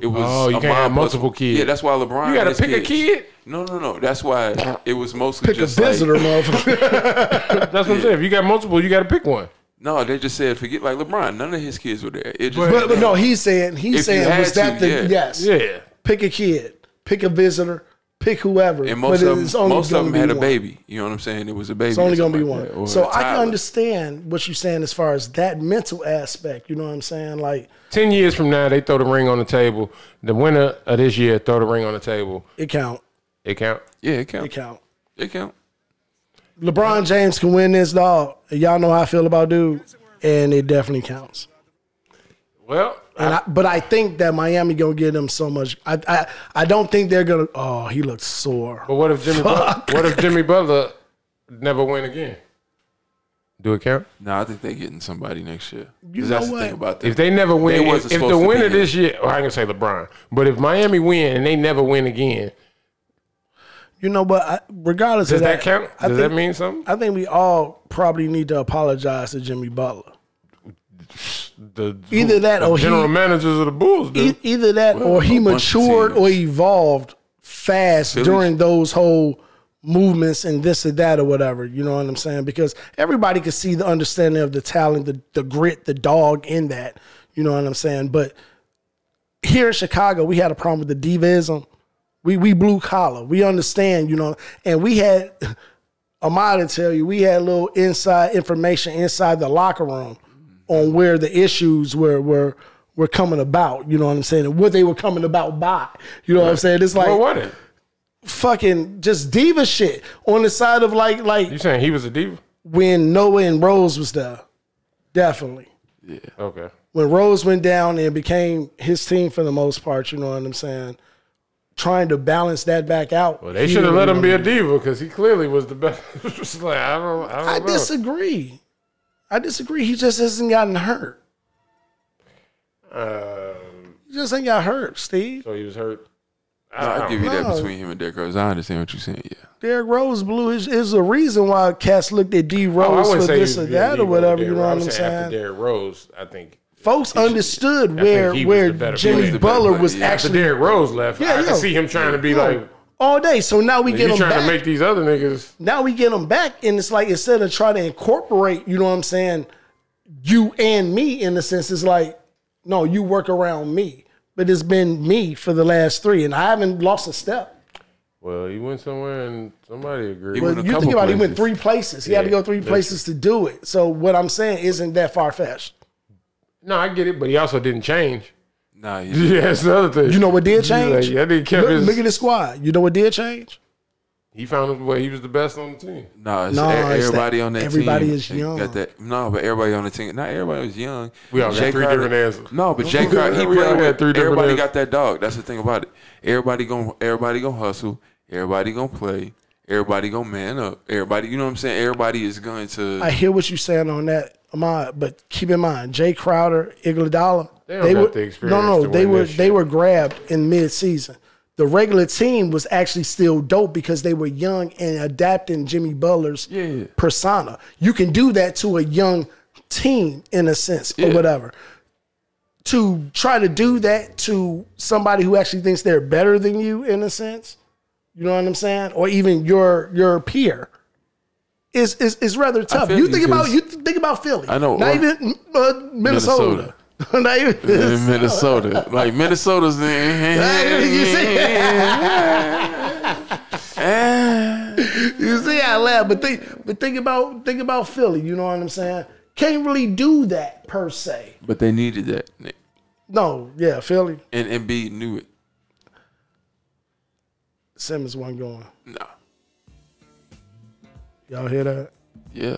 Speaker 2: it was
Speaker 3: Oh, you
Speaker 2: a
Speaker 3: can't have
Speaker 2: mom plus-
Speaker 3: multiple kids.
Speaker 2: Yeah, that's why LeBron.
Speaker 3: You gotta
Speaker 2: and his
Speaker 3: pick a
Speaker 2: kids.
Speaker 3: kid?
Speaker 2: No, no, no. That's why it was mostly
Speaker 1: pick a
Speaker 2: just like-
Speaker 1: visitor, motherfucker.
Speaker 3: That's what I'm saying. If you got multiple, you got to pick one.
Speaker 2: No, they just said forget like LeBron. None of his kids were there. It just,
Speaker 1: But, but no, he's saying he's
Speaker 2: If you
Speaker 1: saying
Speaker 2: had
Speaker 1: was that
Speaker 2: to,
Speaker 1: the
Speaker 2: yeah.
Speaker 1: yes?
Speaker 3: Yeah.
Speaker 1: Pick a kid, pick a visitor, pick whoever.
Speaker 2: and most of
Speaker 1: it's
Speaker 2: them,
Speaker 1: only
Speaker 2: most of
Speaker 1: gonna
Speaker 2: them had
Speaker 1: be
Speaker 2: a
Speaker 1: one.
Speaker 2: baby. You know what I'm saying? It was a baby.
Speaker 1: It's only
Speaker 2: or
Speaker 1: gonna be
Speaker 2: something like
Speaker 1: one.
Speaker 2: that, or
Speaker 1: so
Speaker 2: a
Speaker 1: I can
Speaker 2: toddler.
Speaker 1: understand what you're saying as far as that mental aspect. You know what I'm saying? Like
Speaker 3: Ten years from now, they throw the ring on the table. The winner of this year throw the ring on the table.
Speaker 1: it count,
Speaker 3: It count.
Speaker 2: Yeah, it
Speaker 1: it
Speaker 2: count.
Speaker 1: count.
Speaker 2: It count.
Speaker 1: LeBron James can win this dog. Y'all know how I feel about dude, and it definitely counts.
Speaker 3: Well,
Speaker 1: And I, but I think that Miami gonna give them so much. I I, I don't think they're gonna. Oh, he looks sore.
Speaker 3: but what if Jimmy? Butler, what if Jimmy Butler never win again? Do it count?
Speaker 2: No, I think they getting somebody next year.
Speaker 1: You
Speaker 2: Because that's
Speaker 1: know
Speaker 2: the thing
Speaker 1: what?
Speaker 2: about that.
Speaker 3: If they never win,
Speaker 2: They
Speaker 3: if,
Speaker 2: wasn't
Speaker 3: if the
Speaker 2: supposed to be
Speaker 3: winner
Speaker 2: in.
Speaker 3: this year, well, I ain't gonna say LeBron, but if Miami win and they never win again,
Speaker 1: You know, but I, regardless
Speaker 3: does
Speaker 1: of
Speaker 3: that
Speaker 1: that,
Speaker 3: count?
Speaker 1: I
Speaker 3: Does
Speaker 1: think,
Speaker 3: that mean something?
Speaker 1: I think we all probably need to apologize to Jimmy Butler.
Speaker 3: The,
Speaker 1: Either that
Speaker 3: the
Speaker 1: or he-
Speaker 3: general managers of the Bulls do.
Speaker 1: E- either that
Speaker 2: Well,
Speaker 1: or he
Speaker 2: a bunch of
Speaker 1: matured
Speaker 2: teams.
Speaker 1: or evolved fast
Speaker 2: Phillies.
Speaker 1: during those whole movements and this or that or whatever. You know what I'm saying? Because everybody could see the understanding of the talent, the, the grit, the dog in that. You know what I'm saying? But here in Chicago, we had a problem with the divism. We we blue collar. We understand, you know, and we had Ahmad to tell you, we had a little inside information inside the locker room on where the issues were were were coming about. You know what I'm saying? And what they were coming about by. You know what I'm saying? It's like
Speaker 3: Well, what if?
Speaker 1: fucking just diva shit on the side of like
Speaker 3: You
Speaker 1: like
Speaker 3: saying he was a diva?
Speaker 1: when Noah and Rose was there. Definitely.
Speaker 3: Okay.
Speaker 1: when Rose went down and became his team for the most part, you know what I'm saying? Trying to balance that back out.
Speaker 3: Well, they should have let him be a diva because he clearly was the best. It's like, I don't, I don't
Speaker 1: I
Speaker 3: know.
Speaker 1: disagree. I disagree. He just hasn't gotten hurt.
Speaker 3: Um,
Speaker 1: He just ain't got hurt, Steve.
Speaker 3: so he was hurt.
Speaker 2: No, I give you
Speaker 1: No.
Speaker 2: that between him and Derrick Rose. I understand what you're saying. Yeah.
Speaker 1: Derrick Rose blew is is a reason why Cass looked at D
Speaker 3: Oh,
Speaker 1: Rose
Speaker 3: wouldn't
Speaker 1: for
Speaker 3: say he
Speaker 1: this
Speaker 3: was
Speaker 1: or
Speaker 3: being a
Speaker 1: that or
Speaker 3: diva
Speaker 1: whatever.
Speaker 3: with
Speaker 1: You know what
Speaker 3: Derrick
Speaker 1: I'm
Speaker 3: Rose. I would say
Speaker 1: saying?
Speaker 3: After Derrick Rose, I think
Speaker 1: Folks understood
Speaker 3: think
Speaker 1: where
Speaker 3: he was
Speaker 1: where
Speaker 3: the better
Speaker 1: Jimmy
Speaker 3: player. He was the
Speaker 2: better
Speaker 1: Butler
Speaker 2: player,
Speaker 1: was
Speaker 2: yeah.
Speaker 3: after
Speaker 1: actually
Speaker 3: Derrick Rose left,
Speaker 1: Yeah,
Speaker 3: I
Speaker 1: yo.
Speaker 3: could see him trying to be like,
Speaker 1: all day. So now we get
Speaker 3: you
Speaker 1: him
Speaker 3: trying
Speaker 1: back.
Speaker 3: to make these other niggas.
Speaker 1: now we get them back and it's like instead of trying to incorporate you know what i'm saying you and me in the sense it's like no you work around me but it's been me for the last three and i haven't lost a step
Speaker 3: Well, he went somewhere and somebody agreed.
Speaker 2: He
Speaker 1: but
Speaker 2: went a
Speaker 1: you think
Speaker 2: couple
Speaker 1: about it, he went three
Speaker 2: places.
Speaker 1: places he had to
Speaker 3: Yeah,
Speaker 1: go three places to do it so what i'm saying isn't that far-fetched
Speaker 3: No, I get it, but he also didn't change.
Speaker 2: Nah, he-
Speaker 3: Yeah, that's the other thing.
Speaker 1: you know what did change
Speaker 3: Like, that nigga kept
Speaker 1: look,
Speaker 3: his-
Speaker 1: look at the squad you know what did change
Speaker 3: He found his way. He was the best on the team.
Speaker 2: Nah, it's
Speaker 1: Nah,
Speaker 2: e-
Speaker 1: it's that
Speaker 2: everybody on that
Speaker 1: everybody
Speaker 2: team.
Speaker 1: is
Speaker 2: they
Speaker 1: young.
Speaker 2: Got that? No, but everybody on the team. Not everybody was young.
Speaker 3: We all got
Speaker 2: Jay
Speaker 3: three
Speaker 2: Crowder-
Speaker 3: different answers.
Speaker 2: No, but Jay Crowder, he
Speaker 3: We all
Speaker 2: played with
Speaker 3: had three
Speaker 2: three
Speaker 3: different
Speaker 2: Everybody
Speaker 3: answers.
Speaker 2: got that dog. That's the thing about it. Everybody going everybody gonna hustle. Everybody gonna play. Everybody gonna man up. Everybody, you know what I'm saying? Everybody is going to.
Speaker 1: i hear what you're saying on that Ahmad, but keep in mind jay crowder Iguodala,
Speaker 3: They don't got the experience
Speaker 1: no no
Speaker 3: to
Speaker 1: they
Speaker 3: win
Speaker 1: were
Speaker 3: this
Speaker 1: they
Speaker 3: shit.
Speaker 1: were grabbed in mid-season the regular team was actually still dope because they were young and adapting Jimmy Butler's
Speaker 2: Yeah.
Speaker 1: persona. You can do that to a young team in a sense or
Speaker 2: Yeah.
Speaker 1: whatever. To try to do that to somebody who actually thinks they're better than you in a sense, you know what I'm saying, or even your your peer, is is, is rather tough.
Speaker 2: feel
Speaker 1: You
Speaker 2: you,
Speaker 1: think about
Speaker 2: 'cause-
Speaker 1: you think about Philly.
Speaker 2: I know,
Speaker 1: not
Speaker 2: or-
Speaker 1: even uh, Minnesota.
Speaker 2: Minnesota.
Speaker 1: Not even-
Speaker 2: in Minnesota. Like Minnesota's
Speaker 1: you see, you see, I laugh. But think, but think about think about Philly. You know what I'm saying? Can't really do that per se.
Speaker 2: But they needed that.
Speaker 1: No, yeah, Philly
Speaker 2: And Embiid knew it.
Speaker 1: Simmons wasn't going.
Speaker 2: Nah.
Speaker 1: Y'all hear that?
Speaker 2: Yeah.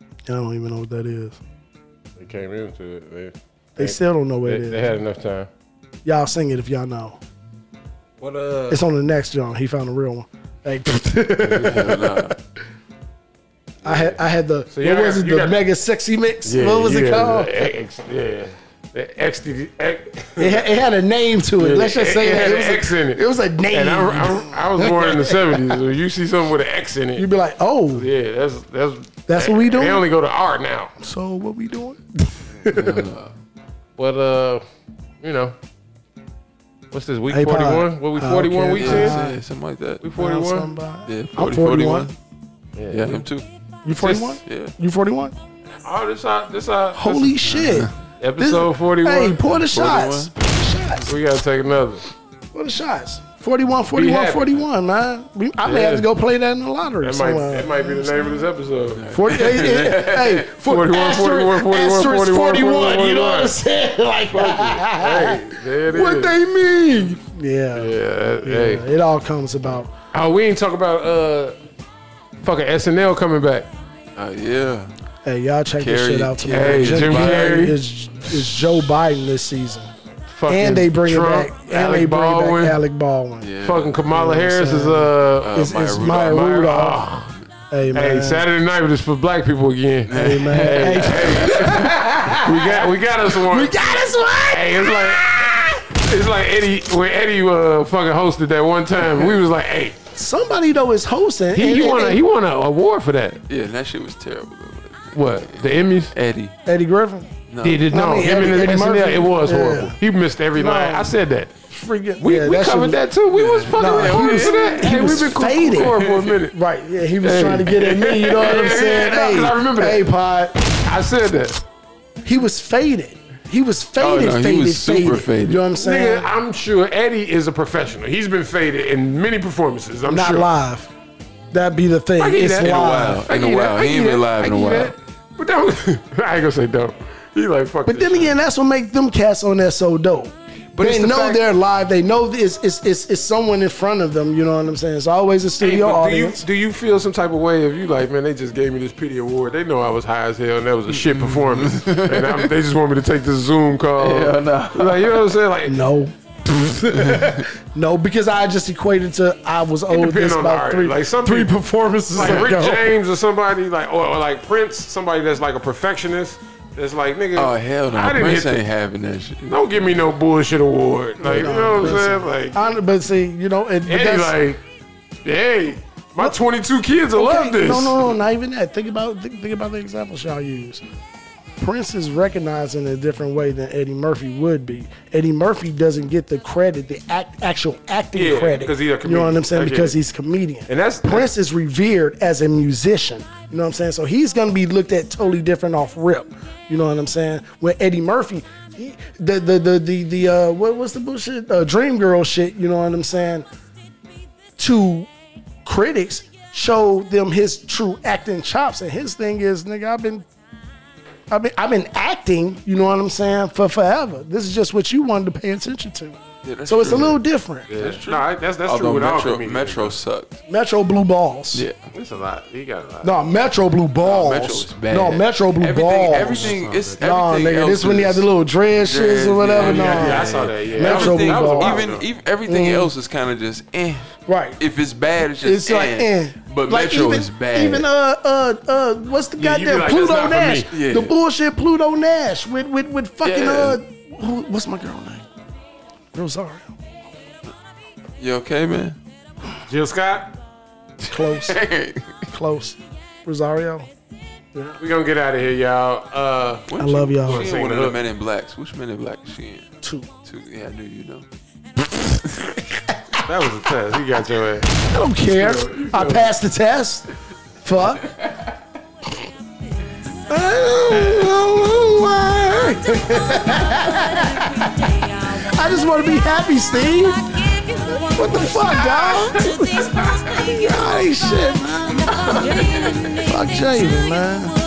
Speaker 1: I don't even know what that is.
Speaker 3: They came into it. They,
Speaker 1: They still don't know what
Speaker 3: they,
Speaker 1: it is.
Speaker 3: they had enough time.
Speaker 1: y'all sing it if y'all know.
Speaker 3: What uh?
Speaker 1: It's on the next John. He found a real one. Hey,
Speaker 2: Hell nah.
Speaker 1: I had I had the
Speaker 3: y'all
Speaker 1: what was
Speaker 3: got-
Speaker 1: it?
Speaker 3: you
Speaker 1: The
Speaker 3: got-
Speaker 1: mega sexy mix. what was it called?
Speaker 3: X, yeah. The X, the X,
Speaker 1: It had, it had a name to it. Let's just
Speaker 3: it-
Speaker 1: say
Speaker 3: it
Speaker 1: that.
Speaker 3: had
Speaker 1: it
Speaker 3: an
Speaker 1: was a-
Speaker 3: X in it.
Speaker 1: It was a name.
Speaker 3: and I, I, I was born in the seventies. So you see something with an X in
Speaker 1: You'd
Speaker 3: it,
Speaker 1: be like, oh,
Speaker 3: yeah, that's that's
Speaker 1: That's what we doing?
Speaker 3: They only go to R now,
Speaker 1: so what we doing?
Speaker 3: but uh, you know, what's this week
Speaker 1: Hey, Pod.
Speaker 3: forty one? What we
Speaker 1: Uh,
Speaker 3: forty one
Speaker 1: okay.
Speaker 3: weeks in?
Speaker 2: yeah, something like that.
Speaker 3: We forty one.
Speaker 1: Somebody-
Speaker 2: Yeah,
Speaker 1: I'm
Speaker 2: 40,
Speaker 1: 41.
Speaker 2: 41. Yeah, him too.
Speaker 1: You 41?
Speaker 2: Yeah.
Speaker 1: You 41?
Speaker 3: Oh, this our this our this
Speaker 1: Holy shit.
Speaker 3: episode
Speaker 1: This-
Speaker 3: forty
Speaker 1: Hey,
Speaker 3: one.
Speaker 1: pour the shots. Pour the shots.
Speaker 3: we gotta take another.
Speaker 1: Pour the shots. 41, 41,
Speaker 3: happy.
Speaker 1: 41, man. We- I may
Speaker 3: Yeah.
Speaker 1: have to go play that in the lottery
Speaker 3: That might
Speaker 1: somewhere.
Speaker 3: that might be the name of this episode.
Speaker 1: 40, hey, hey, hey, for-
Speaker 3: 41, 41, 41,
Speaker 1: asterisk
Speaker 3: 41,
Speaker 1: 41, You know what
Speaker 3: 41.
Speaker 1: I'm saying? Like,
Speaker 3: hey, there it is.
Speaker 1: what they mean? Yeah.
Speaker 3: yeah, that- hey.
Speaker 1: yeah, It all comes about.
Speaker 3: Oh, we ain't talk about uh fucking SNL coming back.
Speaker 2: Uh, yeah.
Speaker 1: Hey, y'all check this
Speaker 2: Carry-
Speaker 1: shit out tomorrow.
Speaker 2: carry
Speaker 1: Jim,
Speaker 3: Jim
Speaker 1: Carrey
Speaker 3: Carrey.
Speaker 1: is, is Joe Biden this season.
Speaker 3: Fucking
Speaker 1: And they bring
Speaker 3: Trump,
Speaker 1: it back. And
Speaker 3: Alec
Speaker 1: they bring
Speaker 3: Baldwin,
Speaker 1: back Alec Baldwin.
Speaker 2: Yeah.
Speaker 3: fucking Kamala
Speaker 1: Yeah,
Speaker 3: Harris is
Speaker 1: so-
Speaker 3: uh,
Speaker 1: It's,
Speaker 2: Maya
Speaker 1: it's
Speaker 2: Rudolph.
Speaker 1: Maya
Speaker 3: Myra-
Speaker 1: Rudolph.
Speaker 3: oh,
Speaker 1: Hey, man.
Speaker 3: hey, Saturday night is for black people again.
Speaker 1: Hey, man. Hey,
Speaker 3: We got we got us one.
Speaker 1: we got us one. Ah!
Speaker 3: hey, it's like it's like Eddie when Eddie uh fucking hosted that one time. We was like, hey,
Speaker 1: Somebody though is hosting.
Speaker 3: he,
Speaker 1: and-
Speaker 3: he
Speaker 1: and-
Speaker 3: won a
Speaker 1: and
Speaker 3: he won an award for that.
Speaker 2: Yeah, that shit was terrible. though. Like,
Speaker 3: What the Emmys?
Speaker 2: Eddie.
Speaker 1: Eddie Griffin.
Speaker 2: No.
Speaker 3: Did it,
Speaker 1: I
Speaker 3: no,
Speaker 1: mean,
Speaker 3: him
Speaker 1: Eddie-
Speaker 3: and
Speaker 1: Eddie
Speaker 3: the SNL,
Speaker 1: Murphy.
Speaker 3: it was
Speaker 1: Yeah.
Speaker 3: horrible. He missed every line. I said that.
Speaker 1: Freaking.
Speaker 3: We,
Speaker 1: yeah,
Speaker 3: we
Speaker 1: that shit
Speaker 3: covered
Speaker 1: was-
Speaker 3: that too. We was fucking
Speaker 1: Nah,
Speaker 3: with
Speaker 1: he
Speaker 3: we
Speaker 1: was-
Speaker 3: did that.
Speaker 1: he
Speaker 3: Hey,
Speaker 1: was
Speaker 3: we've been
Speaker 1: faded.
Speaker 3: faded for a minute.
Speaker 1: Right. Yeah, he was
Speaker 3: Hey.
Speaker 1: trying to get at me. You know what I'm
Speaker 3: Yeah,
Speaker 1: saying?
Speaker 3: yeah, yeah,
Speaker 1: hey,
Speaker 3: I remember that.
Speaker 1: Hey, pod.
Speaker 3: I said that.
Speaker 1: He was faded. He
Speaker 3: Oh,
Speaker 1: was faded.
Speaker 2: no, he
Speaker 1: faded.
Speaker 2: was super
Speaker 1: faded.
Speaker 2: faded.
Speaker 1: You know what I'm
Speaker 3: Nigga,
Speaker 1: saying?
Speaker 3: I'm sure Eddie is a professional. He's been faded in many performances. I'm
Speaker 1: Not
Speaker 3: sure.
Speaker 1: live. That'd be the thing.
Speaker 3: I get
Speaker 1: It's
Speaker 3: that.
Speaker 1: live.
Speaker 3: In a
Speaker 2: while.
Speaker 3: I
Speaker 2: In a
Speaker 3: get
Speaker 2: while.
Speaker 3: that.
Speaker 2: He
Speaker 3: I
Speaker 2: ain't
Speaker 3: get
Speaker 2: been
Speaker 3: that.
Speaker 2: live
Speaker 3: I
Speaker 2: in a
Speaker 3: get
Speaker 2: while.
Speaker 3: that. But don't. I ain't gonna say don't. He like fuck.
Speaker 1: But then again, that's what make them cats on that so dope. But
Speaker 3: But
Speaker 1: they
Speaker 3: it's the
Speaker 1: know
Speaker 3: fact-
Speaker 1: they're live. They know this. It's, it's it's someone in front of them. You know what I'm saying? It's always a studio
Speaker 3: do you
Speaker 1: audience.
Speaker 3: do you feel some type of way if you like, man? They just gave me this pity award. They know I was high as hell, and that was a shit performance. and I'm, they just want me to take this Zoom call.
Speaker 2: Hell no.
Speaker 3: Like you know what I'm saying? Like
Speaker 1: No. no, because I just equated to I was owed
Speaker 3: depend
Speaker 1: this
Speaker 3: on the
Speaker 1: about
Speaker 3: art.
Speaker 1: three,
Speaker 3: Like, some
Speaker 1: three
Speaker 3: people-
Speaker 1: performances
Speaker 3: like Rick
Speaker 1: ago.
Speaker 3: James or somebody like or, or like Prince, somebody that's like a perfectionist. That's like nigga.
Speaker 2: Oh hell no!
Speaker 3: I didn't
Speaker 2: Prince
Speaker 3: hit
Speaker 2: ain't
Speaker 3: the-
Speaker 2: having that shit.
Speaker 3: Don't give me no bullshit award. Like you know what I'm saying? Like
Speaker 1: I- but see, you know, it, but
Speaker 3: Eddie,
Speaker 1: that's-
Speaker 3: like hey, my 22 kids will love
Speaker 1: Okay,
Speaker 3: this.
Speaker 1: No, no, no, not even that. Think about think, think about the examples y'all use. Prince is recognized in a different way than Eddie Murphy would be. Eddie Murphy doesn't get the credit, the act, actual acting
Speaker 3: Yeah,
Speaker 1: credit.
Speaker 3: 'cause he's a
Speaker 1: You know what I'm
Speaker 3: comedian.
Speaker 1: saying?
Speaker 3: I get
Speaker 1: Because
Speaker 3: it.
Speaker 1: he's a comedian.
Speaker 3: And that's-
Speaker 1: Prince is revered as a musician. You know what I'm saying? So he's gonna be looked at totally different off rip. You know what I'm saying? When Eddie Murphy, he, the the the the, the uh, what was the bullshit? Uh, Dream Girl shit. You know what I'm saying? to critics show them his true acting chops. And his thing is, nigga, I've been I've been I've been acting, you know what I'm saying, for forever. This is just what you wanted to pay attention to.
Speaker 2: that's
Speaker 1: so it's a
Speaker 2: true.
Speaker 1: little different.
Speaker 3: That's true. Nah, that's that's true
Speaker 2: Although
Speaker 3: with all
Speaker 2: Metro,
Speaker 3: comedians.
Speaker 2: Metro sucked.
Speaker 1: Metro Blue Balls.
Speaker 2: Yeah.
Speaker 3: It's a lot. He got a lot.
Speaker 1: No, Metro Blue Balls.
Speaker 2: Metro is bad.
Speaker 1: Oh, No, Metro Blue
Speaker 2: everything,
Speaker 1: Balls.
Speaker 2: Everything is everything.
Speaker 1: no, nigga,
Speaker 2: else
Speaker 1: this when he had
Speaker 2: is-
Speaker 1: the little dread shits or
Speaker 2: Yeah,
Speaker 1: whatever.
Speaker 2: yeah,
Speaker 1: no,
Speaker 3: yeah, I saw that, yeah.
Speaker 1: Metro
Speaker 2: everything,
Speaker 1: Blue
Speaker 3: That was a
Speaker 1: Balls. Mm-hmm.
Speaker 3: while
Speaker 2: even
Speaker 3: ago.
Speaker 2: even everything else is kind of just eh.
Speaker 1: Right.
Speaker 2: If it's bad, it's just
Speaker 1: It's like, eh.
Speaker 2: But
Speaker 1: Like,
Speaker 2: Metro
Speaker 1: even,
Speaker 2: is bad.
Speaker 1: Even uh uh uh, what's the
Speaker 3: Yeah, you be
Speaker 1: goddamn
Speaker 3: like,
Speaker 1: Pluto
Speaker 3: "That's not for
Speaker 1: Nash?
Speaker 2: me." Yeah.
Speaker 1: The bullshit Pluto Nash with with with fucking
Speaker 2: Yeah.
Speaker 1: uh, who, what's my girl name? Rosario.
Speaker 2: You okay, man?
Speaker 3: Jill Scott,
Speaker 1: Close, close. Rosario,
Speaker 3: we gonna get out of here, y'all. Uh,
Speaker 1: I love y'all.
Speaker 2: She
Speaker 3: Sing
Speaker 2: in one of
Speaker 3: the
Speaker 2: the
Speaker 3: hook.
Speaker 2: Men in Blacks. Which Men in Black is she in?
Speaker 1: two.
Speaker 2: Two. Yeah, I knew you know.
Speaker 3: that was a test. You got your
Speaker 1: I
Speaker 3: ass.
Speaker 1: don't care. I passed the test. Fuck. I don't know why. I just want to be happy, Steve. What the fuck, dog? God, ain't shit, man. Fuck Javen, man.